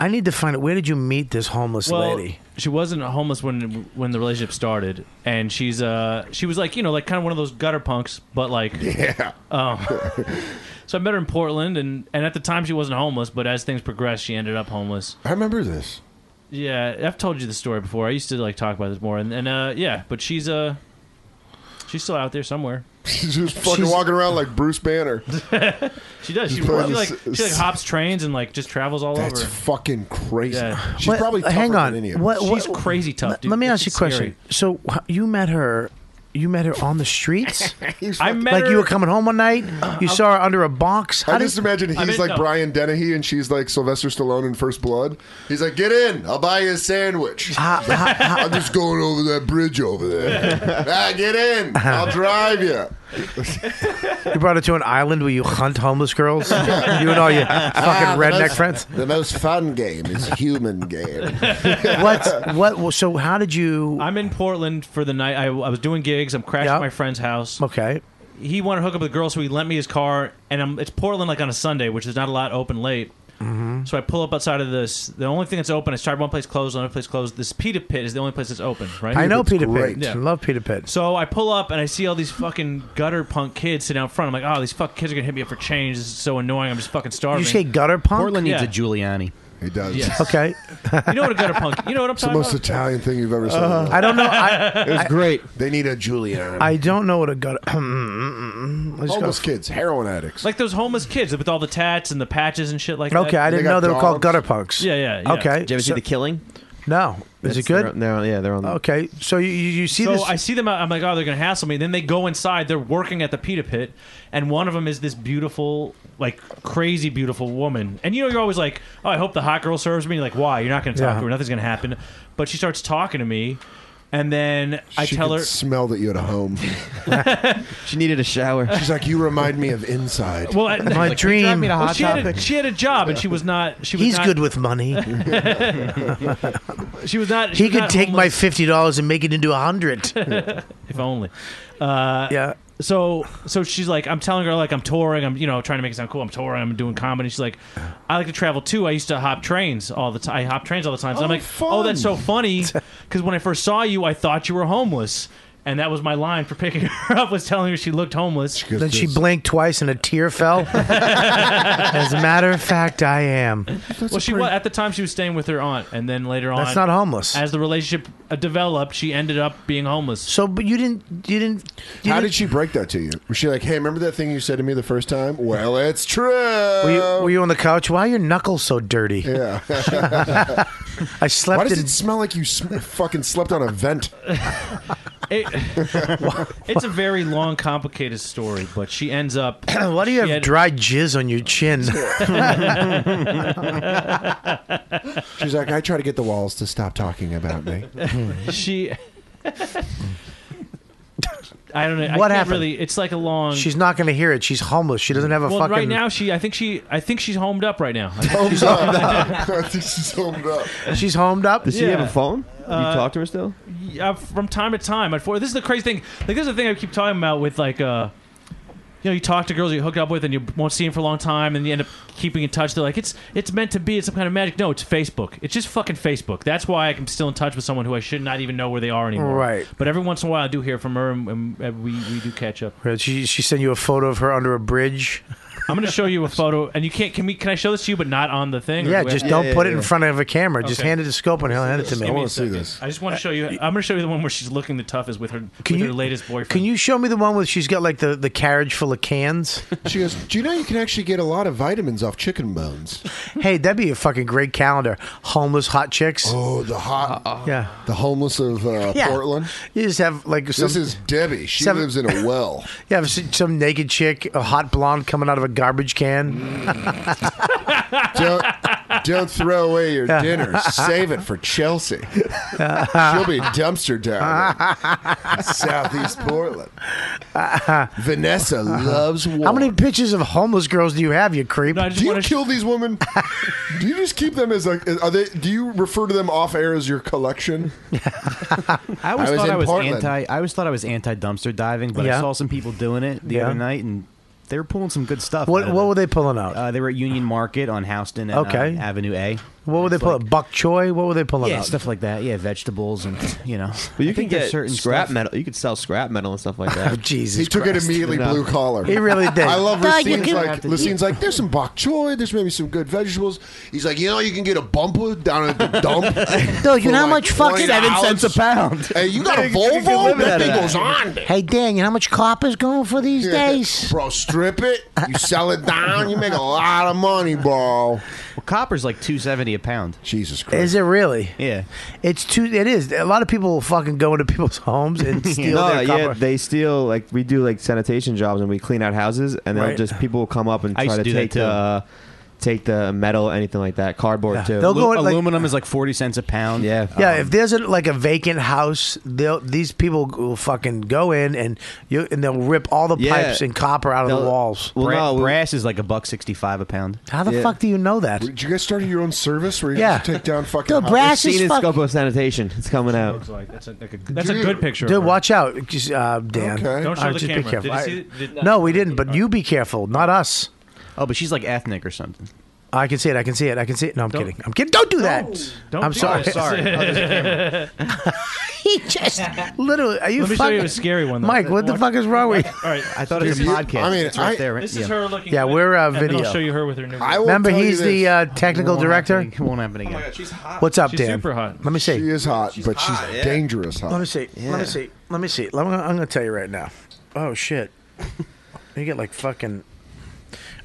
[SPEAKER 7] I need to find out where did you meet this homeless
[SPEAKER 8] Well,
[SPEAKER 7] lady?
[SPEAKER 8] she wasn't homeless when when the relationship started, and she's uh she was like you know like kind of one of those gutter punks, but like
[SPEAKER 5] yeah.
[SPEAKER 8] Um, so I met her in Portland, and and at the time she wasn't homeless, but as things progressed, she ended up homeless.
[SPEAKER 5] I remember this.
[SPEAKER 8] Yeah, I've told you the story before. I used to like talk about this more, and and uh yeah, but she's uh she's still out there somewhere.
[SPEAKER 5] She's just fucking walking around like Bruce Banner.
[SPEAKER 8] She does. She,
[SPEAKER 5] She's playing
[SPEAKER 8] she, like
[SPEAKER 5] this-
[SPEAKER 8] she like hops trains and like just travels all
[SPEAKER 5] That's
[SPEAKER 8] over.
[SPEAKER 5] fucking crazy.
[SPEAKER 8] Yeah.
[SPEAKER 5] She's
[SPEAKER 7] What-
[SPEAKER 5] probably tougher
[SPEAKER 7] hang on.
[SPEAKER 5] than any of us.
[SPEAKER 7] What, what-
[SPEAKER 8] She's crazy tough,
[SPEAKER 7] let-
[SPEAKER 8] dude.
[SPEAKER 7] Let me
[SPEAKER 8] It's
[SPEAKER 7] ask you a question.
[SPEAKER 8] scary.
[SPEAKER 7] So wh- you met her you met her on the streets?
[SPEAKER 8] I met
[SPEAKER 7] like you
[SPEAKER 8] her- Uh,
[SPEAKER 7] were coming home one night, you saw her under a box. How
[SPEAKER 5] I
[SPEAKER 7] did-
[SPEAKER 5] just imagine he's like Brian Dennehy and she's like Sylvester Stallone in First Blood. He's like, get in, I'll buy you a sandwich. I'm just going over that bridge over there. ah, get in, I'll drive you.
[SPEAKER 7] You brought her to an island where you hunt homeless girls. you and all your fucking
[SPEAKER 5] Ah, the
[SPEAKER 7] redneck
[SPEAKER 5] most-
[SPEAKER 7] friends.
[SPEAKER 5] The most fun game is human game.
[SPEAKER 7] What? What? So how did you?
[SPEAKER 8] I'm in Portland for the night. I, I was doing gigs. I'm crashing at my friend's house.
[SPEAKER 7] Okay.
[SPEAKER 8] He wanted to hook up with a girl, so he lent me his car. And I'm, it's Portland, like on a Sunday, which is not a lot open late.
[SPEAKER 7] Mm-hmm.
[SPEAKER 8] So I pull up outside of this. The only thing that's open, I started one place closed, another place closed. This Pita Pit is the only place that's open, right?
[SPEAKER 7] I know Peter Pitt.
[SPEAKER 8] Yeah.
[SPEAKER 7] I love Peter Pitt.
[SPEAKER 8] So I pull up and I see all these fucking gutter punk kids sitting out front. I'm like, oh, these fuck kids are gonna hit me up for change. This is so annoying. I'm just fucking starving.
[SPEAKER 7] You say gutter punk?
[SPEAKER 8] Portland needs Yeah. a
[SPEAKER 10] Giuliani.
[SPEAKER 5] He does.
[SPEAKER 8] Yes.
[SPEAKER 7] Okay.
[SPEAKER 8] You know what a gutter punk? You know what I'm
[SPEAKER 5] It's the
[SPEAKER 8] talking
[SPEAKER 5] most
[SPEAKER 8] about?
[SPEAKER 5] Italian thing you've ever said.
[SPEAKER 7] Uh, I don't know. I-
[SPEAKER 5] it was
[SPEAKER 7] I-
[SPEAKER 5] great. They need a Julian.
[SPEAKER 7] I don't know what a mm, gut. Homeless
[SPEAKER 5] Homeless kids, heroin addicts.
[SPEAKER 8] Like those homeless kids with all the tats and the patches and shit like that.
[SPEAKER 7] Okay, I didn't know they were called gutter punks.
[SPEAKER 8] Yeah, yeah, yeah.
[SPEAKER 7] Okay.
[SPEAKER 8] Did you ever see The
[SPEAKER 7] Killing? No. Is
[SPEAKER 8] That's-
[SPEAKER 7] it good? Oh,
[SPEAKER 8] they're-
[SPEAKER 7] yeah, they're on. Okay, so you, you you see
[SPEAKER 8] so
[SPEAKER 7] this?
[SPEAKER 8] I see them. out- I'm like, oh, they're gonna hassle me. Then they go inside. They're working at the pita pit, and one of them is this beautiful, like crazy beautiful woman. And you know, you're always like, oh, I hope the hot girl serves me. Like, why? You're not gonna
[SPEAKER 5] Yeah.
[SPEAKER 8] talk to her. Nothing's gonna happen. But she starts talking to me, and then I
[SPEAKER 5] she
[SPEAKER 8] tell
[SPEAKER 5] could
[SPEAKER 8] her.
[SPEAKER 5] smell that you had a home. she needed a shower. She's like, you remind me of inside.
[SPEAKER 8] Well, I-
[SPEAKER 7] My
[SPEAKER 8] like,
[SPEAKER 7] dream.
[SPEAKER 8] well, she, had a, she had a job, and she was not. She was
[SPEAKER 7] He's
[SPEAKER 8] not-
[SPEAKER 7] good with money.
[SPEAKER 8] she was not. she
[SPEAKER 7] he
[SPEAKER 8] was
[SPEAKER 7] could
[SPEAKER 8] not
[SPEAKER 7] take my
[SPEAKER 8] homeless.
[SPEAKER 7] fifty dollars and make it into a hundred.
[SPEAKER 8] if only. Uh,
[SPEAKER 7] yeah.
[SPEAKER 8] So so she's like, I'm telling her like I'm touring. I'm you know trying to make it sound cool. I'm touring. I'm doing comedy. She's like, I like to travel too. I used to hop trains all the time. I hop trains all the time. So I'm
[SPEAKER 5] Oh,
[SPEAKER 8] like,
[SPEAKER 5] fun.
[SPEAKER 8] oh, that's so funny because when I first saw you, I thought you were homeless. And that was my line for picking her up was telling her she looked homeless.
[SPEAKER 7] then she blinked twice and a tear fell. As a matter of fact, I am.
[SPEAKER 8] well, she was, at the time she was staying with her aunt, and then later on,
[SPEAKER 7] That's not homeless.
[SPEAKER 8] As the relationship uh, developed, she ended up being homeless.
[SPEAKER 7] So, but you didn't, you didn't.
[SPEAKER 5] How did she break that to you? Was she like, hey, remember that thing you said to me the first time? Well, it's true.
[SPEAKER 7] Were you, were you on the couch? Why are your knuckles so dirty?
[SPEAKER 5] Yeah.
[SPEAKER 7] I slept
[SPEAKER 5] Why does
[SPEAKER 7] in-
[SPEAKER 5] it smell like you sm- fucking slept on a vent?
[SPEAKER 8] It- it's a very long, complicated story, but she ends up.
[SPEAKER 7] Why do you have dry jizz on your chin?
[SPEAKER 5] She's like, I try to get the walls to stop talking about me.
[SPEAKER 8] she. I don't know. I
[SPEAKER 7] What
[SPEAKER 8] can't
[SPEAKER 7] happened?
[SPEAKER 8] Really, it's like a long.
[SPEAKER 7] She's not going to hear it. She's homeless. She doesn't have a
[SPEAKER 8] well,
[SPEAKER 7] fucking. Oh.
[SPEAKER 8] right now she. I think she. I think she's homed up right now.
[SPEAKER 5] Homed up. I think she's homed up.
[SPEAKER 7] She's homed up.
[SPEAKER 9] Does she have a phone? Do you talk to her still?
[SPEAKER 8] Yeah, from time to time. I'd for this is the crazy thing. Like this is the thing I keep talking about with like. uh you know, you talk to girls you hook up with, and you won't see them for a long time, and you end up keeping in touch. They're like, "It's it's meant to be. It's some kind of magic." No, it's Facebook. It's just fucking Facebook. That's why I'm still in touch with someone who I should not even know where they are anymore.
[SPEAKER 7] Right.
[SPEAKER 8] But every once in a while, I do hear from her, and, and we we do catch up.
[SPEAKER 7] Right, She she sent you a photo of her under a bridge.
[SPEAKER 8] I'm gonna show you a photo, and you can't. Can we? Can I show this to you, but not on the thing? Or
[SPEAKER 7] yeah,
[SPEAKER 8] do we
[SPEAKER 7] just
[SPEAKER 8] have-
[SPEAKER 7] don't put it in front of a camera. Just
[SPEAKER 8] Okay.
[SPEAKER 7] hand it to Scope and he'll hand it to me.
[SPEAKER 8] Give a second. I just want to show you. I'm gonna show you the one where she's looking the toughest with her with her latest boyfriend.
[SPEAKER 7] Can you show me the one where she's got like the, the carriage full of cans?
[SPEAKER 5] She goes, Do you know you can actually get a lot of vitamins off chicken bones?
[SPEAKER 7] hey, that'd be a fucking great calendar. Homeless hot chicks.
[SPEAKER 5] Oh, the hot.
[SPEAKER 7] yeah.
[SPEAKER 5] The homeless of uh,
[SPEAKER 7] Yeah.
[SPEAKER 5] Portland.
[SPEAKER 7] You just have like some,
[SPEAKER 5] this is Debbie. She
[SPEAKER 7] seven-
[SPEAKER 5] lives in a well.
[SPEAKER 7] Yeah, some some naked chick, a hot blonde coming out of a garbage can.
[SPEAKER 5] don't don't throw away your
[SPEAKER 7] Yeah.
[SPEAKER 5] dinner. Save it for Chelsea. She'll be a dumpster diver. in Southeast Portland. Vanessa loves
[SPEAKER 7] How many pictures of homeless girls do you have, you creep?
[SPEAKER 5] Do you kill these women? do you just keep them as like? Are they? Do you refer to them off air as your collection?
[SPEAKER 10] I always
[SPEAKER 5] I was
[SPEAKER 10] thought
[SPEAKER 5] in
[SPEAKER 10] I was
[SPEAKER 5] Portland.
[SPEAKER 10] anti. I always thought I was anti dumpster diving, but
[SPEAKER 7] Yeah.
[SPEAKER 10] I saw some people doing it the
[SPEAKER 7] Yeah.
[SPEAKER 10] other night, and they were pulling some good stuff.
[SPEAKER 7] What-
[SPEAKER 10] out of
[SPEAKER 7] what
[SPEAKER 10] it.
[SPEAKER 7] were they pulling out?
[SPEAKER 10] Uh, they were at Union Market on Houston, and,
[SPEAKER 7] Okay.
[SPEAKER 10] uh, Avenue A.
[SPEAKER 7] What were they pulling? Buck choy? What were they pulling
[SPEAKER 10] yeah,
[SPEAKER 7] out?
[SPEAKER 10] stuff like that. Yeah, vegetables and you know.
[SPEAKER 9] But you
[SPEAKER 10] I
[SPEAKER 9] can
[SPEAKER 10] think there's
[SPEAKER 9] get
[SPEAKER 10] certain
[SPEAKER 9] scrap
[SPEAKER 10] stuff-
[SPEAKER 9] metal. You could sell scrap metal and stuff like that.
[SPEAKER 7] Jesus,
[SPEAKER 5] He took it immediately blue collar.
[SPEAKER 9] He really did.
[SPEAKER 5] I love
[SPEAKER 9] Dog, you
[SPEAKER 5] Racine's
[SPEAKER 9] can-
[SPEAKER 5] like Racine's like. There's some bok choy. There's maybe some good vegetables. He's like, you know, you can get a bumper down at the dump.
[SPEAKER 15] Dude, you
[SPEAKER 5] for
[SPEAKER 15] know how
[SPEAKER 5] like
[SPEAKER 15] much fucking
[SPEAKER 5] $20. Hey, you got a Volvo? That thing goes on.
[SPEAKER 15] Hey Dan, you know how much copper's going for these days?
[SPEAKER 5] Bro, strip it. You sell it down. You make a lot of money, bro. Well,
[SPEAKER 10] copper's like two seventy a pound.
[SPEAKER 5] Jesus
[SPEAKER 7] Is it really?
[SPEAKER 10] Yeah.
[SPEAKER 7] It's too. It is. A lot of people will fucking go into people's homes and steal
[SPEAKER 9] no,
[SPEAKER 7] their copper.
[SPEAKER 9] yeah, they steal like we do like sanitation jobs and we clean out houses and they'll
[SPEAKER 7] Right.
[SPEAKER 9] just people will come up and
[SPEAKER 10] I used
[SPEAKER 9] try to,
[SPEAKER 10] to do that,
[SPEAKER 9] take
[SPEAKER 10] too.
[SPEAKER 9] the uh, take the metal anything like that cardboard too.
[SPEAKER 7] They'll go at, like-
[SPEAKER 10] aluminum is like forty cents a pound.
[SPEAKER 9] Yeah, Uh,
[SPEAKER 7] Yeah, if there's a, like a vacant house, they'll these people will fucking go in and you and they'll rip all the
[SPEAKER 10] Yeah.
[SPEAKER 7] pipes and copper out of the
[SPEAKER 10] They'll-
[SPEAKER 7] walls.
[SPEAKER 10] Bra- brass is like a buck sixty-five a pound.
[SPEAKER 7] How the fuck do you know that?
[SPEAKER 5] Did you guys start your own service where you
[SPEAKER 7] Yeah.
[SPEAKER 5] yeah. take down fucking?
[SPEAKER 7] Dude,
[SPEAKER 5] houses?
[SPEAKER 7] brass is Racine's fuck-
[SPEAKER 9] Scope of sanitation, it's coming out.
[SPEAKER 8] like that's a, like a, that's a good picture.
[SPEAKER 7] Dude,
[SPEAKER 8] of her.
[SPEAKER 7] watch out, just, uh, Dan.
[SPEAKER 8] Okay. Don't show
[SPEAKER 7] Uh,
[SPEAKER 8] the
[SPEAKER 7] just Be
[SPEAKER 8] camera.
[SPEAKER 7] careful.
[SPEAKER 8] Did you
[SPEAKER 7] I-
[SPEAKER 8] see- did-
[SPEAKER 7] no, we didn't. But you be careful, not us.
[SPEAKER 10] Oh, but she's like ethnic or something.
[SPEAKER 7] I can see it. I can see it. I can see it. No, I'm kidding. I'm kidding. Don't do that.
[SPEAKER 8] Don't
[SPEAKER 7] I'm
[SPEAKER 8] do
[SPEAKER 7] sorry.
[SPEAKER 8] that. Sorry. Oh, there's a camera.
[SPEAKER 7] he just literally. Are you
[SPEAKER 8] Let me
[SPEAKER 7] fucking,
[SPEAKER 8] show you a scary one, though.
[SPEAKER 7] Mike? What the
[SPEAKER 8] Watch-
[SPEAKER 7] fuck is wrong with you?
[SPEAKER 8] All right. I
[SPEAKER 2] thought it was a Dude, you- podcast. I mean, It's right I- there, right?
[SPEAKER 8] This is
[SPEAKER 2] Yeah.
[SPEAKER 8] her looking.
[SPEAKER 7] Yeah,
[SPEAKER 8] good,
[SPEAKER 7] we're, uh,
[SPEAKER 8] and then
[SPEAKER 7] video.
[SPEAKER 8] I'll show you her with her new.
[SPEAKER 7] I will Remember, tell you he's the, this. uh, technical
[SPEAKER 2] Won't
[SPEAKER 7] director?
[SPEAKER 2] happen- won't happen again.
[SPEAKER 7] What's up,
[SPEAKER 2] She's
[SPEAKER 7] Dan?
[SPEAKER 2] super hot.
[SPEAKER 7] Let me see.
[SPEAKER 5] She is hot, but she's
[SPEAKER 7] yeah.
[SPEAKER 5] dangerous hot.
[SPEAKER 7] Let me see. Let me see. Let me see. Let me- I'm going to tell you right now. Oh shit! you get like fucking.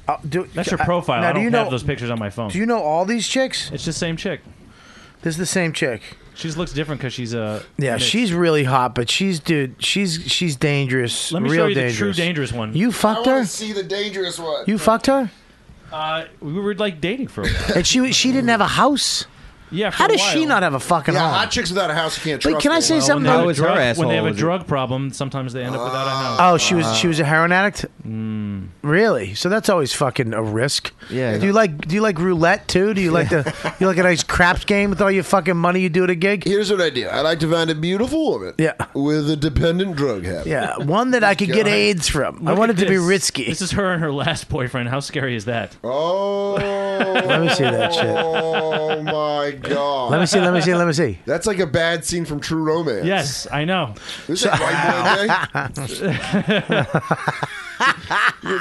[SPEAKER 7] Oh, do,
[SPEAKER 8] That's your
[SPEAKER 7] I-
[SPEAKER 8] profile.
[SPEAKER 7] now,
[SPEAKER 8] I
[SPEAKER 7] do
[SPEAKER 8] don't
[SPEAKER 7] you
[SPEAKER 8] have
[SPEAKER 7] know-
[SPEAKER 8] those pictures on my phone.
[SPEAKER 7] Do you know all these chicks?
[SPEAKER 8] It's the same chick.
[SPEAKER 7] This is the same chick.
[SPEAKER 8] She just looks different because she's a.
[SPEAKER 7] Yeah,
[SPEAKER 8] mixed.
[SPEAKER 7] she's really hot, but she's dude. She's she's dangerous.
[SPEAKER 8] Let me
[SPEAKER 7] real
[SPEAKER 8] show you
[SPEAKER 7] dangerous.
[SPEAKER 8] the true dangerous one.
[SPEAKER 7] You fucked her.
[SPEAKER 5] see the dangerous one.
[SPEAKER 7] You fucked her,
[SPEAKER 8] Uh, we were like dating for a while.
[SPEAKER 7] and she she didn't have a house.
[SPEAKER 8] Yeah.
[SPEAKER 7] How does she not have a fucking
[SPEAKER 5] Yeah,
[SPEAKER 7] home?
[SPEAKER 5] hot chicks without a house you can't
[SPEAKER 7] Wait,
[SPEAKER 5] trust.
[SPEAKER 7] can I say
[SPEAKER 5] them.
[SPEAKER 7] something?
[SPEAKER 8] When they have
[SPEAKER 7] How
[SPEAKER 8] a
[SPEAKER 7] is her
[SPEAKER 8] drug- When they have a
[SPEAKER 7] asshole?
[SPEAKER 8] drug problem, sometimes they end up without a house.
[SPEAKER 7] Oh, she was she was a heroin addict. Really? So that's always fucking a risk.
[SPEAKER 8] Mm. Yeah.
[SPEAKER 7] Do you like do you like roulette too? Do you like the you like a nice craps game with all your fucking money you do at a gig?
[SPEAKER 5] Here's what I do. I like to find a beautiful woman.
[SPEAKER 7] Yeah.
[SPEAKER 5] With a dependent drug habit.
[SPEAKER 7] Yeah, one that I could get
[SPEAKER 5] God.
[SPEAKER 7] AIDS from. I
[SPEAKER 8] Look
[SPEAKER 7] want it
[SPEAKER 8] at
[SPEAKER 7] to be
[SPEAKER 8] this.
[SPEAKER 7] risky.
[SPEAKER 8] This is her and her last boyfriend. How scary is that?
[SPEAKER 5] Oh. Let
[SPEAKER 7] me see that shit.
[SPEAKER 5] Oh my god.
[SPEAKER 7] Let me see. Let me see. Let me see.
[SPEAKER 5] That's like a bad scene from True Romance.
[SPEAKER 8] Yes, I know.
[SPEAKER 5] This is white boy gay.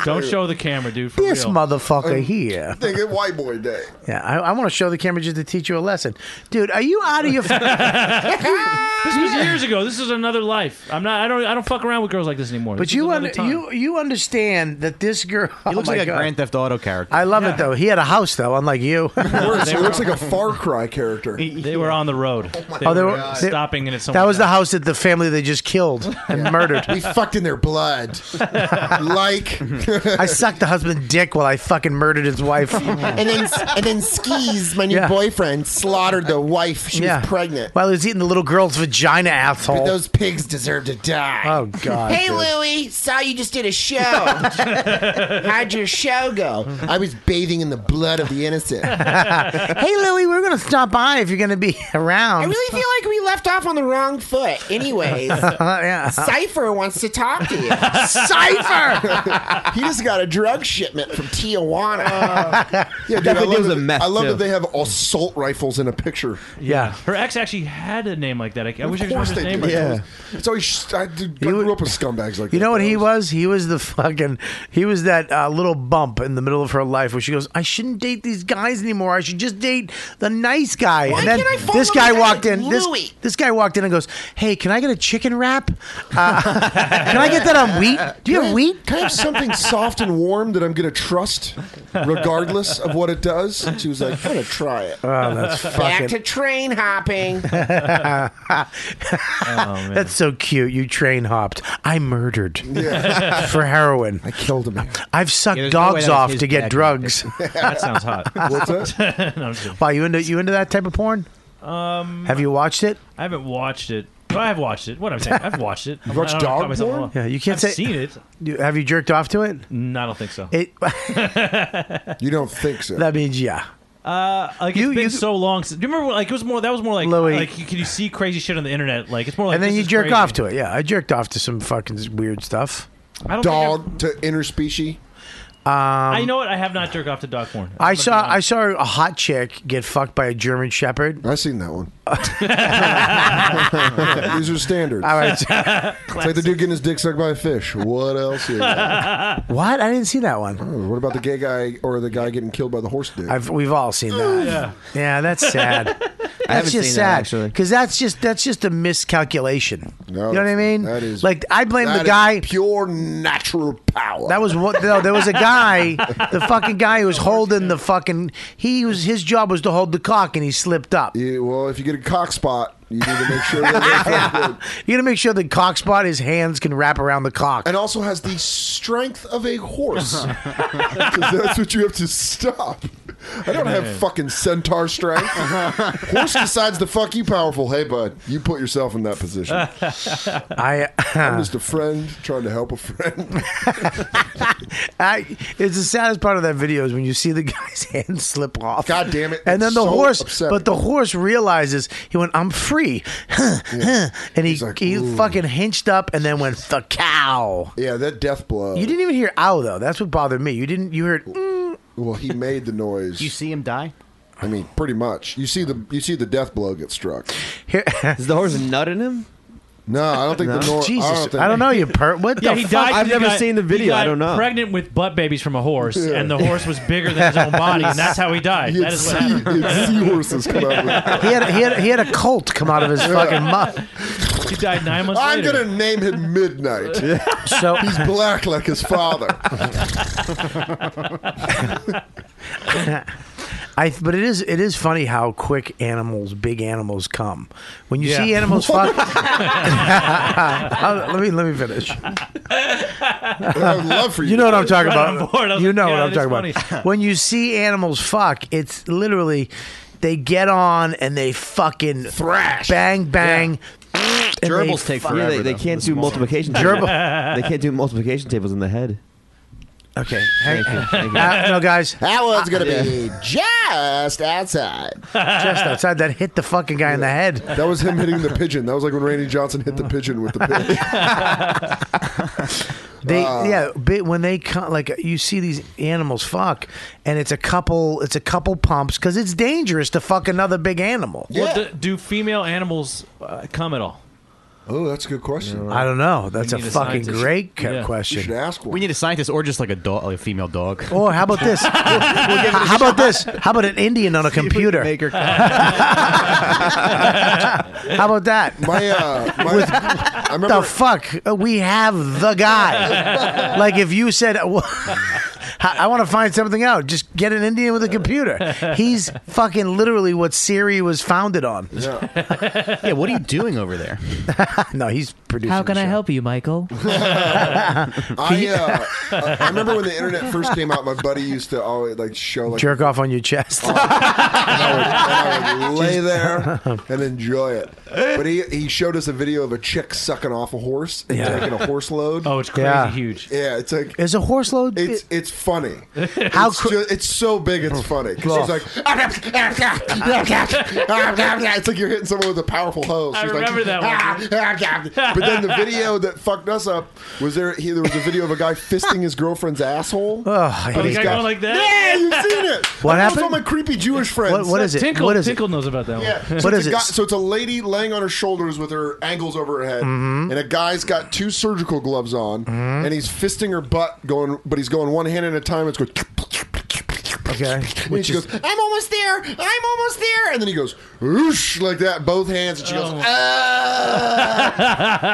[SPEAKER 8] Don't show the camera, dude. For
[SPEAKER 7] This
[SPEAKER 8] real. Um,
[SPEAKER 7] motherfucker here.
[SPEAKER 5] Think of white boy day.
[SPEAKER 7] Yeah, I, I want to show the camera just to teach you a lesson, dude. Are you out of your?
[SPEAKER 8] This was years ago. This is another life. I'm not. I don't. I don't fuck around with girls like this anymore.
[SPEAKER 7] but
[SPEAKER 8] This
[SPEAKER 7] you
[SPEAKER 8] was another
[SPEAKER 7] un-
[SPEAKER 8] time.
[SPEAKER 7] you you understand that this girl. oh
[SPEAKER 2] He looks like a Grand Theft Auto character.
[SPEAKER 7] I love it though. He had a house though, unlike you.
[SPEAKER 5] Worse, he looks like a Far Cry character.
[SPEAKER 8] They were on the road. they,
[SPEAKER 7] Oh, they
[SPEAKER 8] were,
[SPEAKER 7] were- they-
[SPEAKER 8] stopping and it's
[SPEAKER 7] that was the house that the family they just killed and murdered.
[SPEAKER 5] We fucked in their blood. like.
[SPEAKER 7] I sucked the husband's dick while I fucking murdered his wife.
[SPEAKER 18] and then and then skis my new boyfriend slaughtered the wife. She
[SPEAKER 7] Yeah.
[SPEAKER 18] was pregnant.
[SPEAKER 7] While he was eating the little girl's vagina, asshole.
[SPEAKER 18] Those pigs deserve to die.
[SPEAKER 7] Oh God.
[SPEAKER 18] Hey,
[SPEAKER 7] dude.
[SPEAKER 18] Louie, saw you just did a show. How'd your show go? I was bathing in the blood of the innocent.
[SPEAKER 7] hey, Louie, we're gonna stop by if you're gonna be around.
[SPEAKER 18] I really feel like we left off on the wrong foot. Anyways,
[SPEAKER 7] Uh, Yeah.
[SPEAKER 18] Cipher wants to talk to you.
[SPEAKER 5] Cypher!
[SPEAKER 18] he just got a drug shipment from Tijuana.
[SPEAKER 5] Yeah, dude,
[SPEAKER 18] That
[SPEAKER 5] I
[SPEAKER 18] video
[SPEAKER 5] love,
[SPEAKER 18] was
[SPEAKER 5] that,
[SPEAKER 18] a mess,
[SPEAKER 5] I love
[SPEAKER 18] too.
[SPEAKER 5] that they have assault rifles in a picture.
[SPEAKER 7] Yeah.
[SPEAKER 8] Her ex actually had a name like that. I, I
[SPEAKER 5] Of
[SPEAKER 8] wish I could
[SPEAKER 5] course
[SPEAKER 8] remember his
[SPEAKER 5] they
[SPEAKER 8] name.
[SPEAKER 5] do.
[SPEAKER 8] right now.
[SPEAKER 5] Yeah. It's always, I, dude, I grew up with scumbags like
[SPEAKER 7] You
[SPEAKER 5] that.
[SPEAKER 7] know what he was? He was the fucking. He was that uh, little bump in the middle of her life where she goes, "I shouldn't date these guys anymore. I should just date the nice guy."
[SPEAKER 18] Why
[SPEAKER 7] and then
[SPEAKER 18] can't I fall
[SPEAKER 7] this
[SPEAKER 18] in
[SPEAKER 7] guy
[SPEAKER 18] love
[SPEAKER 7] walked
[SPEAKER 18] with
[SPEAKER 7] in. This,
[SPEAKER 18] Louis?
[SPEAKER 7] this guy walked in and goes, "Hey, can I get a chicken wrap? Uh, can I get that on wheat? Do you
[SPEAKER 5] Can I-
[SPEAKER 7] have wheat?
[SPEAKER 5] Can I have something soft and warm that I'm going to trust, regardless of what it does? She was like, I'm going to try it.
[SPEAKER 18] Uh,
[SPEAKER 7] Oh, that's
[SPEAKER 18] Back
[SPEAKER 7] fucking.
[SPEAKER 18] to train hopping.
[SPEAKER 7] That's so cute. You train hopped. I murdered for heroin. I
[SPEAKER 5] killed him.
[SPEAKER 7] I've sucked
[SPEAKER 8] Yeah, there's no way
[SPEAKER 7] dogs
[SPEAKER 8] that was
[SPEAKER 7] off
[SPEAKER 8] his
[SPEAKER 7] to get
[SPEAKER 8] background.
[SPEAKER 7] drugs.
[SPEAKER 8] That sounds hot.
[SPEAKER 5] What's
[SPEAKER 8] that? no, I'm just kidding.
[SPEAKER 7] Wow, you into you into that type of porn?
[SPEAKER 8] Um,
[SPEAKER 7] Have you watched it?
[SPEAKER 8] I haven't watched it. But I've watched it. What I'm saying, I've watched it.
[SPEAKER 7] You've watched
[SPEAKER 8] I don't know if I
[SPEAKER 7] dog
[SPEAKER 8] caught myself
[SPEAKER 7] porn?
[SPEAKER 8] alone.
[SPEAKER 7] Yeah, you can't
[SPEAKER 8] I've
[SPEAKER 7] say-
[SPEAKER 8] seen it.
[SPEAKER 7] You- Have you jerked off to it?
[SPEAKER 8] No, I don't think so.
[SPEAKER 7] It
[SPEAKER 5] You don't think so?
[SPEAKER 7] that means yeah.
[SPEAKER 8] Uh, like it's been so long. Since, do you remember? when, Like it was more. That was more like like you, can you see crazy shit on the internet? Like it's more like
[SPEAKER 7] and then
[SPEAKER 8] this
[SPEAKER 7] you
[SPEAKER 8] is
[SPEAKER 7] jerk
[SPEAKER 8] crazy.
[SPEAKER 7] off to it. Yeah, I jerked off to some fucking weird stuff.
[SPEAKER 8] I don't
[SPEAKER 5] Dog to interspecies.
[SPEAKER 7] Um,
[SPEAKER 8] I
[SPEAKER 7] I
[SPEAKER 8] know it. I have not jerked off to dog porn.
[SPEAKER 7] saw I saw a hot chick get fucked by a German Shepherd.
[SPEAKER 5] I've seen that one. These are standards.
[SPEAKER 7] All right.
[SPEAKER 5] It's like the dude getting his dick sucked by a fish. What else? You got?
[SPEAKER 7] what? I didn't see that one.
[SPEAKER 5] Oh, what about the gay guy or the guy getting killed by the horse dick?
[SPEAKER 7] I've, we've all seen that.
[SPEAKER 5] Yeah.
[SPEAKER 7] Yeah, that's sad.
[SPEAKER 5] haven't
[SPEAKER 7] That's
[SPEAKER 5] seen
[SPEAKER 7] just
[SPEAKER 5] that,
[SPEAKER 7] sad
[SPEAKER 5] actually.
[SPEAKER 7] because that's just that's just a miscalculation. you know what I mean?
[SPEAKER 5] That is
[SPEAKER 7] like I blame
[SPEAKER 5] that
[SPEAKER 7] the
[SPEAKER 5] is
[SPEAKER 7] guy.
[SPEAKER 5] pure natural power.
[SPEAKER 7] That was what. No, there was a guy, the fucking guy who was holding the fucking. He was his job was to hold the cock, and he slipped up.
[SPEAKER 5] You, well, if you get a cock spot, you need to make sure that
[SPEAKER 7] You gotta make sure the cock spot, his hands can wrap around the cock.
[SPEAKER 5] and also has the strength of a horse. 'Cause that's what you have to stop. I don't have
[SPEAKER 16] Man.
[SPEAKER 5] fucking centaur strength. horse decides to fuck you powerful. Hey, bud, you put yourself in that position.
[SPEAKER 7] I,
[SPEAKER 5] I'm just a friend trying to help a friend.
[SPEAKER 7] I, it's the saddest part of that video is when you see the guy's hand slip off. God
[SPEAKER 5] damn it!
[SPEAKER 7] And then
[SPEAKER 5] It's
[SPEAKER 7] the
[SPEAKER 5] so
[SPEAKER 7] horse,
[SPEAKER 5] upsetting.
[SPEAKER 7] but the horse realizes he went, "I'm free," and he he fucking hinched up and then went the cow.
[SPEAKER 5] Yeah, that death blow.
[SPEAKER 7] You didn't even hear ow though. That's what bothered me. You didn't. You heard. Mm,
[SPEAKER 5] Well, he made the noise. You see him die. I mean, pretty much. You see the you see the death blow get struck.
[SPEAKER 9] Is the horse nut in him?
[SPEAKER 5] No, I don't think the nor-
[SPEAKER 7] Jesus,
[SPEAKER 5] I don't, think-
[SPEAKER 7] You per- what
[SPEAKER 8] yeah,
[SPEAKER 7] the
[SPEAKER 8] he
[SPEAKER 7] fuck?
[SPEAKER 8] died 'cause
[SPEAKER 7] I've
[SPEAKER 8] he
[SPEAKER 7] never
[SPEAKER 8] got-
[SPEAKER 7] seen the
[SPEAKER 8] he
[SPEAKER 7] video, I
[SPEAKER 8] got
[SPEAKER 7] don't know.
[SPEAKER 8] Pregnant with butt babies from a horse,
[SPEAKER 7] Yeah.
[SPEAKER 8] and the horse was bigger than his own body, and that's how he died.
[SPEAKER 7] You'd
[SPEAKER 8] That is what
[SPEAKER 7] see-
[SPEAKER 8] happened.
[SPEAKER 7] you'd see horses come out with- He had- he had- he had a colt come out of his fucking mouth.
[SPEAKER 8] He died nine months
[SPEAKER 5] I'm
[SPEAKER 8] later.
[SPEAKER 5] gonna name him Midnight.
[SPEAKER 7] So-
[SPEAKER 5] he's black like his father.
[SPEAKER 7] I, but it is it is funny how quick animals, big animals, come. When you
[SPEAKER 6] Yeah.
[SPEAKER 7] see animals fuck, I'll- let me let me finish.
[SPEAKER 6] I would love for you
[SPEAKER 7] You know
[SPEAKER 6] to
[SPEAKER 7] what I'm
[SPEAKER 6] finish.
[SPEAKER 7] talking
[SPEAKER 6] Right on
[SPEAKER 7] about.
[SPEAKER 6] board. I was
[SPEAKER 7] You
[SPEAKER 6] like,
[SPEAKER 7] know
[SPEAKER 6] yeah,
[SPEAKER 7] what I'm
[SPEAKER 6] it is
[SPEAKER 7] talking
[SPEAKER 6] funny.
[SPEAKER 7] about. When you see animals fuck, it's literally they get on and they fucking thrash, bang, bang. and
[SPEAKER 9] Gerbils
[SPEAKER 7] they
[SPEAKER 9] take
[SPEAKER 7] fu-
[SPEAKER 9] forever. Yeah, they, they can't do multiplication. tables.
[SPEAKER 7] Gerbil.
[SPEAKER 9] they can't do multiplication tables in the head.
[SPEAKER 7] Okay.
[SPEAKER 9] Thank you. Thank you.
[SPEAKER 7] Uh, no, guys.
[SPEAKER 18] That one's gonna
[SPEAKER 9] Yeah.
[SPEAKER 18] be just outside.
[SPEAKER 7] just outside that hit the fucking guy in the head.
[SPEAKER 5] That was him hitting the pigeon. That was like when Randy Johnson hit the pigeon with the pigeon.
[SPEAKER 7] They
[SPEAKER 5] Uh,
[SPEAKER 7] yeah, but when they come, like you see these animals fuck, and it's a couple, it's a couple pumps because it's dangerous to fuck another big animal.
[SPEAKER 8] Well, do, do female animals uh, come at all?
[SPEAKER 5] Oh, that's a good question.
[SPEAKER 7] I don't know. That's
[SPEAKER 8] We
[SPEAKER 7] a
[SPEAKER 8] need a
[SPEAKER 7] fucking
[SPEAKER 8] scientist.
[SPEAKER 7] great ca-
[SPEAKER 8] Yeah.
[SPEAKER 7] question.
[SPEAKER 5] You should ask one.
[SPEAKER 2] We need a scientist or just like a dog, like a female dog.
[SPEAKER 7] Or how about this? how about this? How about an Indian on a computer? how about that?
[SPEAKER 5] My, uh, my-
[SPEAKER 7] With-
[SPEAKER 5] I remember
[SPEAKER 7] the fuck? Uh, We have the guy. like if you said, "Well, I want to find something out. Just get an Indian with a computer. He's fucking literally what Siri was founded on.
[SPEAKER 2] Yeah. what are you doing over there?
[SPEAKER 7] no, he's producing.
[SPEAKER 17] How can
[SPEAKER 7] the
[SPEAKER 17] I
[SPEAKER 7] show.
[SPEAKER 17] help you, Michael?
[SPEAKER 5] I, uh, I- I remember when the internet first came out. My buddy used to always like show like
[SPEAKER 7] Jerk off on your chest.
[SPEAKER 5] Oh. I would lay there and enjoy it. But he he showed us a video of a chick sucking off a horse and
[SPEAKER 7] Yeah.
[SPEAKER 5] taking a horse load.
[SPEAKER 8] Oh, it's crazy
[SPEAKER 7] Yeah.
[SPEAKER 8] huge.
[SPEAKER 5] Yeah, it's like
[SPEAKER 7] is a horse load.
[SPEAKER 5] It's it's funny.
[SPEAKER 7] How
[SPEAKER 5] it's, ju- it's so big, it's funny. 'Cause she's like, it's like you're hitting someone with a powerful hose.
[SPEAKER 6] I
[SPEAKER 5] She's like,
[SPEAKER 6] remember that one.
[SPEAKER 5] But then the video that fucked us up was there. He, there was a video of a guy fisting his girlfriend's asshole.
[SPEAKER 7] Oh,
[SPEAKER 8] Oh, the guy going like that?
[SPEAKER 5] Yeah, you've seen it.
[SPEAKER 7] What
[SPEAKER 5] I know
[SPEAKER 7] happened?
[SPEAKER 5] It's all my creepy Jewish friends.
[SPEAKER 7] What- what is it?
[SPEAKER 8] Tinkle,
[SPEAKER 7] What is it?
[SPEAKER 8] Tinkle knows about that one.
[SPEAKER 5] Yeah. So
[SPEAKER 7] What
[SPEAKER 5] it's
[SPEAKER 7] is
[SPEAKER 5] a
[SPEAKER 7] it?
[SPEAKER 5] guy- so it's a lady laying on her shoulders with her ankles over her head,
[SPEAKER 7] Mhm.
[SPEAKER 5] and a guy's got two surgical gloves on,
[SPEAKER 7] Mm-hmm.
[SPEAKER 5] and he's fisting her butt, going, but he's going one hand at a time. It's going.
[SPEAKER 7] Okay.
[SPEAKER 5] And she goes, I'm almost there. I'm almost there. And then he goes, whoosh, like that, both hands. And she goes,
[SPEAKER 7] Oh.
[SPEAKER 5] ah.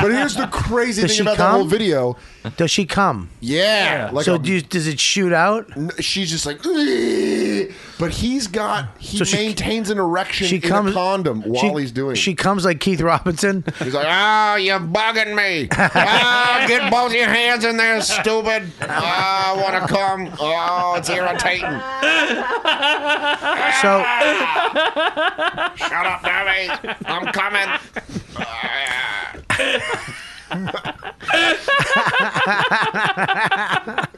[SPEAKER 5] but here's the crazy
[SPEAKER 7] Does
[SPEAKER 5] thing
[SPEAKER 7] she
[SPEAKER 5] about
[SPEAKER 7] come?
[SPEAKER 5] the whole video.
[SPEAKER 7] Does she come?
[SPEAKER 5] Yeah. Like
[SPEAKER 7] so
[SPEAKER 5] a-
[SPEAKER 7] do you, does it shoot out?
[SPEAKER 5] she's just like, "Ugh." but he's got, he
[SPEAKER 7] So she-
[SPEAKER 5] maintains an erection
[SPEAKER 7] She
[SPEAKER 5] in
[SPEAKER 7] comes
[SPEAKER 5] a condom while
[SPEAKER 7] she-
[SPEAKER 5] he's doing it.
[SPEAKER 7] She comes like Keith Robinson.
[SPEAKER 5] He's like, ah,
[SPEAKER 18] You're bugging me. Ah, get both your hands in there, stupid. Ah, I want to come. Oh, it's irritating.
[SPEAKER 7] So
[SPEAKER 18] Shut up, Debbie. I'm coming.
[SPEAKER 5] Uh,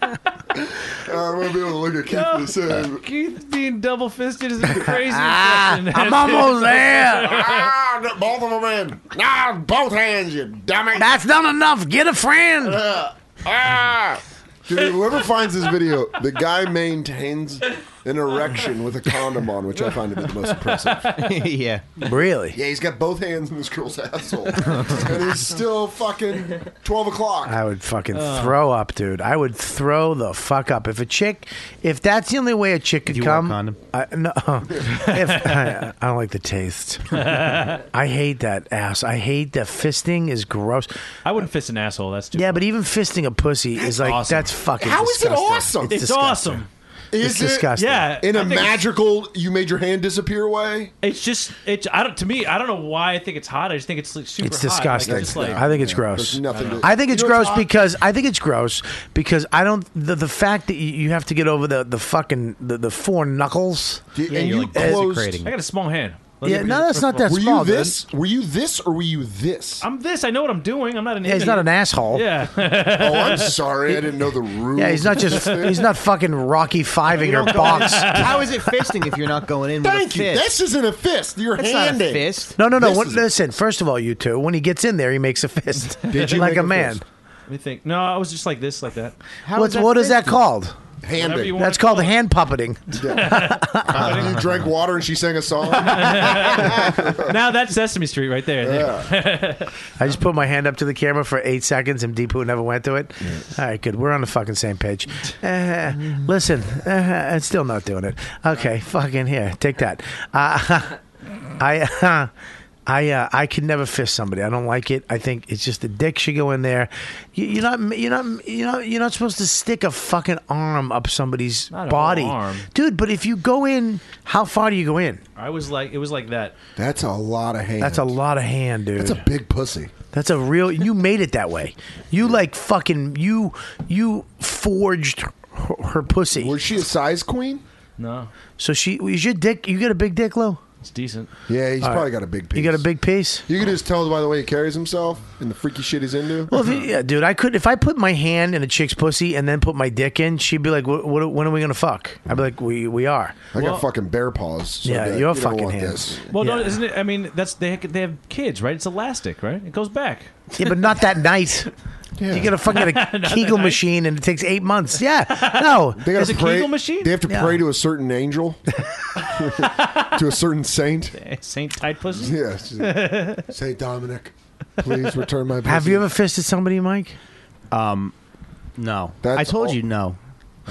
[SPEAKER 5] I won't be able to look at Keith the same.
[SPEAKER 8] Keith being double fisted is the craziest
[SPEAKER 6] Ah,
[SPEAKER 8] question.
[SPEAKER 6] I'm almost there.
[SPEAKER 5] ah, get both of them in. Ah,
[SPEAKER 18] Nah, both hands, you dummy.
[SPEAKER 7] That's not enough. Get a friend.
[SPEAKER 5] Uh,
[SPEAKER 18] Ah.
[SPEAKER 5] Dude, whoever finds this video, the guy maintains an erection with a condom on, which I find to be the most impressive.
[SPEAKER 2] yeah.
[SPEAKER 7] Really?
[SPEAKER 5] Yeah, he's got both hands in this girl's asshole. and it's still fucking 12 o'clock.
[SPEAKER 7] I would fucking throw up, dude. I would throw the fuck up. If a chick, if that's the only way a chick could
[SPEAKER 2] you
[SPEAKER 7] come,
[SPEAKER 2] wear a condom?
[SPEAKER 7] I, no, if, I, I don't like the taste. I hate that ass. I hate that fisting is gross.
[SPEAKER 8] I wouldn't fist an asshole. That's too.
[SPEAKER 7] Yeah, but even fisting a pussy is like that's fucking.
[SPEAKER 5] How is it
[SPEAKER 7] disgusting.
[SPEAKER 5] awesome?
[SPEAKER 7] It's,
[SPEAKER 8] It's
[SPEAKER 7] disgusting.
[SPEAKER 8] awesome.
[SPEAKER 7] It's
[SPEAKER 5] Is it?
[SPEAKER 7] disgusting.
[SPEAKER 8] Yeah,
[SPEAKER 5] In
[SPEAKER 8] I
[SPEAKER 5] a
[SPEAKER 8] think it's-
[SPEAKER 5] magical, you made your hand disappear way?
[SPEAKER 8] It's just it's I don't to me I don't know why I think it's hot. I just think it's like super.
[SPEAKER 7] It's
[SPEAKER 8] hot. Like,
[SPEAKER 7] disgusting.
[SPEAKER 8] it's just like-
[SPEAKER 7] I think it's gross.
[SPEAKER 5] There's nothing to-
[SPEAKER 7] I think it's
[SPEAKER 5] You know
[SPEAKER 7] gross
[SPEAKER 5] what's hot?
[SPEAKER 7] because I think it's gross because I don't the, the fact that you, you have to get over the the fucking the, the four knuckles.
[SPEAKER 5] Yeah, and you're, you like, closed- desecrating.
[SPEAKER 8] I got a small hand. Let me
[SPEAKER 7] Yeah,
[SPEAKER 8] be
[SPEAKER 7] no, that's not that
[SPEAKER 8] purposeful.
[SPEAKER 5] Were
[SPEAKER 7] small.
[SPEAKER 5] you this? Were you this or were you this?
[SPEAKER 8] I'm this. I know what I'm doing. I'm not an.
[SPEAKER 7] Yeah, he's
[SPEAKER 8] idiot.
[SPEAKER 7] not an asshole.
[SPEAKER 8] Yeah.
[SPEAKER 5] Oh, I'm sorry. I didn't know the
[SPEAKER 7] dude.
[SPEAKER 5] rules.
[SPEAKER 7] Yeah, he's not just he's not fucking Rocky Fiving her box.
[SPEAKER 10] How is it fisting if you're not going in?
[SPEAKER 5] Thank
[SPEAKER 10] with a
[SPEAKER 5] you.
[SPEAKER 10] Fist?
[SPEAKER 5] This isn't a fist. You're
[SPEAKER 10] That's not a
[SPEAKER 5] handing.
[SPEAKER 10] fist.
[SPEAKER 7] No, no, no.
[SPEAKER 5] This
[SPEAKER 7] When,
[SPEAKER 5] is-
[SPEAKER 7] listen, first of all, you two, when he gets in there, he makes a fist.
[SPEAKER 5] Did you
[SPEAKER 7] like
[SPEAKER 5] make
[SPEAKER 7] a
[SPEAKER 5] a
[SPEAKER 7] man?
[SPEAKER 5] fist?
[SPEAKER 8] Let me think. No, I was just like this, like that.
[SPEAKER 7] What's what is that called?
[SPEAKER 16] Handing. Whatever you wanna
[SPEAKER 7] That's called hand puppeting.
[SPEAKER 16] you drank water and she sang a song.
[SPEAKER 8] now that's Sesame Street right there.
[SPEAKER 7] I just put my hand up to the camera for eight seconds, and Deepu never went to it. All right, good. We're on the fucking same page. Uh, listen, uh, I'm still not doing it. Okay, fucking here, take that. Uh, I. Uh, I, uh, I could never fist somebody. I don't like it. I think it's just the dick should go in there. You, you're not you're not you're not you're not supposed to stick a fucking arm up somebody's
[SPEAKER 8] Not a
[SPEAKER 7] body,
[SPEAKER 8] arm.
[SPEAKER 7] dude. But if you go in, how far do you go in?
[SPEAKER 8] I was like, it was like that.
[SPEAKER 5] That's a lot of hand.
[SPEAKER 7] That's a lot of hand, dude. That's a
[SPEAKER 5] big pussy.
[SPEAKER 7] That's a real. You made it that way. You like fucking. You you forged her, her pussy.
[SPEAKER 5] Was she a size queen?
[SPEAKER 8] No.
[SPEAKER 7] So she is your dick. You got a big dick, Lou.
[SPEAKER 8] It's decent.
[SPEAKER 5] Yeah, he's
[SPEAKER 7] All
[SPEAKER 5] probably
[SPEAKER 7] right.
[SPEAKER 5] got a big piece.
[SPEAKER 7] You got a big piece.
[SPEAKER 5] You can just tell by the way he carries himself and the freaky shit he's into.
[SPEAKER 7] Well, if, yeah, dude, I could if I put my hand in a chick's pussy and then put my dick in, she'd be like, "What? what when are we gonna fuck?" I'd be like, "We we are."
[SPEAKER 5] I got fucking bear paws. so
[SPEAKER 7] yeah,
[SPEAKER 5] that-
[SPEAKER 7] your
[SPEAKER 5] you don't
[SPEAKER 7] fucking
[SPEAKER 5] want
[SPEAKER 7] hands.
[SPEAKER 5] this.
[SPEAKER 8] Well, no,
[SPEAKER 7] Yeah.
[SPEAKER 8] isn't it? I mean, that's they they have kids, right? It's elastic, right? It goes back.
[SPEAKER 7] Yeah, but not that night. You got to fucking get a
[SPEAKER 8] Not
[SPEAKER 7] Kegel
[SPEAKER 8] that night.
[SPEAKER 7] machine, and it takes eight months. Yeah, no,
[SPEAKER 5] They gotta pray- They have to
[SPEAKER 7] Yeah.
[SPEAKER 5] pray to a certain angel, to a certain saint.
[SPEAKER 8] Eh, Saint Tide Pussy.
[SPEAKER 5] Yes. Saint Dominic, please return my.
[SPEAKER 7] Have
[SPEAKER 5] pussy.
[SPEAKER 7] you ever fisted somebody, Mike?
[SPEAKER 2] Um, no. I told you no.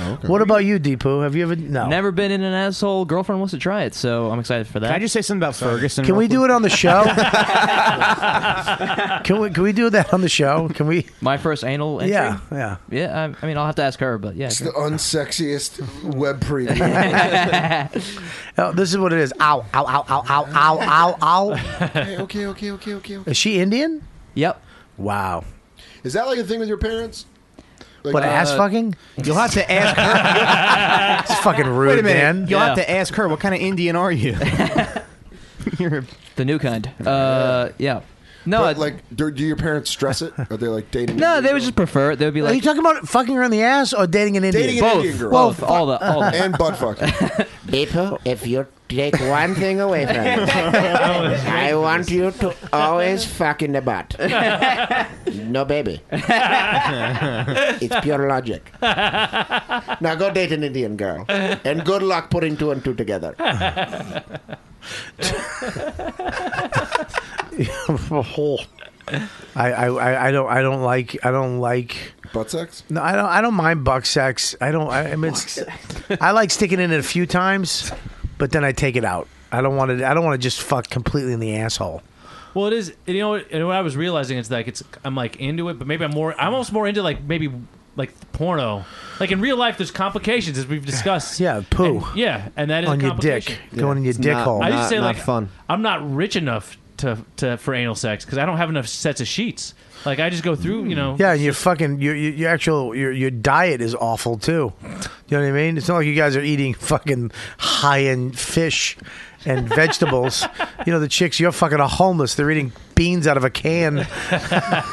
[SPEAKER 2] Oh,
[SPEAKER 7] What about you, Deepu? Have you ever? No.
[SPEAKER 17] Never been in an asshole. Girlfriend wants to try it, so I'm excited for that. Can I
[SPEAKER 2] just say something about Ferguson?
[SPEAKER 7] Can we do it on the show? can we can we do that on the show? Can we?
[SPEAKER 17] My first anal entry.
[SPEAKER 7] Yeah, yeah,
[SPEAKER 17] yeah. I, I mean, I'll have to ask her, but yeah.
[SPEAKER 5] It's the unsexiest web preview.
[SPEAKER 7] oh, this is what it is. Ow, ow, ow, ow, ow, ow, ow, ow.
[SPEAKER 5] okay, okay, okay, okay, okay. okay.
[SPEAKER 7] Is she Indian?
[SPEAKER 17] Yep.
[SPEAKER 7] Wow.
[SPEAKER 5] Is that like a thing with your parents? Like, uh,
[SPEAKER 7] What ass fucking?
[SPEAKER 2] Uh, You'll have to ask her.
[SPEAKER 7] it's fucking rude,
[SPEAKER 2] Wait a minute.
[SPEAKER 7] man.
[SPEAKER 2] You'll have
[SPEAKER 17] Yeah.
[SPEAKER 2] to ask her. What kind of Indian are you?
[SPEAKER 17] You're the new kind. Uh, yeah. No,
[SPEAKER 5] But, like, do, do your parents stress it? Are they like dating?
[SPEAKER 17] No, they would just prefer it. They would be
[SPEAKER 7] Are you
[SPEAKER 17] like,
[SPEAKER 7] talking about fucking her in the ass or dating an Indian?
[SPEAKER 5] Dating an Both. Indian girl.
[SPEAKER 17] Both. All the- all the-
[SPEAKER 5] and butt fucking.
[SPEAKER 12] People, if you take one thing away from me, I want you to always fuck in the butt. No baby. It's pure logic. Now go date an Indian girl, and good luck putting two and two together.
[SPEAKER 7] I, I, I- I don't I don't like I don't like
[SPEAKER 5] butt sex.
[SPEAKER 7] No, I don't I don't mind buck sex. I don't I, I mean it's, I like sticking in it a few times, but then I take it out. I don't want to I don't want to just fuck completely in the asshole.
[SPEAKER 8] Well, it is. You know, what- and what I was realizing it's like it's. I'm like into it, but maybe I'm more. I'm almost more into like maybe like porno. Like in real life, there's complications as we've discussed.
[SPEAKER 7] Yeah, poo.
[SPEAKER 8] And- yeah, and that is
[SPEAKER 7] On
[SPEAKER 8] a
[SPEAKER 7] your dick.
[SPEAKER 8] complication.
[SPEAKER 7] Going in your It's dick not- hole.
[SPEAKER 8] I used
[SPEAKER 7] not-
[SPEAKER 8] to say
[SPEAKER 7] not
[SPEAKER 8] like
[SPEAKER 7] fun.
[SPEAKER 8] I'm not rich enough to to for anal sex because I don't have enough sets of sheets. Like I just go through. You know.
[SPEAKER 7] Yeah, and your fucking your your, your actual your your diet is awful too. You know what I mean? It's not like you guys are eating fucking high end fish and vegetables. you know the chicks you're fucking are homeless. They're eating beans out of a can.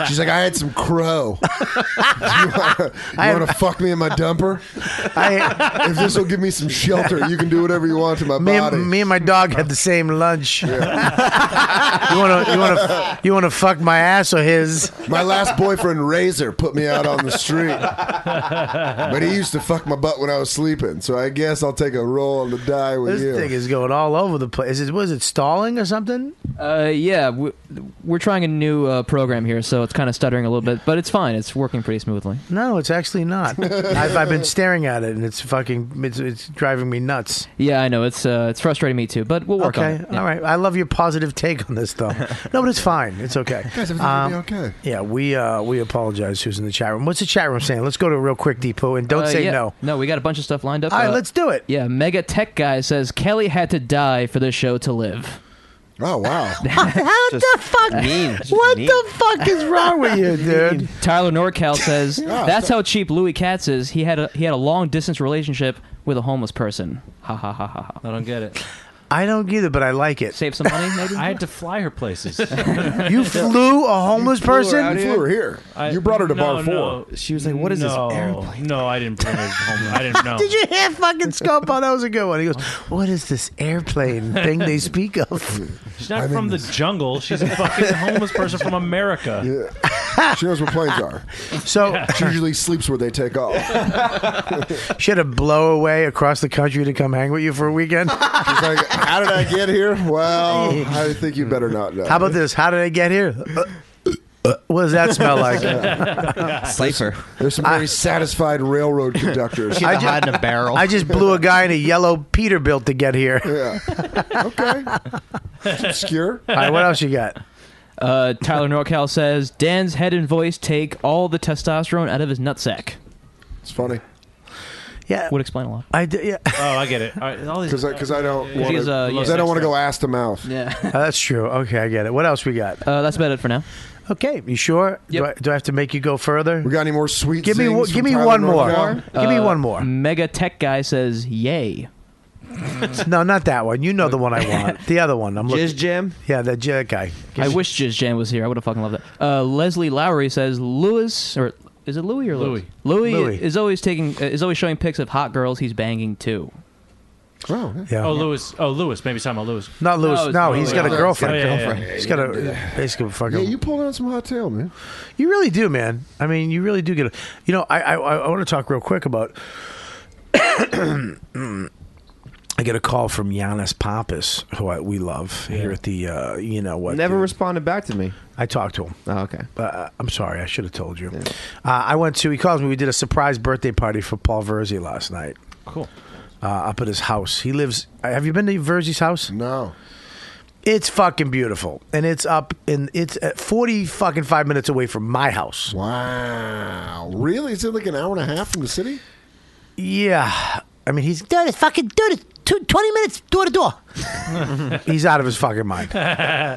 [SPEAKER 5] She's like, I had some crow. You
[SPEAKER 7] I-
[SPEAKER 5] want to fuck me in my dumper?
[SPEAKER 7] I-
[SPEAKER 5] if this will give me some shelter, you can do whatever you want to my
[SPEAKER 7] Me
[SPEAKER 5] body.
[SPEAKER 7] and, me and my dog had the same lunch. you want to you want to you want to fuck my ass or his?
[SPEAKER 5] My last boyfriend, Razor, put me out on the street. But he used to fuck my butt when I was sleeping, so I guess I'll take a roll on the die with
[SPEAKER 7] This
[SPEAKER 5] you.
[SPEAKER 7] thing is going all over the place. Is it was it stalling or something?
[SPEAKER 17] uh, yeah, we, we're trying a new uh, program here, so it's kind of stuttering a little bit, but it's fine. It's working pretty smoothly.
[SPEAKER 7] No, it's actually not. I've, I've been staring at it and it's fucking it's, it's driving me nuts.
[SPEAKER 17] Yeah, I know. It's uh, it's frustrating me too, but we'll work
[SPEAKER 7] okay,
[SPEAKER 17] on it. Yeah.
[SPEAKER 7] all right. I love your positive take on this, though. no, but it's fine. It's okay. Uh,
[SPEAKER 5] Guys, everything will
[SPEAKER 7] Um,
[SPEAKER 5] be okay.
[SPEAKER 7] Yeah, we uh, we apologize. Who's in the chat room? What's the chat room saying? Let's go to real quick, Depot, and don't
[SPEAKER 17] Uh,
[SPEAKER 7] say
[SPEAKER 17] yeah.
[SPEAKER 7] no.
[SPEAKER 17] No, we got a bunch of stuff lined up. uh,
[SPEAKER 7] All right, let's do it.
[SPEAKER 17] Yeah, Mega Tech Guy says Kelly had to die for the show to live.
[SPEAKER 5] Oh wow!
[SPEAKER 7] How the fuck? What the fuck is wrong with you, dude?
[SPEAKER 17] Tyler Norcal says
[SPEAKER 7] Yeah.
[SPEAKER 17] that's how cheap Louis Katz is. He had a he had a long distance relationship with a homeless person. Ha ha ha ha ha.
[SPEAKER 8] I don't get it.
[SPEAKER 7] I don't either, but I like it.
[SPEAKER 17] Save some money, maybe.
[SPEAKER 8] I had to fly her places.
[SPEAKER 7] You flew a homeless
[SPEAKER 8] flew her
[SPEAKER 7] person.
[SPEAKER 8] out You flew her
[SPEAKER 5] here.
[SPEAKER 8] I- no, no.
[SPEAKER 7] She was like, "What is this
[SPEAKER 8] No. No, I didn't bring her home. I didn't know.
[SPEAKER 7] Did you hear fucking Scopo? That was a good one. He goes, "What is this airplane thing they speak of?"
[SPEAKER 8] She's not from the jungle. She's a fucking homeless person from America.
[SPEAKER 5] she knows where planes are.
[SPEAKER 7] So
[SPEAKER 5] she usually sleeps where they take off.
[SPEAKER 7] She had to blow away across the country to come hang with you for a weekend.
[SPEAKER 5] She's like, "How did I get here? Well, I think you better not know."
[SPEAKER 7] How about this? How did I get here? Uh, uh, What does that smell like?
[SPEAKER 5] Cipher. There's some very satisfied railroad conductors.
[SPEAKER 7] I ju- I just blew a guy in a yellow Peterbilt to get here.
[SPEAKER 5] obscure.
[SPEAKER 7] All right, what else you got?
[SPEAKER 17] Uh, Tyler NorCal says Dan's head and voice take all the testosterone out of his nutsack.
[SPEAKER 5] It's funny.
[SPEAKER 7] Yeah,
[SPEAKER 17] would explain a lot.
[SPEAKER 7] I do, yeah. Uh,
[SPEAKER 8] Oh, I get it. All right, all these
[SPEAKER 5] Because because I, don't
[SPEAKER 17] Yeah.
[SPEAKER 5] want
[SPEAKER 17] He's, uh, yeah.
[SPEAKER 5] I don't want to go ass to mouth.
[SPEAKER 17] Yeah.
[SPEAKER 7] that's true. Okay, I get it. What else we got?
[SPEAKER 17] Uh, that's about it for now.
[SPEAKER 7] Okay, you sure? Do, I, do I have to make you go further? We
[SPEAKER 5] got any more sweet?
[SPEAKER 7] Give me,
[SPEAKER 17] zings
[SPEAKER 7] one-
[SPEAKER 17] from
[SPEAKER 7] give me
[SPEAKER 17] Tyler
[SPEAKER 7] one more.
[SPEAKER 17] Northcott?
[SPEAKER 7] Give me
[SPEAKER 17] Uh,
[SPEAKER 7] one more.
[SPEAKER 17] Mega Tech guy says, "Yay."
[SPEAKER 7] no, not that one. You know the one I want. The other one. I'm looking.
[SPEAKER 17] Jizz Jam?
[SPEAKER 7] Yeah, that Jizz guy.
[SPEAKER 17] I wish Jizz Jam was here. I would have fucking loved that. Uh, Leslie Lowry says Lewis or is it Louis or Louis? Louis,
[SPEAKER 7] Louis.
[SPEAKER 17] is always taking uh, is always showing pics of hot girls he's banging too.
[SPEAKER 5] Oh,
[SPEAKER 8] Oh, Lewis. Oh, Lewis. Maybe talking about Lewis.
[SPEAKER 7] Not Lewis. No, he's got a girlfriend.
[SPEAKER 8] Oh, yeah, yeah, yeah.
[SPEAKER 7] He's got a basically a fucking.
[SPEAKER 5] Yeah, you pulled out some hot tail, man.
[SPEAKER 7] You really do, man. I mean, you really do get. A, you know, I I, I want to talk real quick about. I get a call from Giannis Pappas, who I, we love here at the. Uh, you know what?
[SPEAKER 9] Never responded back to me.
[SPEAKER 7] I talked to him.
[SPEAKER 9] Oh, okay.
[SPEAKER 7] Uh, I'm sorry. I should have told you. Uh, I went to. He calls me. We did a surprise birthday party for Paul Verzi last night.
[SPEAKER 8] Oh, Cool.
[SPEAKER 7] Uh, up at his house. He lives. Have you been to Verzi's house?
[SPEAKER 5] No.
[SPEAKER 7] It's fucking beautiful, and it's up in. It's at 40 fucking five minutes away from my house.
[SPEAKER 5] Wow. Really? Is it like an hour and a half from the city?
[SPEAKER 7] Yeah. I mean, he's
[SPEAKER 15] Dude, it's fucking dude, it's two, 20 minutes door to door.
[SPEAKER 7] he's out of his fucking mind.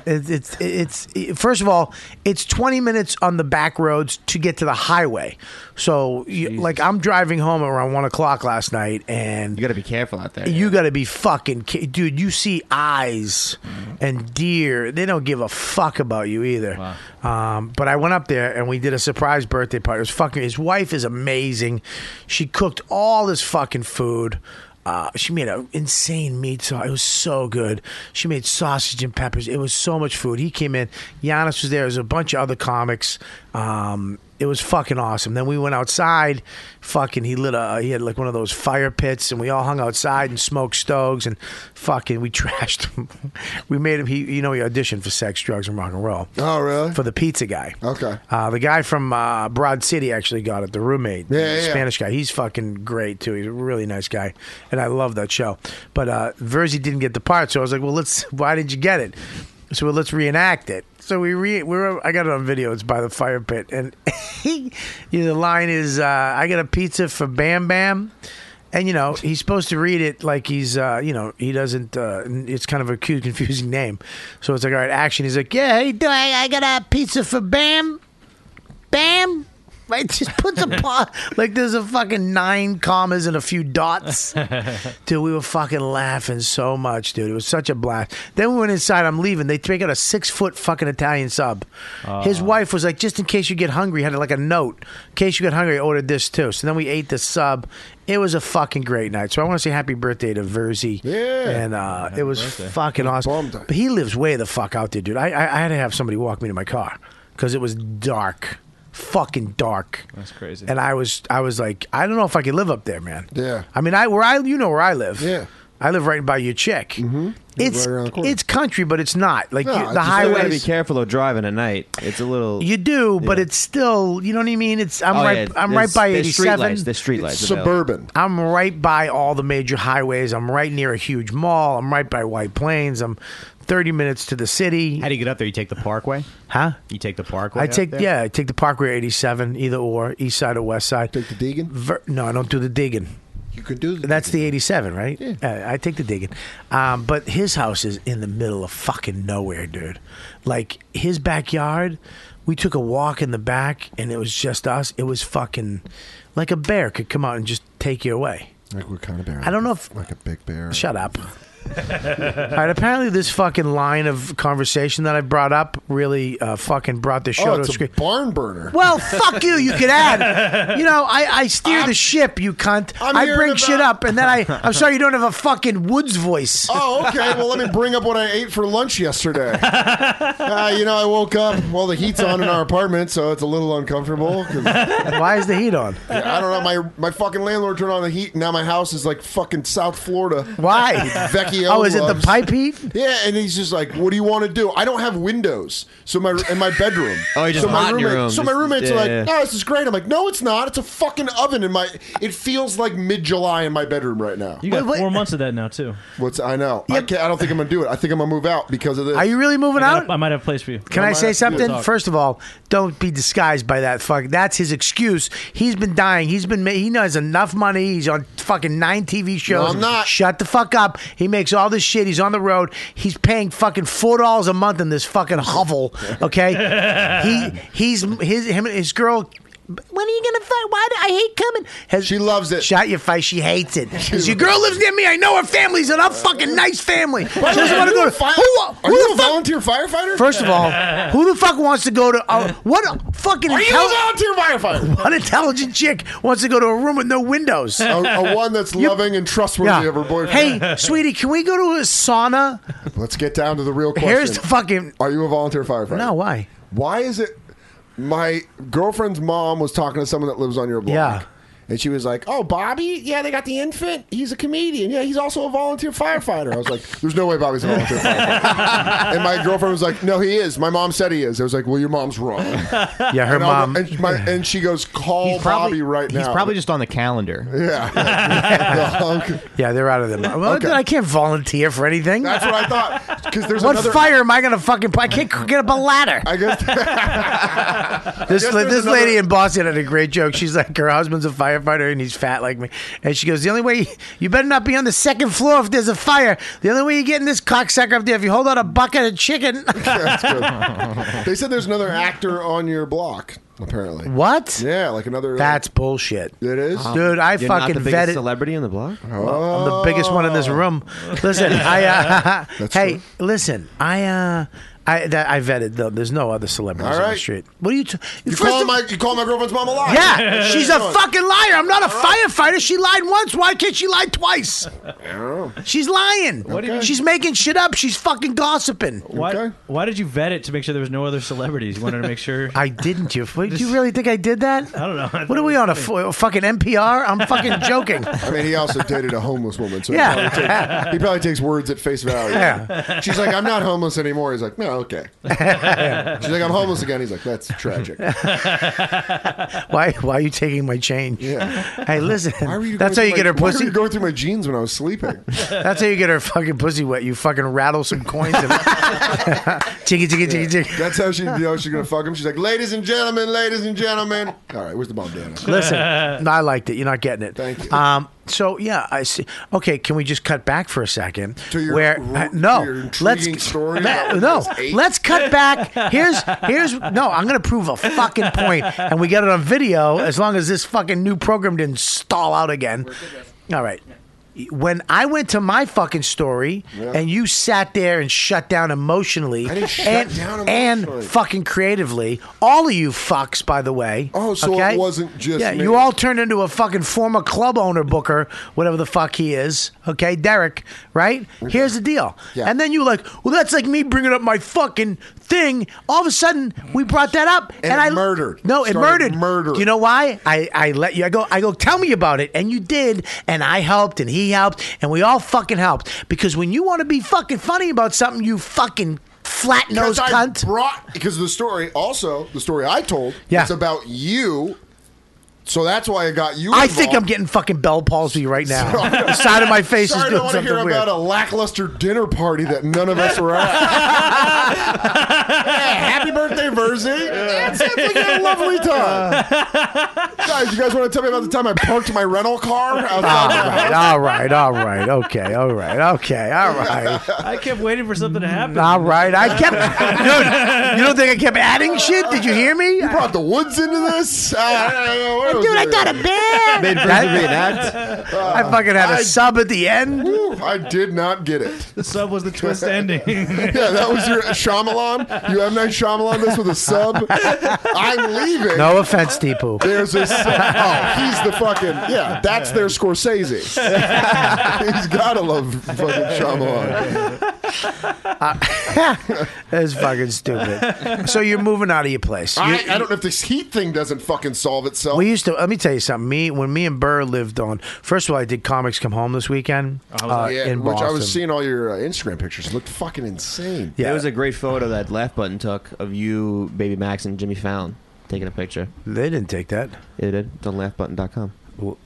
[SPEAKER 7] It's, it's it's first of all, it's 20 minutes on the back roads to get to the highway. So, you, like, I'm driving home around one o'clock last night, and you
[SPEAKER 9] got to be careful out there.
[SPEAKER 7] You got to be fucking ki- dude. You see eyes and deer. They don't give a fuck about you either. Um, but I went up there and we did a surprise birthday party. It was fucking. His wife is amazing. She cooked all this fucking food. Uh, she made an insane meat sauce. It was so good. She made sausage and peppers. It was so much food. He came in. Giannis was there. There was a bunch of other comics. Um, it was fucking awesome. Then we went outside. Fucking, he lit a. He had like one of those fire pits, and we all hung outside and smoked stoves and fucking. We trashed him. we made him. He, you know, he auditioned for Sex, Drugs, and Rock and Roll.
[SPEAKER 5] Oh, really?
[SPEAKER 7] For the pizza guy.
[SPEAKER 5] Okay.
[SPEAKER 7] Uh, the guy from uh, Broad City actually got it. The roommate,
[SPEAKER 5] Yeah,
[SPEAKER 7] the
[SPEAKER 5] yeah, yeah.
[SPEAKER 7] Spanish guy. He's fucking great too. He's a really nice guy, and I love that show. But uh, Verzi didn't get the part, so I was like, "Well, let's. Why did you get it? So well, let's reenact it." So we re we were, I got it on video. It's by the fire pit, and he, you know, the line is, uh, "I got a pizza for Bam Bam." And you know he's supposed to read it like he's uh, you know he doesn't. Uh, it's kind of a cute, confusing name, so it's like all right, action. He's like, yeah,
[SPEAKER 15] How you doing? I, I got a pizza for Bam. Bam.
[SPEAKER 7] Right, just puts a pa- like there's a fucking nine commas and a few dots. dude, we were fucking laughing so much, dude. It was such a blast. Then we went inside. I'm leaving. They take out a six foot fucking Italian sub. His wife was like, just in case you get hungry, had like a note. In case you get hungry, I ordered this too. So then we ate the sub. It was a fucking great night. So I want to say happy birthday to Verzi. Yeah. And uh, it was fucking awesome. But he lives way the fuck out there, dude. I, I, I had to have somebody walk me to my car because it was dark. Fucking dark.
[SPEAKER 8] That's crazy.
[SPEAKER 7] And I was I was like, I don't know if I could live up there, man.
[SPEAKER 5] Yeah.
[SPEAKER 7] I mean, I where I you know where I live. Yeah. I live right by your chick. Mm-hmm. It's
[SPEAKER 9] Right around the corner.
[SPEAKER 7] it's country, but it's not like you, the
[SPEAKER 9] You gotta be
[SPEAKER 7] highways.
[SPEAKER 9] careful though driving at night. It's a little.
[SPEAKER 7] You do, but it's still you know what I mean. It's I'm
[SPEAKER 9] Oh,
[SPEAKER 7] right
[SPEAKER 9] yeah.
[SPEAKER 7] I'm right
[SPEAKER 9] There's-
[SPEAKER 7] by
[SPEAKER 9] there's
[SPEAKER 7] eighty seven.
[SPEAKER 9] streetlights. There's streetlights It's available. suburban.
[SPEAKER 7] I'm right by all the major highways. I'm right near a huge mall. I'm right by White Plains. I'm thirty minutes to the city.
[SPEAKER 2] How do you get up there? You take the parkway?
[SPEAKER 7] Huh?
[SPEAKER 2] You take the parkway?
[SPEAKER 7] I
[SPEAKER 2] up
[SPEAKER 7] take
[SPEAKER 2] there?
[SPEAKER 7] yeah, I take the Parkway 87, either or east side or west side. Take the Deegan? Ver- no, I don't do the Deegan.
[SPEAKER 5] You could do the
[SPEAKER 7] That's the 87, right? Yeah. I take the Deegan. Um, but his house is in the middle of fucking nowhere, dude. Like his backyard, we took a walk in the back and it was just us. It was fucking like a bear could come out and just take you away.
[SPEAKER 5] Like what kind of bear?
[SPEAKER 7] I don't know if
[SPEAKER 5] Like a big bear.
[SPEAKER 7] Shut up. All right. Apparently, this fucking line of conversation that I brought up really uh, fucking brought the show
[SPEAKER 5] Oh,
[SPEAKER 7] to
[SPEAKER 5] it's
[SPEAKER 7] a
[SPEAKER 5] a
[SPEAKER 7] scream.
[SPEAKER 5] barn burner.
[SPEAKER 7] Well, fuck you. You could add. You know, I, I steer the ship. You cunt.
[SPEAKER 5] I'm
[SPEAKER 7] I
[SPEAKER 5] hearing
[SPEAKER 7] bring shit
[SPEAKER 5] about-
[SPEAKER 7] up, and then I. I'm sorry you don't have a fucking Woods voice.
[SPEAKER 5] Oh, okay. Well, let me bring up what I ate for lunch yesterday. Uh, you know, I woke up. Well, the heat's on in our apartment, so it's a little uncomfortable. 'cause-
[SPEAKER 7] Why is the heat on?
[SPEAKER 5] I don't know. My my fucking landlord turned on the heat, and now my house is like fucking South Florida.
[SPEAKER 7] Why?
[SPEAKER 5] Vecchio.
[SPEAKER 7] Oh, is it the
[SPEAKER 5] loves-
[SPEAKER 7] pipe heat?
[SPEAKER 5] Yeah, and he's just like, "What do you want to do?" I don't have windows, so my in my bedroom.
[SPEAKER 10] Oh, you're just
[SPEAKER 5] so my
[SPEAKER 10] hot in
[SPEAKER 5] roommate,
[SPEAKER 10] your room.
[SPEAKER 5] So my
[SPEAKER 10] Just-
[SPEAKER 5] roommates are
[SPEAKER 10] yeah,
[SPEAKER 5] like,
[SPEAKER 10] yeah.
[SPEAKER 5] "No, this is great." I'm like, "No, it's not. It's a fucking oven in my. It feels like mid July in my bedroom right now."
[SPEAKER 8] You got four months of that now too.
[SPEAKER 5] What's I know. I can't, I don't think I'm gonna do it. I think I'm gonna move out because of this.
[SPEAKER 7] Are you really moving
[SPEAKER 8] I,
[SPEAKER 7] out?
[SPEAKER 8] might- I might have a place for you.
[SPEAKER 7] Can I say something? First of all, don't be disguised by that fuck. That's his excuse. He's been dying. He's been. ma- He knows enough money. He's on fucking nine TV shows.
[SPEAKER 5] I'm not.
[SPEAKER 7] Shut the fuck up. He makes all this shit. He's on the road. He's paying fucking four dollars a month in this fucking hovel. Okay. he he's his him and his girl. When are you gonna fight? Why do I hate coming? Has, she loves it. Shut your face. She hates it. 'Cause your girl lives near me. I know her family's an up fucking nice family. She
[SPEAKER 5] By the way,
[SPEAKER 7] doesn't want
[SPEAKER 5] are
[SPEAKER 7] to
[SPEAKER 5] you
[SPEAKER 7] go
[SPEAKER 5] a
[SPEAKER 7] to.
[SPEAKER 5] fi-
[SPEAKER 7] Who,
[SPEAKER 5] are
[SPEAKER 7] who
[SPEAKER 5] you
[SPEAKER 7] the
[SPEAKER 5] a
[SPEAKER 7] fuck?
[SPEAKER 5] volunteer firefighter?
[SPEAKER 7] First of all, who the fuck wants to go to uh, what a fucking
[SPEAKER 5] Are you
[SPEAKER 7] intelli-
[SPEAKER 5] a volunteer firefighter?
[SPEAKER 7] What intelligent chick wants to go to a room with no windows?
[SPEAKER 5] A, a one that's
[SPEAKER 7] You-
[SPEAKER 5] loving and trustworthy of her boyfriend.
[SPEAKER 7] Hey, sweetie, can we go to a sauna?
[SPEAKER 5] Let's get down to the real question.
[SPEAKER 7] Here's the fucking.
[SPEAKER 5] Are you a volunteer firefighter?
[SPEAKER 7] No, why?
[SPEAKER 5] Why is it? My girlfriend's mom was talking to someone that lives on your block. Yeah. And she was like, "Oh, Bobby, yeah, they got the infant. He's a comedian. Yeah, he's also a volunteer firefighter." I was like, "There's no way Bobby's a volunteer firefighter." and my girlfriend was like, "No, he is. My mom said he is." I was like, "Well, your mom's wrong."
[SPEAKER 7] Yeah,
[SPEAKER 5] and I'll go- and, my, and she goes, "Call Bobby right now."
[SPEAKER 10] He's probably just on the calendar.
[SPEAKER 5] Yeah.
[SPEAKER 7] Yeah, they're out of their mind. Well,
[SPEAKER 5] Okay.
[SPEAKER 7] then I can't volunteer for anything.
[SPEAKER 5] That's what I thought. Because there's
[SPEAKER 7] what
[SPEAKER 5] another
[SPEAKER 7] fire am I gonna fucking? I can't get up a ladder.
[SPEAKER 5] I guess
[SPEAKER 7] this
[SPEAKER 5] guess
[SPEAKER 7] la-
[SPEAKER 5] there's
[SPEAKER 7] this
[SPEAKER 5] another-
[SPEAKER 7] lady in Boston had a great joke. She's like, her husband's a firefighter and he's fat like me, and she goes, the only way you better not be on the second floor if there's a fire. The only way you get in this cocksucker up there if you hold out a bucket of chicken.
[SPEAKER 5] That's good. they said there's another actor on your block, apparently.
[SPEAKER 7] What?
[SPEAKER 5] Yeah, like another.
[SPEAKER 7] That's Uh-huh. bullshit.
[SPEAKER 5] It is,
[SPEAKER 7] dude. I fucking
[SPEAKER 9] You're not the biggest
[SPEAKER 7] vetted.
[SPEAKER 9] celebrity in the block.
[SPEAKER 7] I'm the biggest one in this room. Listen, I uh, hey, listen, I uh, I that, I vetted though. There's no other celebrities
[SPEAKER 5] All
[SPEAKER 7] on the
[SPEAKER 5] right.
[SPEAKER 7] street. What are you? T-
[SPEAKER 5] You
[SPEAKER 7] First
[SPEAKER 5] call
[SPEAKER 7] of-
[SPEAKER 5] my you call my girlfriend's mom a liar.
[SPEAKER 7] Yeah, she's a
[SPEAKER 5] Come on.
[SPEAKER 7] fucking liar. I'm not a firefighter. She lied once. Why can't she lie twice? She's lying.
[SPEAKER 8] Okay.
[SPEAKER 7] She's making shit up. She's fucking gossiping.
[SPEAKER 8] Why, why did you vet it to make sure there was no other celebrities? You wanted to make sure.
[SPEAKER 7] I didn't. You? Do you really think I did that? I
[SPEAKER 8] don't know.
[SPEAKER 7] What are we on a f- a fucking NPR? I'm fucking joking.
[SPEAKER 5] I mean, he also dated a homeless woman, so
[SPEAKER 7] Yeah.
[SPEAKER 5] he, probably takes, he probably takes words at face value.
[SPEAKER 7] Yeah.
[SPEAKER 5] She's like, "I'm not homeless anymore." He's like, "No, okay." She's like, "I'm homeless again." He's like, "That's tragic."
[SPEAKER 7] Why? Why are you taking my change?
[SPEAKER 5] Yeah.
[SPEAKER 7] Hey, listen.
[SPEAKER 5] Why were you
[SPEAKER 7] That's how
[SPEAKER 5] going
[SPEAKER 7] you
[SPEAKER 5] through
[SPEAKER 7] get her
[SPEAKER 5] my- Why were
[SPEAKER 7] pussy.
[SPEAKER 5] you going through my jeans when I was sleeping?
[SPEAKER 7] That's how you get her fucking pussy wet. You fucking rattle some coins. And chicka chicka chicka chicka.
[SPEAKER 5] That's how she you know she's gonna fuck him. She's like, "Ladies and gentlemen, ladies and gentlemen." All right, where's the bomb, Dan?
[SPEAKER 7] Listen, no, I liked it. You're not getting it. Thank you. Um, so yeah, I see. Okay, can we just cut back for a second? To
[SPEAKER 5] your
[SPEAKER 7] where
[SPEAKER 5] ru-
[SPEAKER 7] uh, no,
[SPEAKER 5] to your intriguing
[SPEAKER 7] let's
[SPEAKER 5] story
[SPEAKER 7] let-
[SPEAKER 5] about
[SPEAKER 7] no,
[SPEAKER 5] those eight?
[SPEAKER 7] let's cut back. Here's here's no. I'm gonna prove a fucking point, and we got it on video. As long as this fucking new program didn't stall out again. All right. When I went to my fucking story,
[SPEAKER 5] Yeah.
[SPEAKER 7] and you sat there and shut down emotionally,
[SPEAKER 5] I didn't shut
[SPEAKER 7] and,
[SPEAKER 5] down emotionally.
[SPEAKER 7] and fucking creatively, all of you fucks, by the way.
[SPEAKER 5] Oh, so it
[SPEAKER 7] okay?
[SPEAKER 5] wasn't just
[SPEAKER 7] yeah.
[SPEAKER 5] me.
[SPEAKER 7] You all turned into a fucking former club owner, booker, whatever the fuck he is. Okay, Derek. Right. Here's the deal.
[SPEAKER 5] Mm-hmm. Yeah.
[SPEAKER 7] And then you like, well, that's like me bringing up my fucking thing. All of a sudden, we brought that up, and,
[SPEAKER 5] And
[SPEAKER 7] I
[SPEAKER 5] it murdered.
[SPEAKER 7] No, it
[SPEAKER 5] Started
[SPEAKER 7] murdered.
[SPEAKER 5] murder.
[SPEAKER 7] You know why? I I let you. I go. I go. Tell me about it. And you did. And I helped. And he helped. And we all fucking helped. Because when you want to be fucking funny about something, you fucking flat nose
[SPEAKER 5] Because I
[SPEAKER 7] cunt.
[SPEAKER 5] brought because the story also the story I told
[SPEAKER 7] Yeah.
[SPEAKER 5] is about you. So that's why I got you.
[SPEAKER 7] I think I'm
[SPEAKER 5] involved.
[SPEAKER 7] getting fucking bell palsy right now. the side of my face
[SPEAKER 5] Sorry,
[SPEAKER 7] is
[SPEAKER 5] I
[SPEAKER 7] doing
[SPEAKER 5] don't wanna
[SPEAKER 7] something
[SPEAKER 5] hear
[SPEAKER 7] weird.
[SPEAKER 5] about a lackluster dinner party that none of us were at. yeah, happy birthday, Verzi. That sounds like a lovely time. guys, you guys want to tell me about the time I parked my rental car
[SPEAKER 7] All
[SPEAKER 5] outside? my
[SPEAKER 7] right,
[SPEAKER 5] house?
[SPEAKER 7] all right, all right, okay, all right, okay, all right.
[SPEAKER 8] I kept waiting for something
[SPEAKER 7] Mm,
[SPEAKER 8] to happen.
[SPEAKER 7] All right, I kept. Dude, you don't think I kept adding shit? Did you hear me? You
[SPEAKER 5] brought the woods into this,
[SPEAKER 7] dude. I got a band.
[SPEAKER 5] Made Bruce
[SPEAKER 7] That- I fucking had a
[SPEAKER 5] I-
[SPEAKER 7] sub at the end.
[SPEAKER 5] I did not get it.
[SPEAKER 8] The sub was the twist ending.
[SPEAKER 5] yeah, that was your Shyamalan. You have night Shyamalan this with a sub. I'm leaving.
[SPEAKER 7] No offense, Deepu.
[SPEAKER 5] There's a sub. Oh, he's the fucking yeah. That's their Scorsese. he's gotta love fucking Shyamalan.
[SPEAKER 7] That's fucking stupid. So you're moving out of your place.
[SPEAKER 5] I,
[SPEAKER 7] You're-
[SPEAKER 5] I don't know if this heat thing doesn't fucking solve itself.
[SPEAKER 7] We used to. Let me tell you something. Me when me and Burr lived on. First of all, I did comics come home this weekend uh,
[SPEAKER 5] Oh, yeah,
[SPEAKER 7] in
[SPEAKER 5] which
[SPEAKER 7] Boston.
[SPEAKER 5] I was seeing all your uh, Instagram pictures. It looked fucking insane.
[SPEAKER 9] There was a great photo that Laugh Button took of you, Baby Max, and Jimmy Fallon taking a picture.
[SPEAKER 7] They didn't take that.
[SPEAKER 9] It did. It's on laughbutton.com.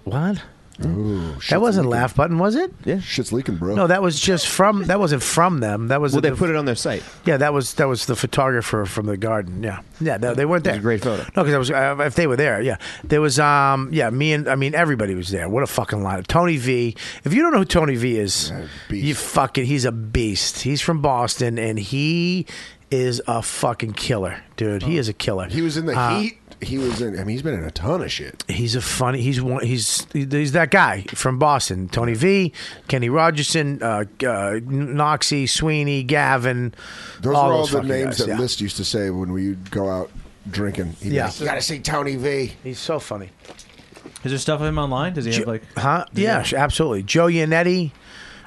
[SPEAKER 7] What?
[SPEAKER 5] Ooh,
[SPEAKER 7] that wasn't laugh button, was it?
[SPEAKER 9] Yeah,
[SPEAKER 5] shit's leaking, bro.
[SPEAKER 7] No, that was just from. That wasn't from them. That was.
[SPEAKER 9] Well, they
[SPEAKER 7] the-
[SPEAKER 9] put it on their site.
[SPEAKER 7] Yeah, that was that was the photographer from the garden. Yeah, yeah, no, they weren't there.
[SPEAKER 9] great photo.
[SPEAKER 7] No, because I was uh, if they were there, yeah, there was. Um, yeah, me and I mean everybody was there. What a fucking lineup. Tony V. If you don't know who Tony V is, you fucking he's a beast. He's from Boston and he is a fucking killer, dude.
[SPEAKER 9] Oh.
[SPEAKER 7] He is a killer.
[SPEAKER 5] He was in the
[SPEAKER 7] Uh,
[SPEAKER 5] heat. He was in. I mean, he's been in a ton of shit.
[SPEAKER 7] He's a funny. He's one. He's he's that guy from Boston. Tony V, Kenny Rogerson, uh, uh, Noxie, Sweeney, Gavin.
[SPEAKER 5] Those were all
[SPEAKER 7] those
[SPEAKER 5] the
[SPEAKER 7] fucking
[SPEAKER 5] names
[SPEAKER 7] guys,
[SPEAKER 5] that
[SPEAKER 7] yeah.
[SPEAKER 5] List used to say when we would go out drinking. He'd be
[SPEAKER 7] Yeah.
[SPEAKER 5] like, you gotta see Tony V.
[SPEAKER 7] He's so funny.
[SPEAKER 8] Is there stuff of him online? Does he have like?
[SPEAKER 7] Huh? Yeah, sh- absolutely. Joe Yannetti,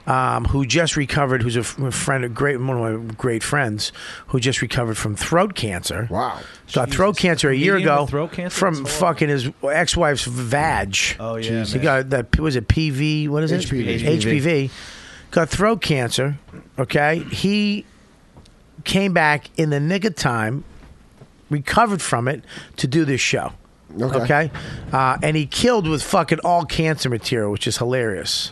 [SPEAKER 7] um, who just recovered, who's a f- a friend, a great one of my great friends, who just recovered from throat cancer.
[SPEAKER 5] Wow,
[SPEAKER 7] got throat cancer a year
[SPEAKER 8] Comedian with
[SPEAKER 7] ago.
[SPEAKER 8] throat cancer?
[SPEAKER 7] from fucking his ex-wife's vag.
[SPEAKER 8] Oh, yeah,
[SPEAKER 7] he
[SPEAKER 8] man.
[SPEAKER 7] got that. p- Was it PV? What is it?
[SPEAKER 8] HPV.
[SPEAKER 7] HPV. Got throat cancer. Okay, he came back in the nick of time, recovered from it to do this show.
[SPEAKER 5] Okay.
[SPEAKER 7] Uh, and he killed with fucking all cancer material, which is hilarious.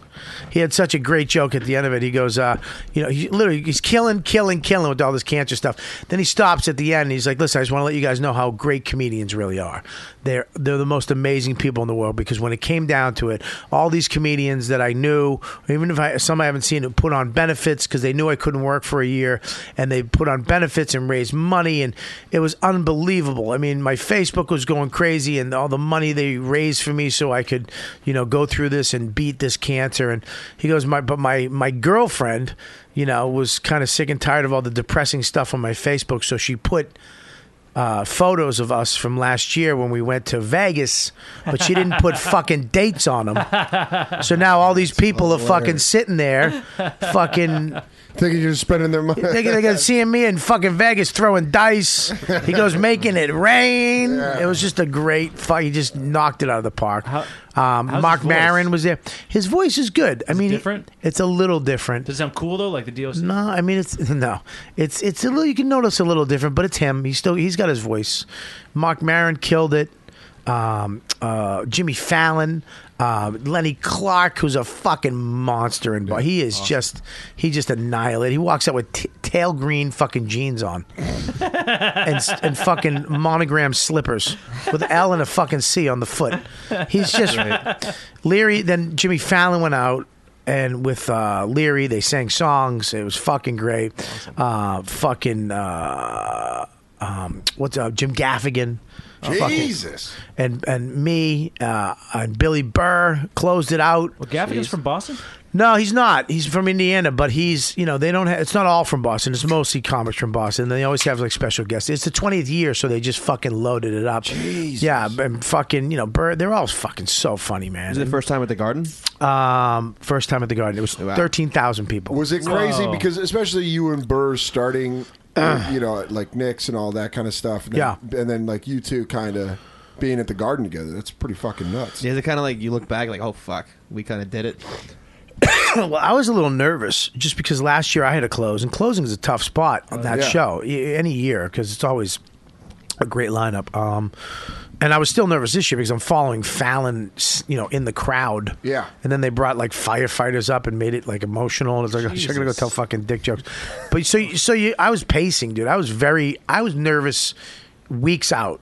[SPEAKER 7] He had such a great joke at the end of it. He goes, uh, you know, he literally he's killing, killing, killing with all this cancer stuff. Then he stops at the end. And he's like, listen, I just want to let you guys know how great comedians really are. They're they're the most amazing people in the world because when it came down to it, all these comedians that I knew, even if I some I haven't seen, who put on benefits because they knew I couldn't work for a year, and they put on benefits and raised money, and it was unbelievable. I mean, my Facebook was going crazy, and all the money they raised for me so I could, you know, go through this and beat this cancer. And he goes, my but my my girlfriend, you know, was kind of sick and tired of all the depressing stuff on my Facebook, so she put uh, photos of us from last year when we went to Vegas, but she didn't put fucking dates on them. So now all these people are fucking
[SPEAKER 5] hilarious.
[SPEAKER 7] sitting there, fucking.
[SPEAKER 5] Thinking you're spending their money.
[SPEAKER 7] Thinking they're gonna seeing me in fucking Vegas throwing dice. He goes making it rain. It was just a great fight. He just knocked it out of the park. um,
[SPEAKER 8] how's
[SPEAKER 7] Mark
[SPEAKER 8] his voice?
[SPEAKER 7] Maron was there. His voice is good. I mean, he-
[SPEAKER 8] different?
[SPEAKER 7] it's a little different.
[SPEAKER 8] Does it sound cool though? Like the DOC.
[SPEAKER 7] No, I mean it's no, it's it's a little. You can notice a little different, but it's him. He's still he's got his voice. Mark Maron killed it. Um, uh, Jimmy Fallon, uh, Lenny Clark, who's a fucking monster, and he is just he just annihilated. He walks out with t- tail green fucking jeans on, and s- and fucking monogram slippers with L and a fucking C on the foot. He's just Leary. Then Jimmy Fallon went out, and with uh, Leary, they sang songs. It was fucking great. Uh, fucking uh, um, what's uh, Jim Gaffigan? Uh, Fucking-
[SPEAKER 5] Jesus.
[SPEAKER 7] and and me uh, and Billy Burr closed it out.
[SPEAKER 8] Well, Gaffigan's from Boston.
[SPEAKER 7] No, he's not. He's from Indiana, but he's you know they don't. have It's not all from Boston. It's mostly comics from Boston. They always have like special guests. It's the twentieth year, so they just fucking loaded it up. Yeah, and fucking you know, Burr. They're all fucking so funny, man.
[SPEAKER 9] Is it the first time at the Garden?
[SPEAKER 7] Um, first time at the Garden. It was thirteen thousand people.
[SPEAKER 5] Was it crazy?
[SPEAKER 7] Whoa.
[SPEAKER 5] Because especially you and Burr starting,
[SPEAKER 7] Uh.
[SPEAKER 5] you know, at, like Knicks and all that kind of stuff. And then, yeah, and then like you two kind of being at the Garden together. That's pretty fucking nuts.
[SPEAKER 9] Yeah, is it kind of like you look back like, oh fuck, we kind of did it.
[SPEAKER 7] well, I was a little nervous just because last year I had to close, and closing is a tough spot on that
[SPEAKER 9] yeah.
[SPEAKER 7] show y- any year because it's always a great lineup. Um, and I was still nervous this year because I'm following Fallon, s- you know, in the crowd.
[SPEAKER 5] Yeah.
[SPEAKER 7] And then they brought like firefighters up and made it like emotional. And it's like, oh, she's gonna go
[SPEAKER 5] Jesus.
[SPEAKER 7] tell fucking dick jokes. But so, you- so you, I was pacing, dude. I was very, I was nervous weeks out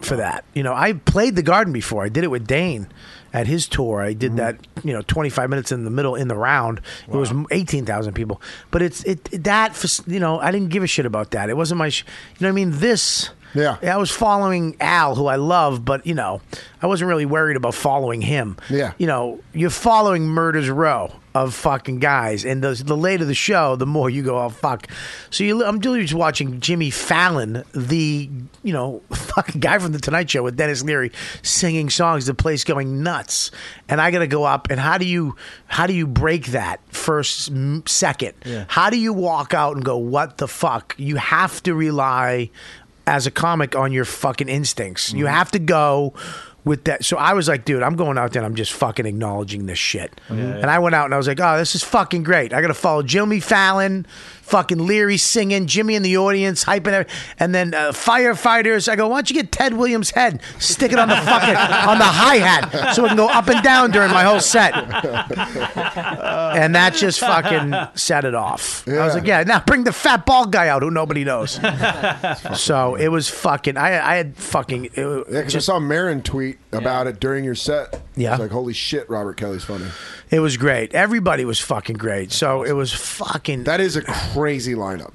[SPEAKER 7] for that. You know, I played the garden before. I did it with Dane at his tour. I did that, you know, 25 minutes in the middle in the round. It was 18,000 people. But it's it that for, s- you know, I didn't give a shit about that. It wasn't my sh- you know what I mean? This yeah. I was following Al, who I love, but you know, I wasn't really worried about following him. Yeah. You know, you're following Murder's Row of fucking guys, and the, the later the show, the more you go, oh fuck. So you, I'm literally just watching Jimmy Fallon, the you know fucking guy from the Tonight Show with Dennis Leary, singing songs. The place going nuts, and I got to go up. And how do you how do you break that first m- second?
[SPEAKER 6] Yeah.
[SPEAKER 7] How do you walk out and go, what the fuck? You have to rely as a comic on your fucking instincts. You have to go with that. So I was like, dude, I'm going out there and I'm just fucking acknowledging this shit.
[SPEAKER 6] Yeah, yeah.
[SPEAKER 7] And I went out and I was like, oh, this is fucking great. I got to follow Jimmy Fallon, fucking Leary singing, Jimmy in the audience, hyping every- And then uh, firefighters, I go, why don't you get Ted Williams' head, stick it on the fucking, on the hi hat so it can go up and down during my whole set. and that just fucking set it off. I was like, yeah, now bring the fat bald guy out who nobody knows. so it was fucking. I I had fucking. It, was-
[SPEAKER 5] Yeah, because I
[SPEAKER 7] just-
[SPEAKER 5] saw Marin tweet about it during your set.
[SPEAKER 7] Yeah.
[SPEAKER 5] It's like, holy shit, Robert Kelly's funny.
[SPEAKER 7] it was great. Everybody was fucking great. So it was fucking. That
[SPEAKER 5] is a crazy lineup.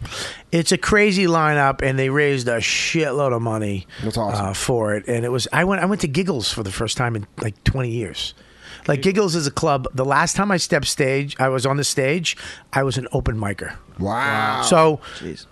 [SPEAKER 7] It's a crazy lineup, and they raised a shitload of money. That's awesome. Uh, for it, and it was. I went. I went to Giggles for the first time in like twenty years. Like Giggles is a club. The last time I stepped stage, I was on the stage. I was an open micer.
[SPEAKER 5] Wow.
[SPEAKER 7] So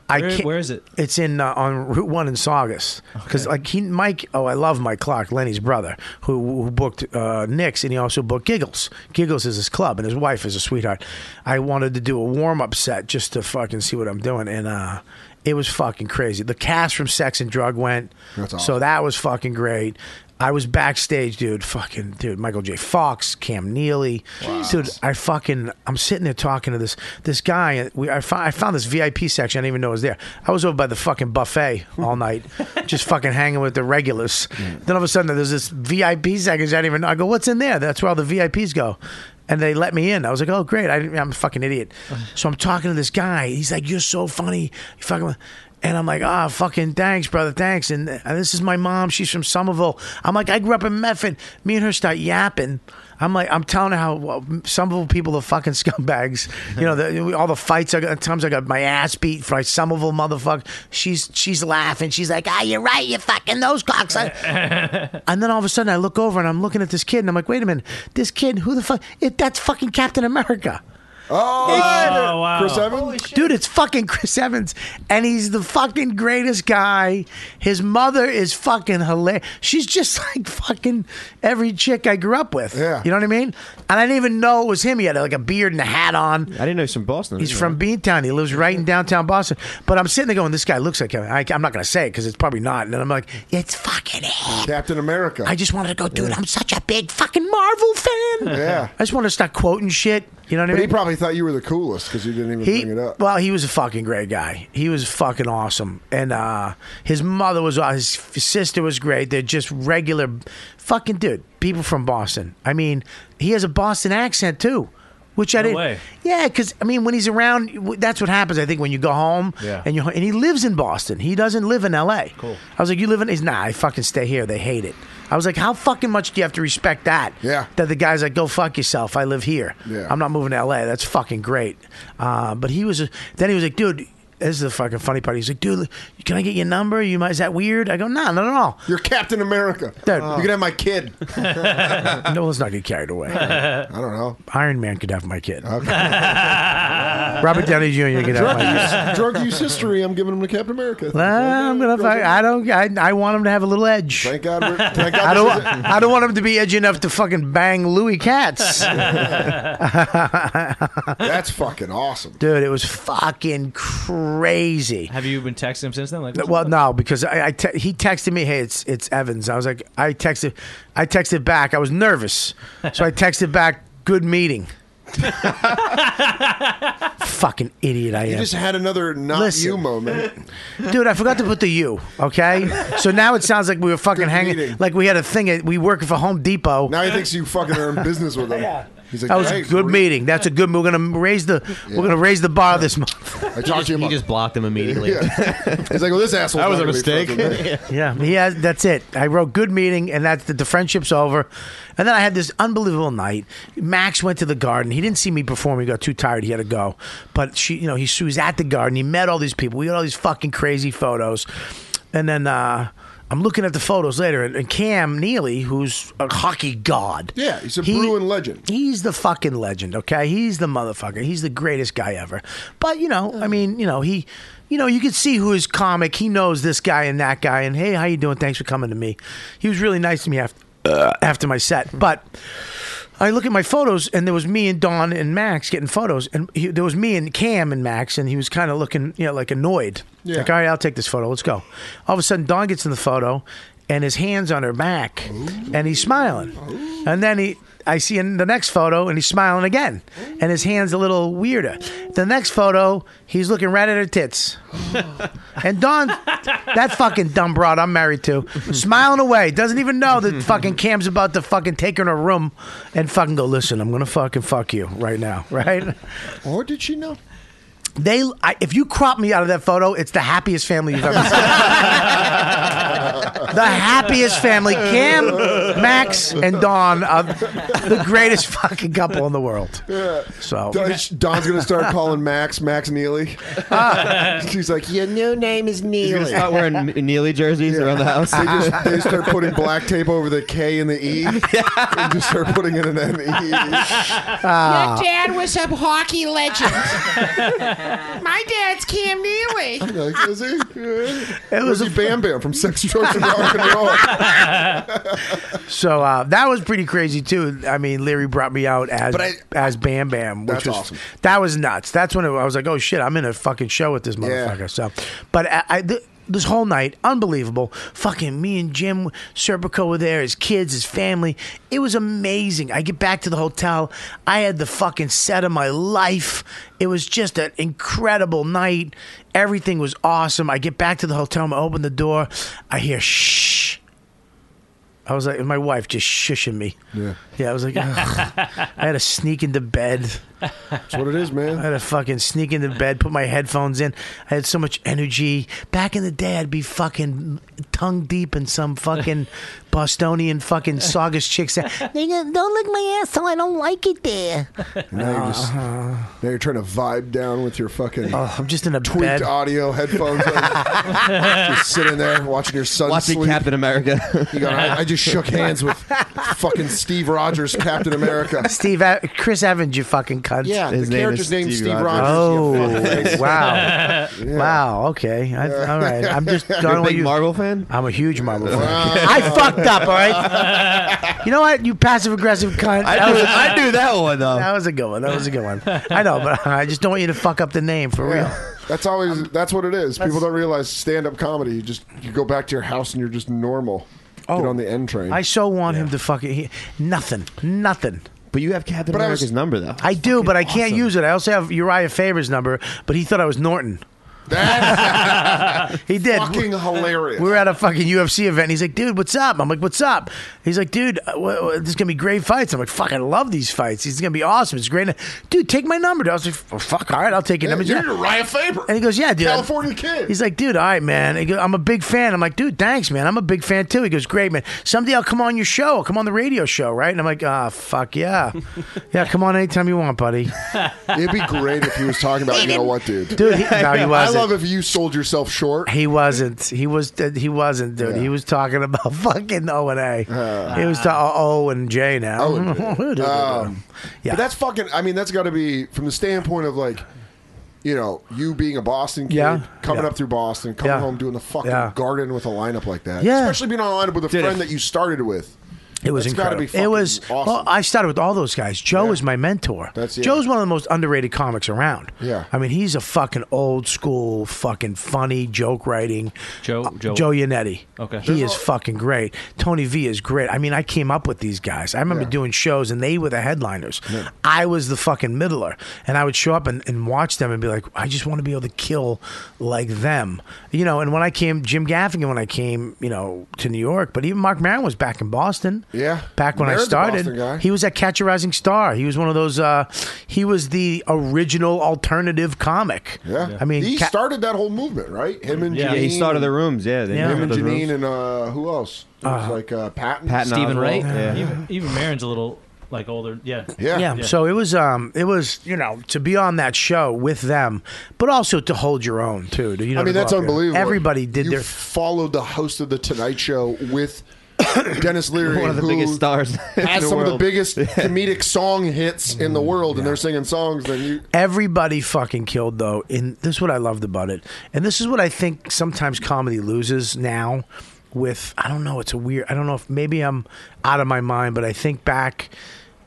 [SPEAKER 7] I
[SPEAKER 8] Where-
[SPEAKER 7] can't,
[SPEAKER 8] where is it?
[SPEAKER 7] It's in uh, on Route One in Saugus. Because like he, Mike. Oh, I love Mike Clark, Lenny's brother, who, who booked uh, Nick's, and he also booked Giggles. Giggles is his club, and his wife is a sweetheart. I wanted to do a warm up set just to fucking see what I'm doing, and uh, it was fucking crazy. The cast from Sex and Drug went,
[SPEAKER 5] That's awesome.
[SPEAKER 7] so that was fucking great. I was backstage, dude. Fucking dude, Michael J. Fox, Cam Neely, dude. I fucking I'm sitting there talking to this this guy, and we I, fi- I found this VIP section. I didn't even know it was there. I was over by the fucking buffet all night, just fucking hanging with the regulars. Then all of a sudden, there's this VIP section. I didn't even. know. I go, what's in there? That's where all the VIPs go. And they let me in. I was like, "Oh, great! I didn't, I'm a fucking idiot." So I'm talking to this guy. He's like, "You're so funny, you fucking." And I'm like, ah, fucking thanks, brother, thanks. And, uh, this is my mom. She's from Somerville. I'm like, I grew up in Medford. Me and her start yapping. I'm like, I'm telling her how well, Somerville people are fucking scumbags. You know, the, all the fights. I got, times I got my ass beat by Somerville motherfucker. She's she's laughing. She's like, ah, you're right. You fucking those cocks. and then all of a sudden, I look over and I'm looking at this kid, and I'm like, wait a minute, this kid, who the fuck? It, that's fucking Captain America.
[SPEAKER 5] Oh,
[SPEAKER 7] It's-
[SPEAKER 5] wow. Chris Evans?
[SPEAKER 7] Dude, it's fucking Chris Evans. And he's the fucking greatest guy. His mother is fucking hilarious. She's just like fucking every chick I grew up with. Yeah. You know what I mean? And I didn't even know it was him. He had like a beard and a hat on.
[SPEAKER 9] I didn't know he's from Boston.
[SPEAKER 7] He's from Beantown. He lives right in downtown Boston. But I'm sitting there going, this guy looks like him. I, I'm not going to say it because it's probably not. And then I'm like, it's fucking him.
[SPEAKER 5] Captain America.
[SPEAKER 7] I just wanted to go, dude, I'm such a big fucking Marvel fan.
[SPEAKER 5] Yeah.
[SPEAKER 7] I just wanted to start quoting shit. You know what I
[SPEAKER 5] But
[SPEAKER 7] mean?
[SPEAKER 5] he probably thought you were the coolest because you didn't even
[SPEAKER 7] He,
[SPEAKER 5] bring it up.
[SPEAKER 7] well, he was a fucking great guy. He was fucking awesome, and uh, his mother was aw- his f- sister was great. They're just regular, fucking dude. People from Boston. I mean, he has a Boston accent too, which I
[SPEAKER 8] No
[SPEAKER 7] didn't.
[SPEAKER 8] way.
[SPEAKER 7] Yeah, because I mean, when he's around, w- that's what happens. I think when you go home,
[SPEAKER 8] Yeah.
[SPEAKER 7] and you and he lives in Boston. He doesn't live in L.A.
[SPEAKER 8] Cool.
[SPEAKER 7] I was like, you live in? He's nah. I fucking stay here. They hate it. I was like, how fucking much do you have to respect that? Yeah. That the guy's like, go fuck yourself. I live here.
[SPEAKER 5] Yeah.
[SPEAKER 7] I'm not moving to LA. That's fucking great. Uh, but he was, then he was like, dude, this is the fucking funny part. He's like, dude, can I get your number? You might, is that weird? I go, nah, not at all.
[SPEAKER 5] You're Captain America.
[SPEAKER 7] Dude.
[SPEAKER 5] You can have my kid.
[SPEAKER 7] no, let's not get carried away.
[SPEAKER 5] I don't know.
[SPEAKER 7] Iron Man could have my kid. Robert Downey Jr. could have
[SPEAKER 5] drug,
[SPEAKER 7] my kid.
[SPEAKER 5] use, drug use history. I'm giving him to Captain America.
[SPEAKER 7] Well, I'm gonna. Fuck, I don't. I, I want him to have a little edge. Thank
[SPEAKER 5] God. We're, thank God
[SPEAKER 7] I don't.
[SPEAKER 5] this isn't-
[SPEAKER 7] I don't want him to be edgy enough to fucking bang Louis Katz.
[SPEAKER 5] That's fucking awesome.
[SPEAKER 7] Dude, it was fucking crazy.
[SPEAKER 8] Have you been texting him since then? Like,
[SPEAKER 7] Well, no, because I, I te- he texted me, "Hey, it's it's Evans." I was like, I texted, I texted back. I was nervous, so I texted back, "Good meeting." Fucking idiot, I
[SPEAKER 5] You
[SPEAKER 7] am.
[SPEAKER 5] just had another not
[SPEAKER 7] Listen.
[SPEAKER 5] you moment.
[SPEAKER 7] Dude, I forgot to put the U. Okay, so now it sounds like we were fucking hanging,
[SPEAKER 5] meeting.
[SPEAKER 7] like we had a thing. At, we working for Home Depot.
[SPEAKER 5] Now he thinks you fucking are in business with him. He's like,
[SPEAKER 7] that was a
[SPEAKER 5] "Hey,
[SPEAKER 7] good meeting. That's a good. We're gonna raise the.
[SPEAKER 5] Yeah.
[SPEAKER 7] We're gonna raise the bar this month.
[SPEAKER 5] I
[SPEAKER 2] He
[SPEAKER 5] talked
[SPEAKER 2] just,
[SPEAKER 5] to him.
[SPEAKER 2] he just blocked him immediately.
[SPEAKER 5] He's like, well, this asshole.
[SPEAKER 2] That was a mistake.
[SPEAKER 7] yeah, he has, that's it. I wrote good meeting, and that's the, the friendship's over. And then I had this unbelievable night. Max went to the garden. He didn't see me perform. He got too tired. He had to go. But she, you know, he, she was at the garden. He met all these people. We got all these fucking crazy photos. And then uh, I'm looking at the photos later, and, and Cam Neely, who's a hockey god,
[SPEAKER 5] Yeah, he's a
[SPEAKER 7] He-
[SPEAKER 5] Bruin legend.
[SPEAKER 7] He's the fucking legend, okay? He's the motherfucker. He's the greatest guy ever. But, you know, I mean, you know, he you know, you could see who is comic. He knows this guy and that guy and hey, how you doing? Thanks for coming to me. He was really nice to me after uh, after my set. But I look at my photos, and there was me and Don and Max getting photos, and he, there was me and Cam and Max, and he was kind of looking, you know, like annoyed.
[SPEAKER 5] Yeah.
[SPEAKER 7] Like, all right, I'll take this photo. Let's go. All of a sudden, Don gets in the photo, and his hands on her back, and he's smiling. And then he, I see in the next photo, and he's smiling again, and his hands a little weirder. The next photo, he's looking right at her tits. And Don, that fucking dumb broad I'm married to, smiling away, doesn't even know that fucking Cam's about to fucking take her in a room and fucking go, listen, I'm gonna fucking fuck you right now, right?
[SPEAKER 5] Or did she know?
[SPEAKER 7] They, I, if you crop me out of that photo, it's the happiest family you've ever seen. the happiest family, Cam, Max, and Don, are the greatest fucking couple in the world. So
[SPEAKER 5] Don's gonna start calling Max Max Neely.
[SPEAKER 7] Ah.
[SPEAKER 5] She's like,
[SPEAKER 12] Your new name is
[SPEAKER 5] He's
[SPEAKER 12] Neely.
[SPEAKER 5] gonna start wearing
[SPEAKER 9] Wearing Neely jerseys around the house.
[SPEAKER 5] They just they start putting black tape over the K and the E. and just start putting in an N E.
[SPEAKER 7] Ah.
[SPEAKER 6] Your dad was a hockey legend. My dad's Cam Neely.
[SPEAKER 5] Like, is he?
[SPEAKER 7] It was
[SPEAKER 5] he Bam Bam from Sex, Drugs, and Rock and Roll.
[SPEAKER 7] So uh, that was pretty crazy too. I mean, Leary brought me out as
[SPEAKER 5] But I-
[SPEAKER 7] as Bam Bam, which
[SPEAKER 5] That's
[SPEAKER 7] was
[SPEAKER 5] awesome.
[SPEAKER 7] that was nuts. That's when it, I was like, oh shit, I'm in a fucking show with this motherfucker. So, but I. I th- this whole night, unbelievable. Fucking me and Jim Serpico were there, his kids, his family. It was amazing. I get back to the hotel. I had the fucking set of my life. It was just an incredible night. Everything was awesome. I get back to the hotel, I open the door. I hear shh. I was like, my wife just shushing me. Yeah. I was like, ugh. I had to sneak into bed. That's
[SPEAKER 5] what it is, man.
[SPEAKER 7] I had to fucking sneak into bed, put my headphones in. I had so much energy. Back in the day, I'd be fucking tongue deep in some fucking Bostonian fucking Saugus chick's. Don't lick my asshole. I don't like it there.
[SPEAKER 5] Now you're just now you're trying to vibe down with your fucking.
[SPEAKER 7] Oh, I'm just in a
[SPEAKER 5] tweaked
[SPEAKER 7] bed.
[SPEAKER 5] audio headphones. on. just sitting there watching your son
[SPEAKER 9] Watching
[SPEAKER 5] sleep.
[SPEAKER 9] Captain America.
[SPEAKER 5] You go, I, I just shook hands with fucking Steve Rogers, Captain America.
[SPEAKER 7] Steve, uh, Chris Evans, you fucking cunt.
[SPEAKER 5] Yeah, the character's named Steve, Rogers.
[SPEAKER 7] Oh, wow. Wow, okay. I, All right. I'm just.
[SPEAKER 9] You're a
[SPEAKER 7] I don't want
[SPEAKER 9] big
[SPEAKER 7] you-
[SPEAKER 9] Marvel fan?
[SPEAKER 7] I'm a huge Marvel fan. I fucked up, all right? You know what? You passive aggressive cunt.
[SPEAKER 9] I
[SPEAKER 7] That was-
[SPEAKER 9] knew- I knew that one, though.
[SPEAKER 7] That was a good one. That was a good one. I know, but I just don't want you to fuck up the name for real.
[SPEAKER 5] That's always that's what it is. People don't realize stand-up comedy. You just you go back to your house and you're just normal. Get on the N train.
[SPEAKER 7] Oh. I so want him to fucking. He, nothing. Nothing.
[SPEAKER 9] But you have Captain
[SPEAKER 7] But I was-
[SPEAKER 9] America's number, though.
[SPEAKER 7] I do, but I can't use it. I also have Uriah Faber's number, but he thought I was Norton. he did.
[SPEAKER 5] Fucking hilarious.
[SPEAKER 7] We were at a fucking UFC event. And he's like, dude, what's up? I'm like, what's up? He's like, dude, uh, wh- wh- this is gonna be great fights. I'm like, fuck, I love these fights. These is gonna be awesome. It's great. Dude, take my number. dude." I was like, "Oh, fuck, all right, I'll take your number.
[SPEAKER 5] You're Uriah Faber.
[SPEAKER 7] And he goes, yeah, dude.
[SPEAKER 5] California kid.
[SPEAKER 7] He's like, dude, all right, man. He go- I'm a big fan. I'm like, dude, thanks, man. I'm a big fan too. He goes, great, man. Someday I'll come on your show. I'll come on the radio show, right? And I'm like, ah, fuck yeah, yeah. Come on anytime you want, buddy.
[SPEAKER 5] It'd be great if he was talking about you know what, dude.
[SPEAKER 7] Dude, he- no, he
[SPEAKER 5] I
[SPEAKER 7] wasn't.
[SPEAKER 5] love if you sold yourself short.
[SPEAKER 7] He wasn't. He was. uh, He wasn't, dude. He was talking about fucking O and A.
[SPEAKER 5] Uh,
[SPEAKER 7] He was ta- uh, O and J now.
[SPEAKER 5] Um,
[SPEAKER 7] Yeah.
[SPEAKER 5] But that's fucking. I mean, that's got to be from the standpoint of like, you know, you being a Boston kid,
[SPEAKER 7] Yeah.
[SPEAKER 5] coming
[SPEAKER 7] Yeah.
[SPEAKER 5] up through Boston, coming
[SPEAKER 7] Yeah.
[SPEAKER 5] home doing the fucking
[SPEAKER 7] Yeah.
[SPEAKER 5] garden with a lineup like that.
[SPEAKER 7] Yeah.
[SPEAKER 5] Especially being on a lineup with a
[SPEAKER 7] Dude,
[SPEAKER 5] friend
[SPEAKER 7] if-
[SPEAKER 5] that you started with.
[SPEAKER 7] It was
[SPEAKER 5] That's gotta
[SPEAKER 7] incredible.
[SPEAKER 5] be
[SPEAKER 7] it
[SPEAKER 5] fucking
[SPEAKER 7] was. Well, I started with all those guys. Joe is my mentor.
[SPEAKER 5] That's- yeah.
[SPEAKER 7] Joe's one of the most underrated comics around.
[SPEAKER 5] Yeah.
[SPEAKER 7] I mean, he's a fucking old school, fucking funny joke writing. uh,
[SPEAKER 8] Joe- Joe-
[SPEAKER 7] Joe Yannetti.
[SPEAKER 8] Okay.
[SPEAKER 7] He is fucking great. Tony V is great. I mean, I came up with these guys. I remember doing shows and they were the headliners. I was the fucking middler. And I would show up and, and watch them and be like, I just want to be able to kill like them. You know, and when I came, Jim Gaffigan, when I came, you know, to New York, but even Mark Maron was back in Boston.
[SPEAKER 5] Yeah.
[SPEAKER 7] Back when I
[SPEAKER 5] Marin's a Boston guy.
[SPEAKER 7] started, he was at Catch a Rising Star. He was one of those. Uh, he was the original alternative comic.
[SPEAKER 5] Yeah.
[SPEAKER 7] I mean,
[SPEAKER 5] he
[SPEAKER 7] Ca-
[SPEAKER 5] started that whole movement, right? Him and
[SPEAKER 9] Yeah, he
[SPEAKER 5] Janine
[SPEAKER 9] started the
[SPEAKER 5] and-
[SPEAKER 9] rooms. Yeah, they
[SPEAKER 5] him and
[SPEAKER 9] moved the
[SPEAKER 5] Janine
[SPEAKER 9] rooms.
[SPEAKER 5] and uh, who else? It was
[SPEAKER 7] Uh-huh.
[SPEAKER 9] Uh,
[SPEAKER 5] like uh, Patton,
[SPEAKER 9] Oswalt.
[SPEAKER 8] Even, even Marin's a little like older. Yeah.
[SPEAKER 7] yeah. So it was, um, it was, you know, to be on that show with them, but also to hold your own too. to, You know,
[SPEAKER 5] I mean,
[SPEAKER 7] to go
[SPEAKER 5] that's
[SPEAKER 7] up there.
[SPEAKER 5] unbelievable.
[SPEAKER 7] Everybody did
[SPEAKER 5] you
[SPEAKER 7] their
[SPEAKER 5] followed the host of the Tonight Show with Dennis Leary,
[SPEAKER 9] One of the
[SPEAKER 5] who
[SPEAKER 9] biggest stars in
[SPEAKER 5] has
[SPEAKER 9] the
[SPEAKER 5] some of the
[SPEAKER 9] world.
[SPEAKER 5] biggest comedic song hits in the world, and they're singing songs. Then you,
[SPEAKER 7] Everybody fucking killed though. And this is what I loved about it. And this is what I think sometimes comedy loses now with I don't know, it's a weird I don't know if maybe I'm out of my mind, but I think back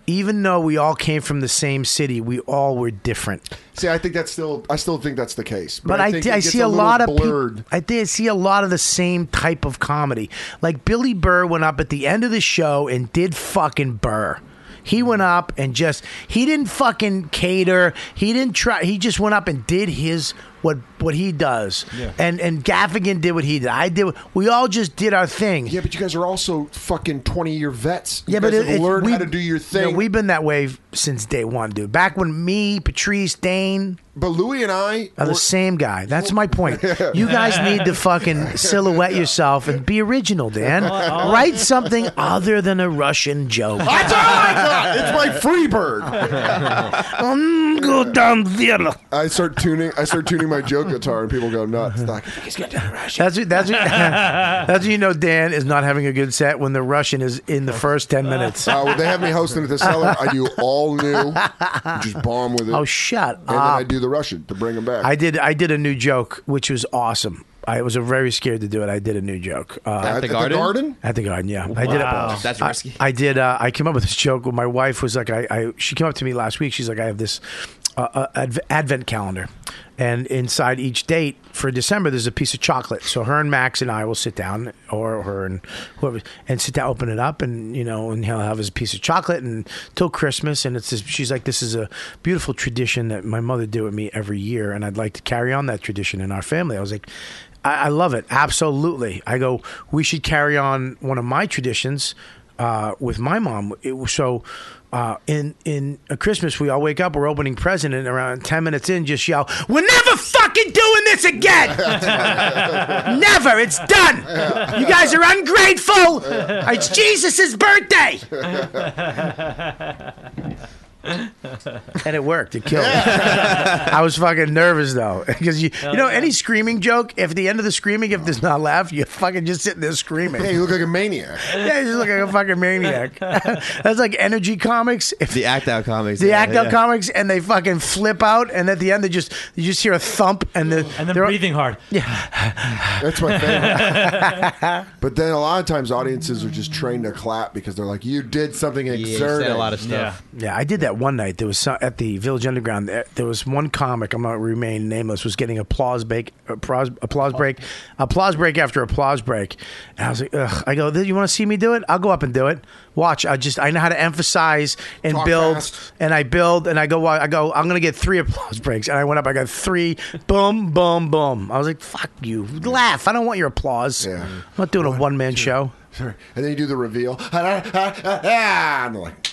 [SPEAKER 7] even though we all came from the same city, we all were different.
[SPEAKER 5] see, I think that's still, I still think that's the case.
[SPEAKER 7] But, I,
[SPEAKER 5] think
[SPEAKER 7] d-
[SPEAKER 5] it
[SPEAKER 7] I
[SPEAKER 5] gets
[SPEAKER 7] see a,
[SPEAKER 5] little
[SPEAKER 7] lot of
[SPEAKER 5] blurred.
[SPEAKER 7] people. I did see a lot of the same type of comedy. Like Billy Burr went up at the end of the show and did fucking Burr. He went
[SPEAKER 5] Mm-hmm.
[SPEAKER 7] up and just he didn't fucking cater. He didn't try. He just went up and did his what what he does.
[SPEAKER 5] Yeah.
[SPEAKER 7] And and Gaffigan did what he did. I did. what- We all just did our thing.
[SPEAKER 5] Yeah, but you guys are also fucking twenty-year vets. You
[SPEAKER 7] Yeah, but
[SPEAKER 5] guys
[SPEAKER 7] it,
[SPEAKER 5] have
[SPEAKER 7] it-
[SPEAKER 5] learned
[SPEAKER 7] we-
[SPEAKER 5] how to do your thing.
[SPEAKER 7] No, we've been that way since day one, dude. Back when me, Patrice, Dane,
[SPEAKER 5] but Louis and I
[SPEAKER 7] are the same guy. That's my point. You guys need to fucking silhouette yourself and be original, Dan.
[SPEAKER 5] Oh,
[SPEAKER 7] Write something other than a Russian joke.
[SPEAKER 5] That's all I got. It's my free bird.
[SPEAKER 7] go down there.
[SPEAKER 5] I start tuning. I start tuning my joke guitar, and people go nuts. Like, he's gonna do the Russian.
[SPEAKER 7] That's what, that's what, that's what you know. Dan is not having a good set when the Russian is in the first ten minutes.
[SPEAKER 5] Uh, when they have me hosting at the cellar, I do all new, just bomb with it.
[SPEAKER 7] Oh, shut
[SPEAKER 5] And then I do the Russian to bring them back.
[SPEAKER 7] I did. I did a new joke, which was awesome. I was very scared to do it. I did a new joke uh,
[SPEAKER 5] At the At the garden? garden?
[SPEAKER 7] At the garden, yeah. I did
[SPEAKER 5] Wow.
[SPEAKER 7] it.
[SPEAKER 5] That's
[SPEAKER 7] I-
[SPEAKER 5] risky.
[SPEAKER 7] I, did. Uh, I came up with this joke when my wife was like, I, I she came up to me last week. She's like, I have this uh, uh, adv- advent calendar, and inside each date for December, there's a piece of chocolate. So her and Max and I will sit down, or her and whoever, and sit down, open it up, and you know, and he'll have his piece of chocolate and till Christmas. And it's this, she's like, this is a beautiful tradition that my mother did with me every year, and I'd like to carry on that tradition in our family. I was like. I, I love it. Absolutely. I go, we should carry on one of my traditions uh, with my mom. It, was- so uh, in in a Christmas, we all wake up, we're opening present, and around 10 minutes in, just yell, We're never fucking doing this again! never! It's done! You guys are ungrateful! It's Jesus' birthday! and it worked. It killed. me. I was fucking nervous though, because you, you know, any screaming joke, if the end of the screaming, if there's not laugh, you're fucking just sitting there screaming.
[SPEAKER 5] Hey, you look like a maniac.
[SPEAKER 7] yeah, you just look like a fucking maniac. That's like energy comics. If
[SPEAKER 9] The act out comics.
[SPEAKER 7] the
[SPEAKER 9] yeah,
[SPEAKER 7] act out
[SPEAKER 9] yeah.
[SPEAKER 7] comics, and they fucking flip out, and at the end they just you just hear a thump, and the and then breathing
[SPEAKER 8] hard.
[SPEAKER 7] Yeah,
[SPEAKER 5] That's my favorite. but then a lot of times audiences are just trained to clap because they're like, "You did something exerting."
[SPEAKER 7] Yeah. I did that one night. There was some, at the Village Underground. There, there was one comic. I'm not remain nameless. Was getting applause break, applause, applause break, applause break after applause break. And I was like, Ugh. I go, you want to see me do it? I'll go up and do it. Watch. I just I know how to emphasize and
[SPEAKER 5] Talk
[SPEAKER 7] build,
[SPEAKER 5] fast.
[SPEAKER 7] and I build, and I go. I go. I'm gonna get three applause breaks. And I went up. I got three. boom, boom, boom. I was like, fuck you. Laugh. I don't want your applause. I'm not doing a one man show.
[SPEAKER 5] Sorry. And then you do the reveal. Ah, and they're like,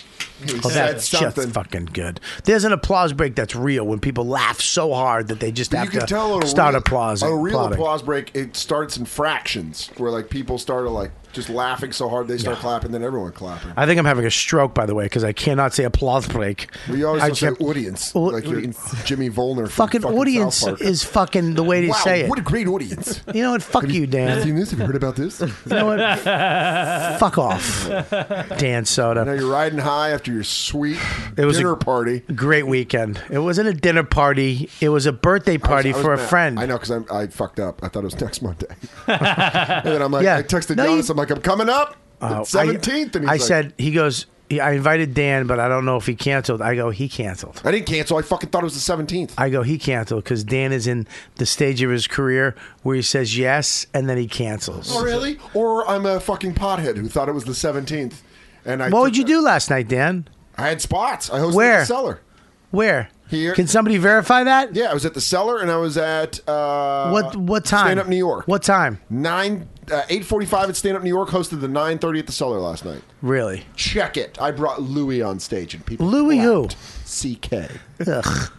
[SPEAKER 5] he
[SPEAKER 7] Oh,
[SPEAKER 5] said
[SPEAKER 7] that's
[SPEAKER 5] something.
[SPEAKER 7] just fucking good. There's an applause break that's real when people laugh so hard that they just
[SPEAKER 5] But
[SPEAKER 7] have
[SPEAKER 5] you can
[SPEAKER 7] to
[SPEAKER 5] tell a
[SPEAKER 7] start
[SPEAKER 5] real,
[SPEAKER 7] applause.
[SPEAKER 5] A real
[SPEAKER 7] applauding.
[SPEAKER 5] applause break. It starts in fractions where like people start to like just laughing so hard they start clapping, then everyone clapping.
[SPEAKER 7] I think I'm having a stroke, by the way, because I cannot say applause break.
[SPEAKER 5] We always
[SPEAKER 7] I
[SPEAKER 5] have to say
[SPEAKER 7] kept-
[SPEAKER 5] audience, like you're Jimmy Volner. from
[SPEAKER 7] Fucking,
[SPEAKER 5] fucking
[SPEAKER 7] audience
[SPEAKER 5] South Park.
[SPEAKER 7] is fucking the way to
[SPEAKER 5] wow,
[SPEAKER 7] say it.
[SPEAKER 5] What a great audience!
[SPEAKER 7] you know what? Fuck you,
[SPEAKER 5] Have
[SPEAKER 7] Dan.
[SPEAKER 5] you seen this? Have you heard about this? you
[SPEAKER 7] know what? Fuck off, Dan Soda.
[SPEAKER 5] Now you're riding high after your sweet
[SPEAKER 7] It was a
[SPEAKER 5] dinner party.
[SPEAKER 7] Great weekend. It wasn't a dinner party. It was a birthday party
[SPEAKER 5] I was
[SPEAKER 7] for a
[SPEAKER 5] mad.
[SPEAKER 7] friend.
[SPEAKER 5] I know because I fucked up. I thought it was next Monday. and then I'm like,
[SPEAKER 7] Yeah.
[SPEAKER 5] I texted
[SPEAKER 7] No, you-
[SPEAKER 5] Jonas. I'm like, I'm coming up.
[SPEAKER 7] Uh,
[SPEAKER 5] It's 17th. and he's
[SPEAKER 7] I
[SPEAKER 5] like,
[SPEAKER 7] said he goes. he- I invited Dan, but I don't know if he canceled. I go. He canceled.
[SPEAKER 5] I didn't cancel. I fucking thought it was the 17th.
[SPEAKER 7] I go. He canceled because Dan is in the stage of his career where he says yes and then he cancels.
[SPEAKER 5] Oh, really? Or I'm a fucking pothead who thought it was the 17th. And I
[SPEAKER 7] what would you do last night, Dan?
[SPEAKER 5] I had spots. I hosted
[SPEAKER 7] Where?
[SPEAKER 5] the cellar.
[SPEAKER 7] Where?
[SPEAKER 5] Here.
[SPEAKER 7] Can somebody verify that?
[SPEAKER 5] Yeah, I was at the cellar and I was at uh,
[SPEAKER 7] What- what time?
[SPEAKER 5] Stand up New York.
[SPEAKER 7] What time?
[SPEAKER 5] Nine uh, eight forty-five at Stand Up New York. Hosted the nine thirty at the Cellar last night.
[SPEAKER 7] Really?
[SPEAKER 5] Check it. I brought Louis on stage and people.
[SPEAKER 7] Louis who?
[SPEAKER 5] CK.
[SPEAKER 7] Ugh.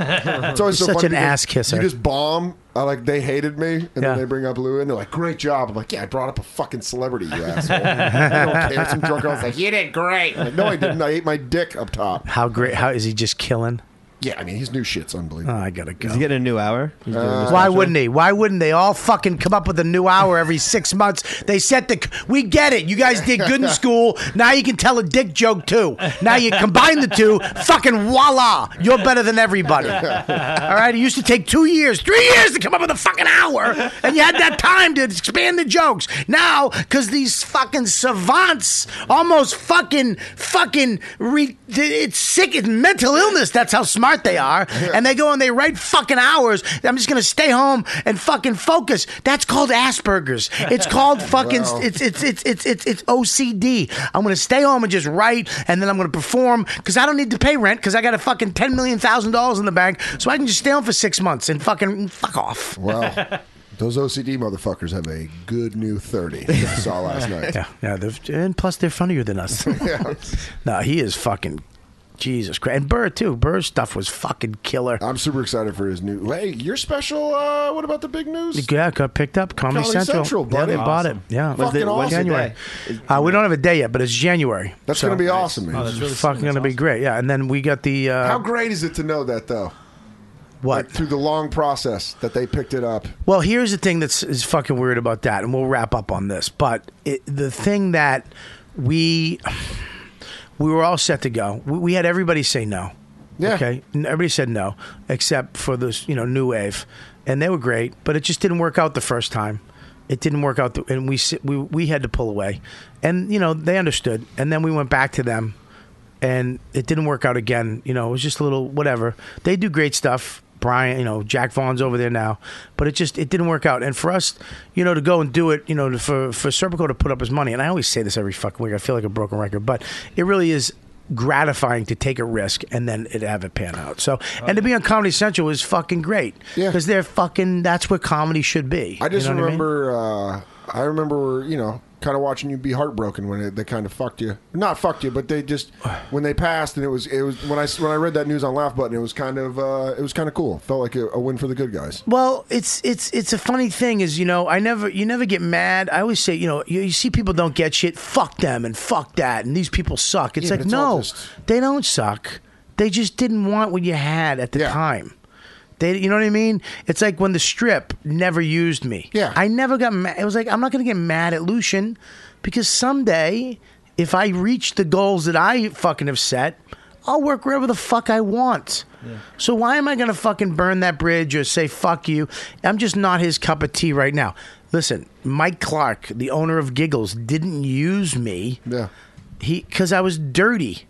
[SPEAKER 5] It's always so
[SPEAKER 7] Such
[SPEAKER 5] funny
[SPEAKER 7] an
[SPEAKER 5] because
[SPEAKER 7] ass kisser.
[SPEAKER 5] You just bomb. I like they hated me, and then they bring up Louis, and they're like, "Great job!" I'm like, "Yeah, I brought up a fucking celebrity, you asshole." I don't care. Some drunk girl's like, "You did great." I'm like, no, I didn't. I ate my dick up top.
[SPEAKER 7] How great? How is he just killing?
[SPEAKER 5] Yeah, I mean, his new shit's unbelievable.
[SPEAKER 7] Oh, I gotta go.
[SPEAKER 5] Is he
[SPEAKER 9] getting a new hour?
[SPEAKER 7] Why wouldn't he? Why wouldn't they all fucking come up with a new hour every six months? They set the. We get it. You guys did good in school. Now you can tell a dick joke too. Now you combine the two. Fucking voila! You're better than everybody. All right. It used to take two years, three years to come up with a fucking hour, and you had that time to expand the jokes. Now, because these fucking savants almost fucking fucking re- it's sick. It's mental illness. That's how smart they are, and they go and they write fucking hours. I'm just gonna stay home and fucking focus. That's called Asperger's. It's called fucking.
[SPEAKER 6] Wow.
[SPEAKER 7] It's it's it's it's it's it's OCD. I'm gonna stay home and just write, and then I'm gonna perform because I don't need to pay rent because I got a fucking ten million thousand dollars in the bank, so I can just stay home for six months and fucking fuck off.
[SPEAKER 5] Well, those OCD motherfuckers have a good new thirty. that I saw last night.
[SPEAKER 7] Yeah, yeah. They're, and plus, they're funnier than us. no, he is fucking Jesus Christ. And Burr too. Burr's stuff was fucking killer.
[SPEAKER 5] I'm super excited for his new. Hey, your special. Uh, what about the big news?
[SPEAKER 7] Yeah, it got picked up. Comedy,
[SPEAKER 5] Comedy
[SPEAKER 7] Central.
[SPEAKER 5] Central,
[SPEAKER 7] yeah, they
[SPEAKER 5] buddy.
[SPEAKER 7] bought it.
[SPEAKER 5] Awesome.
[SPEAKER 7] Yeah,
[SPEAKER 5] Fucking When's the- when's the
[SPEAKER 7] January. Uh, we don't have a day yet, but it's January.
[SPEAKER 5] That's
[SPEAKER 7] So-
[SPEAKER 5] gonna be awesome, man.
[SPEAKER 7] It's fucking going to be great. Yeah, and then we got the uh,
[SPEAKER 5] How great is it to know that though?
[SPEAKER 7] What
[SPEAKER 5] through the long process that they picked it up?
[SPEAKER 7] Well, here's the thing that's is fucking weird about that, and we'll wrap up on this. But it, the thing that we we were all set to go, we, we had everybody say no.
[SPEAKER 5] Yeah.
[SPEAKER 7] Okay. And Everybody said no, except for this, you know, new wave, and they were great, but it just didn't work out the first time. It didn't work out, the, and we s- we we had to pull away, and you know they understood, and then we went back to them, and it didn't work out again. You know, it was just a little whatever. They do great stuff. Brian, you know, Jack Vaughn's over there now, but it just it didn't work out. And for us, you know, to go and do it, you know, to- for for Serpico to put up his money, and I always say this every fucking week. I feel like a broken record, but it really is gratifying to take a risk and then it have it pan out. So,
[SPEAKER 5] Oh,
[SPEAKER 7] and to be on Comedy Central is fucking great. Yeah, because they're fucking. That's where comedy should be.
[SPEAKER 5] I just
[SPEAKER 7] You know what mean?
[SPEAKER 5] remember. I, uh, I remember, you know, kind of watching you be heartbroken when it, they kind of fucked you. Not fucked you, but they just when they passed, and it was it was when I s- when I read that news on Laugh Button, it was kind of uh, it was kind of cool. Felt like a, a win for the good guys.
[SPEAKER 7] Well, it's it's it's a funny thing is you know I never you never get mad. I always say you know you, you see people don't get shit. Fuck them and fuck that and these people suck. It's
[SPEAKER 5] Yeah, but
[SPEAKER 7] like
[SPEAKER 5] it's all
[SPEAKER 7] no, they don't suck. They just didn't want what you had at the time. They, you know what I mean? It's like when the strip never used me. Yeah, I never got mad. It was like I'm not going to get mad at Lucian because someday if I reach the goals that I fucking have set, I'll work wherever the fuck I want. So why am I going to fucking burn that bridge or say fuck you? I'm just not his cup of tea right now. Listen, Mike Clark, the owner of Giggles, didn't use me.
[SPEAKER 5] Yeah.
[SPEAKER 7] He cuz I was dirty.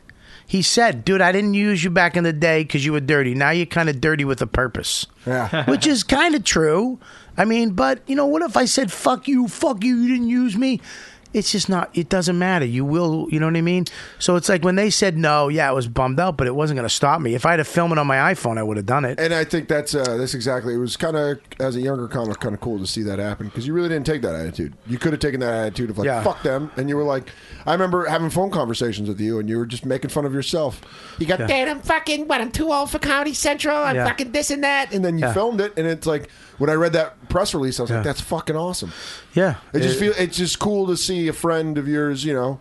[SPEAKER 7] He said, "Dude, I didn't use you back in the day cuz you were dirty. Now you're kind of dirty with a purpose."
[SPEAKER 5] Yeah.
[SPEAKER 7] Which is kind of true. I mean, but you know what if I said fuck you, fuck you, you didn't use me? It's just not it doesn't matter. You will, you know what I mean? So it's like when they said no, yeah, I was bummed out, but it wasn't going to stop me. If I had to film it on my iPhone, I would have done it.
[SPEAKER 5] And I think that's uh, that's exactly. It was kind of as a younger comic, kind of cool to see that happen because you really didn't take that attitude. You could have taken that attitude of like
[SPEAKER 7] Yeah.
[SPEAKER 5] fuck them, and you were like, I remember having phone conversations with you, and you were just making fun of yourself. You got
[SPEAKER 18] Dude, I'm fucking, what, I'm too old for Comedy Central. I'm
[SPEAKER 5] Yeah.
[SPEAKER 18] fucking this and that.
[SPEAKER 5] and then you
[SPEAKER 18] Yeah.
[SPEAKER 5] filmed it, and it's like when I read that press release, I was like, that's fucking awesome.
[SPEAKER 7] Yeah,
[SPEAKER 5] It just
[SPEAKER 7] It-
[SPEAKER 5] feel it's just cool to see a friend of yours, you know,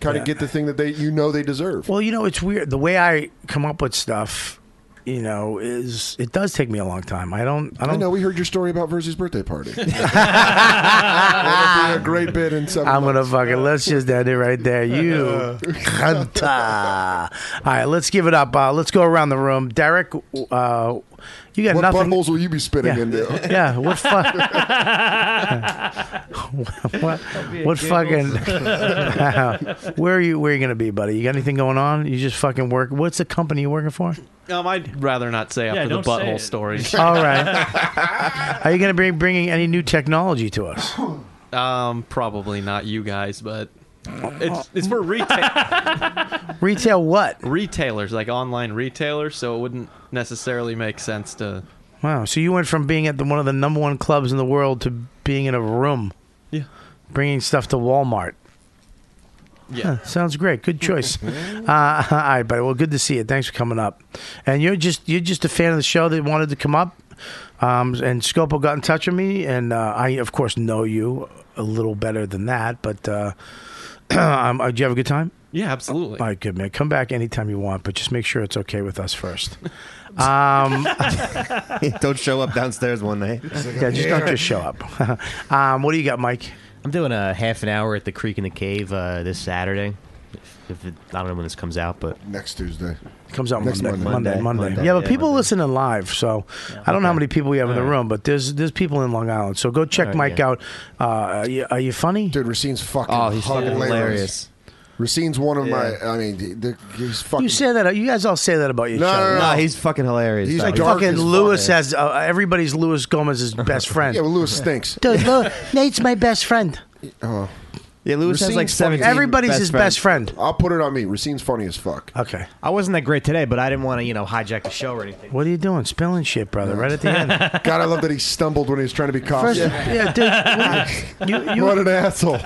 [SPEAKER 5] kind of
[SPEAKER 7] Yeah.
[SPEAKER 5] get the thing that they you know they deserve.
[SPEAKER 7] Well, you know, it's weird. The way I come up with stuff, you know, is it does take me a long time. I don't I
[SPEAKER 5] I,
[SPEAKER 7] don't
[SPEAKER 5] know we heard your story about Verzi's birthday party. That'll be a great bit in seven
[SPEAKER 7] I'm gonna fucking let's just end it right there. You cunt. All right, let's give it up. Uh, let's go around the room. Derek, uh, you got
[SPEAKER 5] What
[SPEAKER 7] nothing.
[SPEAKER 5] buttholes will you be spitting
[SPEAKER 7] yeah.
[SPEAKER 5] into?
[SPEAKER 7] Yeah, what fuck? what
[SPEAKER 5] be a
[SPEAKER 7] what fucking?
[SPEAKER 5] giggles.
[SPEAKER 7] where are you? Where are you gonna be, buddy? You got anything going on? You just fucking work. What's the company you're working for?
[SPEAKER 14] Um, I'd rather not say after
[SPEAKER 8] Yeah,
[SPEAKER 14] the
[SPEAKER 8] don't say
[SPEAKER 14] butthole
[SPEAKER 8] it.
[SPEAKER 14] story.
[SPEAKER 7] All right. Are you gonna be bringing any new technology to us?
[SPEAKER 14] Um, probably not you guys, but it's it's for retail
[SPEAKER 7] Retail what?
[SPEAKER 14] retailers, like online retailers. So it wouldn't necessarily make sense to.
[SPEAKER 7] Wow. So you went from being at the, one of the number one clubs in the world to being in a room. Yeah. Bringing stuff to Walmart.
[SPEAKER 14] Yeah.
[SPEAKER 7] Huh, sounds great. Good choice. uh, all right, buddy. Well, good to see you. Thanks for coming up. And you're just you're just a fan of the show that wanted to come up. Um, and Scopo got in touch with me, and uh, I of course know you a little better than that. But uh, um, uh, did you have a good time?
[SPEAKER 14] Yeah, absolutely.
[SPEAKER 7] All right, good man. Come back anytime you want, but just make sure it's okay with us first. Um,
[SPEAKER 10] Don't show up downstairs one night.
[SPEAKER 7] yeah, just don't just show up. um, what do you got, Mike?
[SPEAKER 10] I'm doing a half an hour at the Creek in the Cave uh, this Saturday. If, if it, I don't know when this comes out, but
[SPEAKER 5] next Tuesday
[SPEAKER 7] Comes out
[SPEAKER 10] Next
[SPEAKER 7] Monday, Monday,
[SPEAKER 10] Monday.
[SPEAKER 7] Monday,
[SPEAKER 10] Monday, Monday,
[SPEAKER 7] Yeah, but
[SPEAKER 10] yeah,
[SPEAKER 7] people listen in live, so I don't know how many people we have in the
[SPEAKER 10] All right.
[SPEAKER 7] room, but there's there's people in Long Island, so go check
[SPEAKER 10] All right,
[SPEAKER 7] Mike
[SPEAKER 10] yeah.
[SPEAKER 7] out. Uh, are, you, are you funny,
[SPEAKER 5] dude? Racine's fucking.
[SPEAKER 7] Oh,
[SPEAKER 5] Racine's one of
[SPEAKER 7] Yeah.
[SPEAKER 5] my. I mean, the, the, he's fucking.
[SPEAKER 7] You say that. You guys all say that about each
[SPEAKER 5] No,
[SPEAKER 7] other.
[SPEAKER 5] no, no, no. No, he's
[SPEAKER 10] fucking hilarious.
[SPEAKER 5] He's
[SPEAKER 7] like
[SPEAKER 5] dark
[SPEAKER 7] fucking
[SPEAKER 5] as
[SPEAKER 7] Lewis
[SPEAKER 5] fuck.
[SPEAKER 7] has uh, everybody's Lewis Gomez's best friend.
[SPEAKER 5] Yeah, well, Lewis stinks.
[SPEAKER 7] Dude, Lew- Nate's my best friend.
[SPEAKER 5] Oh.
[SPEAKER 10] Yeah,
[SPEAKER 7] Lewis has, like, 17 Everybody's best his best friend.
[SPEAKER 5] I'll put it on me. Racine's funny as fuck.
[SPEAKER 7] Okay.
[SPEAKER 10] I wasn't that great today, but I didn't want to, you know, hijack the show or anything.
[SPEAKER 7] What are you doing? Spilling shit, brother. Right at the end.
[SPEAKER 5] God, I love that he stumbled when he was trying to be
[SPEAKER 7] First,
[SPEAKER 5] cautious.
[SPEAKER 7] yeah, dude. You, you,
[SPEAKER 5] what an asshole.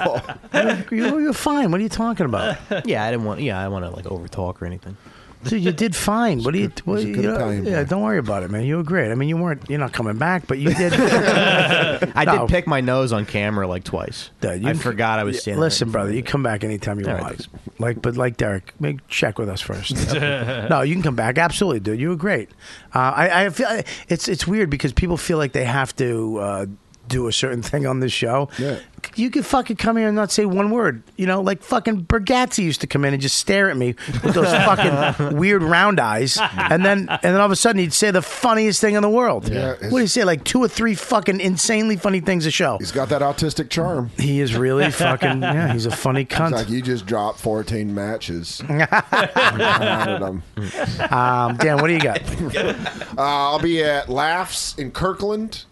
[SPEAKER 7] you, you're fine. What are you talking about?
[SPEAKER 10] yeah, I didn't want. Yeah, I want to like overtalk or anything.
[SPEAKER 7] Dude, you did fine. What do you? What,
[SPEAKER 10] he's a
[SPEAKER 7] you
[SPEAKER 10] good
[SPEAKER 7] know-
[SPEAKER 10] Italian
[SPEAKER 7] yeah, don't worry about it, man. You were great. I mean, you weren't. You're not coming back, but you did.
[SPEAKER 10] I
[SPEAKER 7] No.
[SPEAKER 10] did pick my nose on camera like twice.
[SPEAKER 7] you-
[SPEAKER 10] I forgot I was
[SPEAKER 7] Yeah,
[SPEAKER 10] standing.
[SPEAKER 7] Listen, brother, you come back anytime you
[SPEAKER 10] All right,
[SPEAKER 7] want. Like, but like Derek, make check with us first.
[SPEAKER 10] Yeah.
[SPEAKER 7] no, you can come back. Absolutely, dude. You were great. Uh, I, I feel it's it's weird because people feel like they have to. Uh, do a certain thing on this show. Yeah. You could fucking come here and not say one word. You know, like fucking Bergazzi used to come in and just stare at me with those fucking weird round eyes, and then and then all of a sudden he'd say the funniest thing in the world.
[SPEAKER 5] Yeah,
[SPEAKER 7] what do you say? Like two or three fucking insanely funny things a show.
[SPEAKER 5] He's got that autistic charm.
[SPEAKER 7] He is really fucking. Yeah, he's a funny
[SPEAKER 5] It's
[SPEAKER 7] cunt.
[SPEAKER 5] like you just dropped 14 matches. um,
[SPEAKER 7] Dan, what do you got?
[SPEAKER 5] Uh, I'll be at Laughs in Kirkland.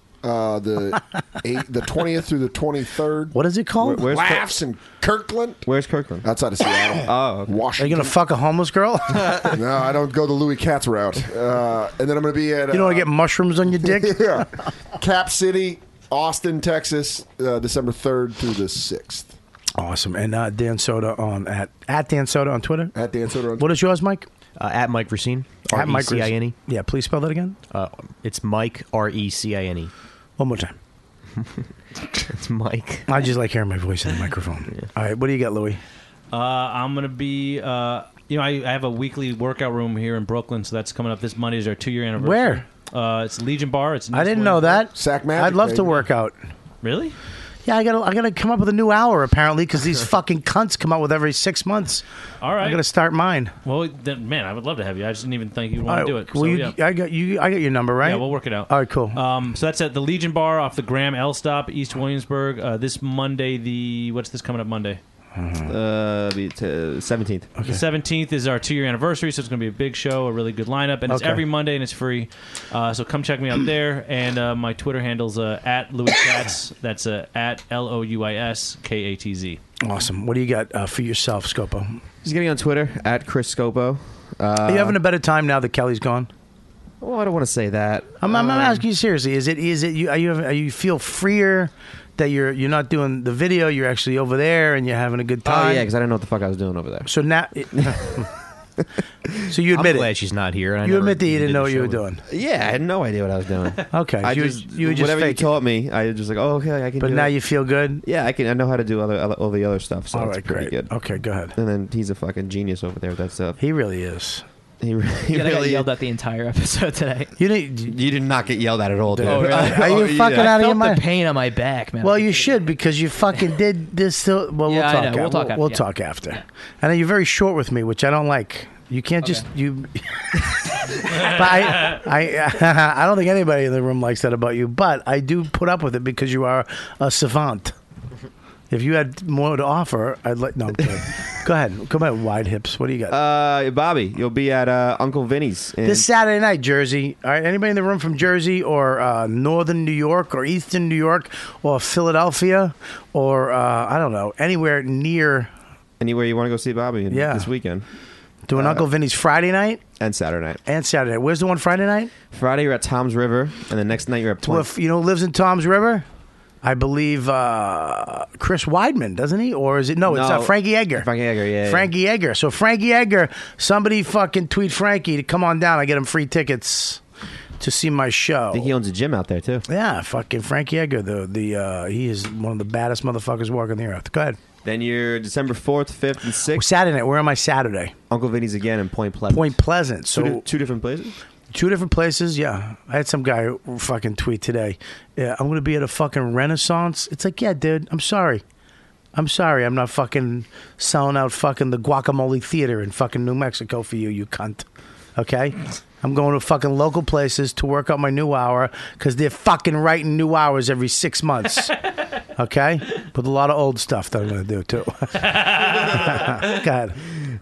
[SPEAKER 5] Uh, the eight, the twentieth through the twenty third.
[SPEAKER 7] What is it called?
[SPEAKER 5] Where, Laughs in Kirkland,
[SPEAKER 10] Where's
[SPEAKER 7] Uh,
[SPEAKER 10] Kirkland?
[SPEAKER 5] outside of Seattle. oh,
[SPEAKER 7] Are
[SPEAKER 5] Washington.
[SPEAKER 7] you gonna fuck a homeless girl?
[SPEAKER 5] no, I don't go the Louis Katz route. Uh, and then I'm going to be at. uh,
[SPEAKER 7] You don't wanna get mushrooms on your dick?
[SPEAKER 5] yeah. Cap City, Austin, Texas, uh, December 3rd through the 6th.
[SPEAKER 7] Awesome. And uh, Dan Soda on at at Dan Soda on Twitter.
[SPEAKER 5] At Dan Soda on
[SPEAKER 7] What is yours, Mike?
[SPEAKER 10] Uh, at Mike Racine. E
[SPEAKER 7] At
[SPEAKER 8] E
[SPEAKER 7] Mike Racine.
[SPEAKER 10] R-E-C-I-N-E.
[SPEAKER 7] Yeah, please spell that again.
[SPEAKER 10] Uh, it's Mike R E C I N E.
[SPEAKER 7] One more time.
[SPEAKER 10] it's Mike.
[SPEAKER 7] I just like hearing my voice in the microphone. All right, what do you got, Louis?
[SPEAKER 8] Uh, I'm gonna be. Uh, you know, I, I have a weekly workout room here in Brooklyn, so that's coming up this Monday. Is our two year anniversary? Where? Uh, it's Legion Bar. It's.
[SPEAKER 7] I didn't know that. Sack
[SPEAKER 5] magic,
[SPEAKER 7] I'd love to
[SPEAKER 5] baby.
[SPEAKER 7] work out.
[SPEAKER 8] Really?
[SPEAKER 7] Yeah, I gotta I gotta come up with a new hour apparently because these fucking cunts come out with every six months.
[SPEAKER 8] All right.
[SPEAKER 7] I gotta start mine.
[SPEAKER 8] Well, then, man, I would love to have you. I just didn't even think you'd want
[SPEAKER 7] All
[SPEAKER 8] to do
[SPEAKER 7] right,
[SPEAKER 8] it.
[SPEAKER 7] well,
[SPEAKER 8] so,
[SPEAKER 7] you,
[SPEAKER 8] yeah.
[SPEAKER 10] uh,
[SPEAKER 7] I got you. I got your number, right?
[SPEAKER 8] Yeah, we'll work it out.
[SPEAKER 7] All right, cool.
[SPEAKER 8] Um, so that's at the Legion Bar off the Graham L stop, East Williamsburg. Uh, this Monday, the what's this coming up Monday?
[SPEAKER 9] Uh, be to 17th.
[SPEAKER 8] The seventeenth is our two-year anniversary, so it's going to be a big show, a really good lineup, and it's
[SPEAKER 9] Okay.
[SPEAKER 8] every Monday and it's free. Uh, so come check me out there, and uh, my Twitter handle's uh, at Louis Katz. That's uh, at L O U I S K A T Z.
[SPEAKER 7] Awesome. What do you got uh, for yourself, Scopo?
[SPEAKER 9] He's getting on Twitter at Chris Scopo. Uh,
[SPEAKER 7] Are you having a better time now that Kelly's gone?
[SPEAKER 9] Well, Oh, I don't want to say that.
[SPEAKER 7] I'm, I'm, I'm
[SPEAKER 9] Uh,
[SPEAKER 7] asking you seriously. Is it is it you are you having- are you feel freer that you're you're not doing the video? You're actually over there and you're having a good time.
[SPEAKER 9] Oh yeah, because I didn't know what the fuck I was doing over there.
[SPEAKER 7] So now, so you admit
[SPEAKER 9] I'm glad
[SPEAKER 7] it.
[SPEAKER 10] she's not here.
[SPEAKER 7] You admit that you didn't know what you were doing.
[SPEAKER 9] Yeah, I had no idea what I was doing.
[SPEAKER 7] Okay,
[SPEAKER 9] I
[SPEAKER 7] you were-
[SPEAKER 9] just,
[SPEAKER 7] you were just
[SPEAKER 9] whatever you
[SPEAKER 7] faking.
[SPEAKER 9] taught me, I was just like, oh, okay, I can.
[SPEAKER 7] But
[SPEAKER 9] do
[SPEAKER 7] now
[SPEAKER 9] that.
[SPEAKER 7] you feel good.
[SPEAKER 9] Yeah, I can. I know how to do other all the other stuff. So
[SPEAKER 7] All
[SPEAKER 9] it's
[SPEAKER 7] right,
[SPEAKER 9] pretty
[SPEAKER 7] great.
[SPEAKER 9] good.
[SPEAKER 7] Okay, go ahead.
[SPEAKER 9] And then he's a fucking genius over there with that stuff.
[SPEAKER 7] He really is.
[SPEAKER 9] He, re- he
[SPEAKER 17] Yeah, I got
[SPEAKER 9] really.
[SPEAKER 17] yelled at the entire episode today.
[SPEAKER 7] You didn't.
[SPEAKER 9] You did not get yelled at at all, dude.
[SPEAKER 17] Oh, really?
[SPEAKER 7] Are you fucking
[SPEAKER 17] I
[SPEAKER 7] out
[SPEAKER 17] felt
[SPEAKER 7] of your mind?
[SPEAKER 17] The pain on my back, man.
[SPEAKER 7] Well, you should because you fucking did this. To, well,
[SPEAKER 17] Yeah, I
[SPEAKER 7] we'll
[SPEAKER 17] know.
[SPEAKER 7] talk.
[SPEAKER 17] We'll
[SPEAKER 7] after.
[SPEAKER 17] talk after,
[SPEAKER 7] We'll
[SPEAKER 17] yeah.
[SPEAKER 7] talk after. I know you're very short with me, which I don't like. You can't just you. but I, I, I don't think anybody in the room likes that about you. But I do put up with it because you are a savant. If you had more to offer, I'd like. No, I'm kidding. Go ahead. Come on, wide hips. What do you got?
[SPEAKER 9] Uh, Bobby, you'll be at uh, Uncle Vinny's. In,
[SPEAKER 7] This Saturday night, Jersey. All right, anybody in the room from Jersey or uh, Northern New York or Eastern New York or Philadelphia or uh, I don't know anywhere near
[SPEAKER 9] anywhere you want to go see Bobby in,
[SPEAKER 7] Yeah.
[SPEAKER 9] this weekend
[SPEAKER 7] doing
[SPEAKER 9] Uh,
[SPEAKER 7] Uncle Vinny's Friday night
[SPEAKER 9] and Saturday night.
[SPEAKER 7] and Saturday. Where's the one Friday night?
[SPEAKER 9] Friday you're at Tom's River, and the next night you're at
[SPEAKER 7] To a
[SPEAKER 9] Point.
[SPEAKER 7] f- you know who lives in Tom's River? I believe uh, Chris Weidman, doesn't he? Or is it no? It's uh,
[SPEAKER 9] No.
[SPEAKER 7] Frankie Edgar.
[SPEAKER 9] Frankie Edgar, yeah. yeah.
[SPEAKER 7] Frankie Edgar. So Frankie Edgar, somebody fucking tweet Frankie to come on down. I get him free tickets to see my show. I think he
[SPEAKER 10] owns a gym out there too.
[SPEAKER 7] Yeah, fucking Frankie Edgar. The the uh, he is one of the baddest motherfuckers walking the earth. Go ahead.
[SPEAKER 10] Then you're December 4th, 5th, and 6th.
[SPEAKER 7] Saturday night. Where am I Saturday?
[SPEAKER 10] Uncle Vinny's again in Point Pleasant.
[SPEAKER 7] Point Pleasant. So
[SPEAKER 10] Two di- two different places?
[SPEAKER 7] Two different places, yeah. I had some guy fucking tweet today. Yeah, I'm gonna be at a fucking Renaissance. It's like, yeah, dude. I'm sorry. I'm sorry. I'm not fucking selling out fucking the Guacamole Theater in fucking New Mexico for you, you cunt. Okay. I'm going to fucking local places to work out my new hour because they're fucking writing new hours every six months. okay, with a lot of old stuff that I'm gonna do too. God.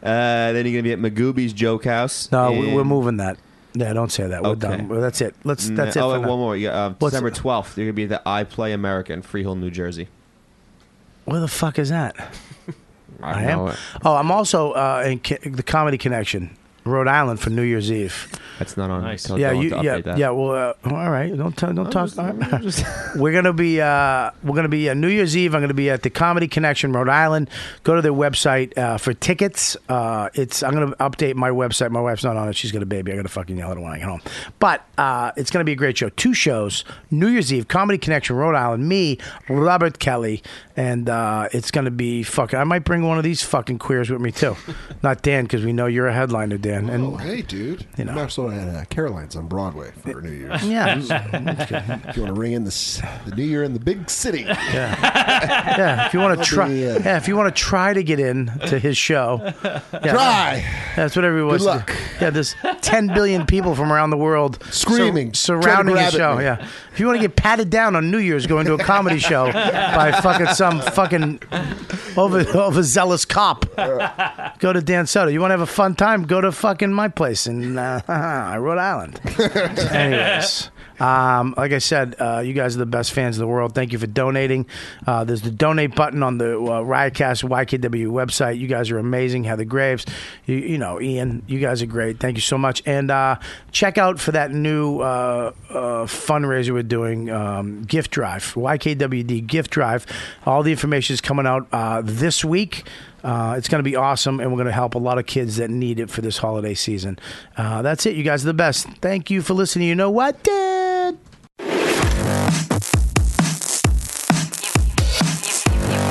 [SPEAKER 10] Uh, then you're gonna be at Magooby's Joke House.
[SPEAKER 7] No, we-
[SPEAKER 10] in-
[SPEAKER 7] we're moving that. Yeah, don't say that. We're
[SPEAKER 10] Okay.
[SPEAKER 7] done. Well, That's it. Let's. That's it.
[SPEAKER 10] oh,
[SPEAKER 7] for
[SPEAKER 10] and
[SPEAKER 7] now.
[SPEAKER 10] one more. You got, uh,
[SPEAKER 7] What's-
[SPEAKER 10] December 12th, you're gonna be at the I Play America in Freehold, New Jersey.
[SPEAKER 7] Where the fuck is that? I, am.
[SPEAKER 10] know it.
[SPEAKER 7] Oh, I'm also uh, in co- the Comedy Connection, Rhode Island for New Year's Eve.
[SPEAKER 10] That's not on. Nice.
[SPEAKER 7] yeah, you, yeah, yeah. Well, uh, all right. Don't t- don't talk. all right. we're gonna be uh, we're gonna be uh, New Year's Eve. I'm gonna be at the Comedy Connection, Rhode Island. Go to their website uh, for tickets. Uh, it's I'm gonna update my website. My wife's not on it. She's got a baby. I gotta fucking yell at her when I get home. But uh, it's gonna be a great show. Two shows: New Year's Eve, Comedy Connection, Rhode Island. Me, Robert Kelly, and uh, it's gonna be fucking. I might bring one of these fucking queers with me too. not Dan, because we know you're a headliner, Dan. And
[SPEAKER 5] oh, hey, dude. You know. I'm actually at uh, Caroline's on Broadway for New Year's.
[SPEAKER 7] Yeah.
[SPEAKER 5] if you want to ring in the, s- the New Year in the big city.
[SPEAKER 7] yeah, if you want to
[SPEAKER 5] That'll
[SPEAKER 7] try,
[SPEAKER 5] be, uh,
[SPEAKER 7] yeah, if you want to try to get in to his show, yeah,
[SPEAKER 5] Try.
[SPEAKER 7] That's what everyone wants
[SPEAKER 5] Good
[SPEAKER 7] to do. Yeah, there's 10 billion people from around the world sur-
[SPEAKER 5] Screaming, trying to
[SPEAKER 7] surrounding
[SPEAKER 5] grab
[SPEAKER 7] his
[SPEAKER 5] at
[SPEAKER 7] show.
[SPEAKER 5] me.
[SPEAKER 7] Yeah, if you want to get patted down on New Year's going to a comedy show by fucking some fucking over overzealous cop, go to Dan Soto. You want to have a fun time? Go to fucking my place in uh, Rhode Island. Anyways. Um, like I said, uh, you guys are the best fans of the world. Thank you for donating. Uh, there's the donate button on the uh, Riotcast YKW website. You guys are amazing. Heather Graves, you, you know, Ian, you guys are great. Thank you so much. And uh, check out for that new uh, uh, fundraiser we're doing, um, Gift Drive, YKWD Gift Drive. All the information is coming out uh, this week. Uh, it's going to be awesome, and we're going to help a lot of kids that need it for this holiday season. Uh, that's it. You guys are the best. Thank you for listening. You know what, Dad?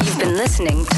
[SPEAKER 19] You've been listening to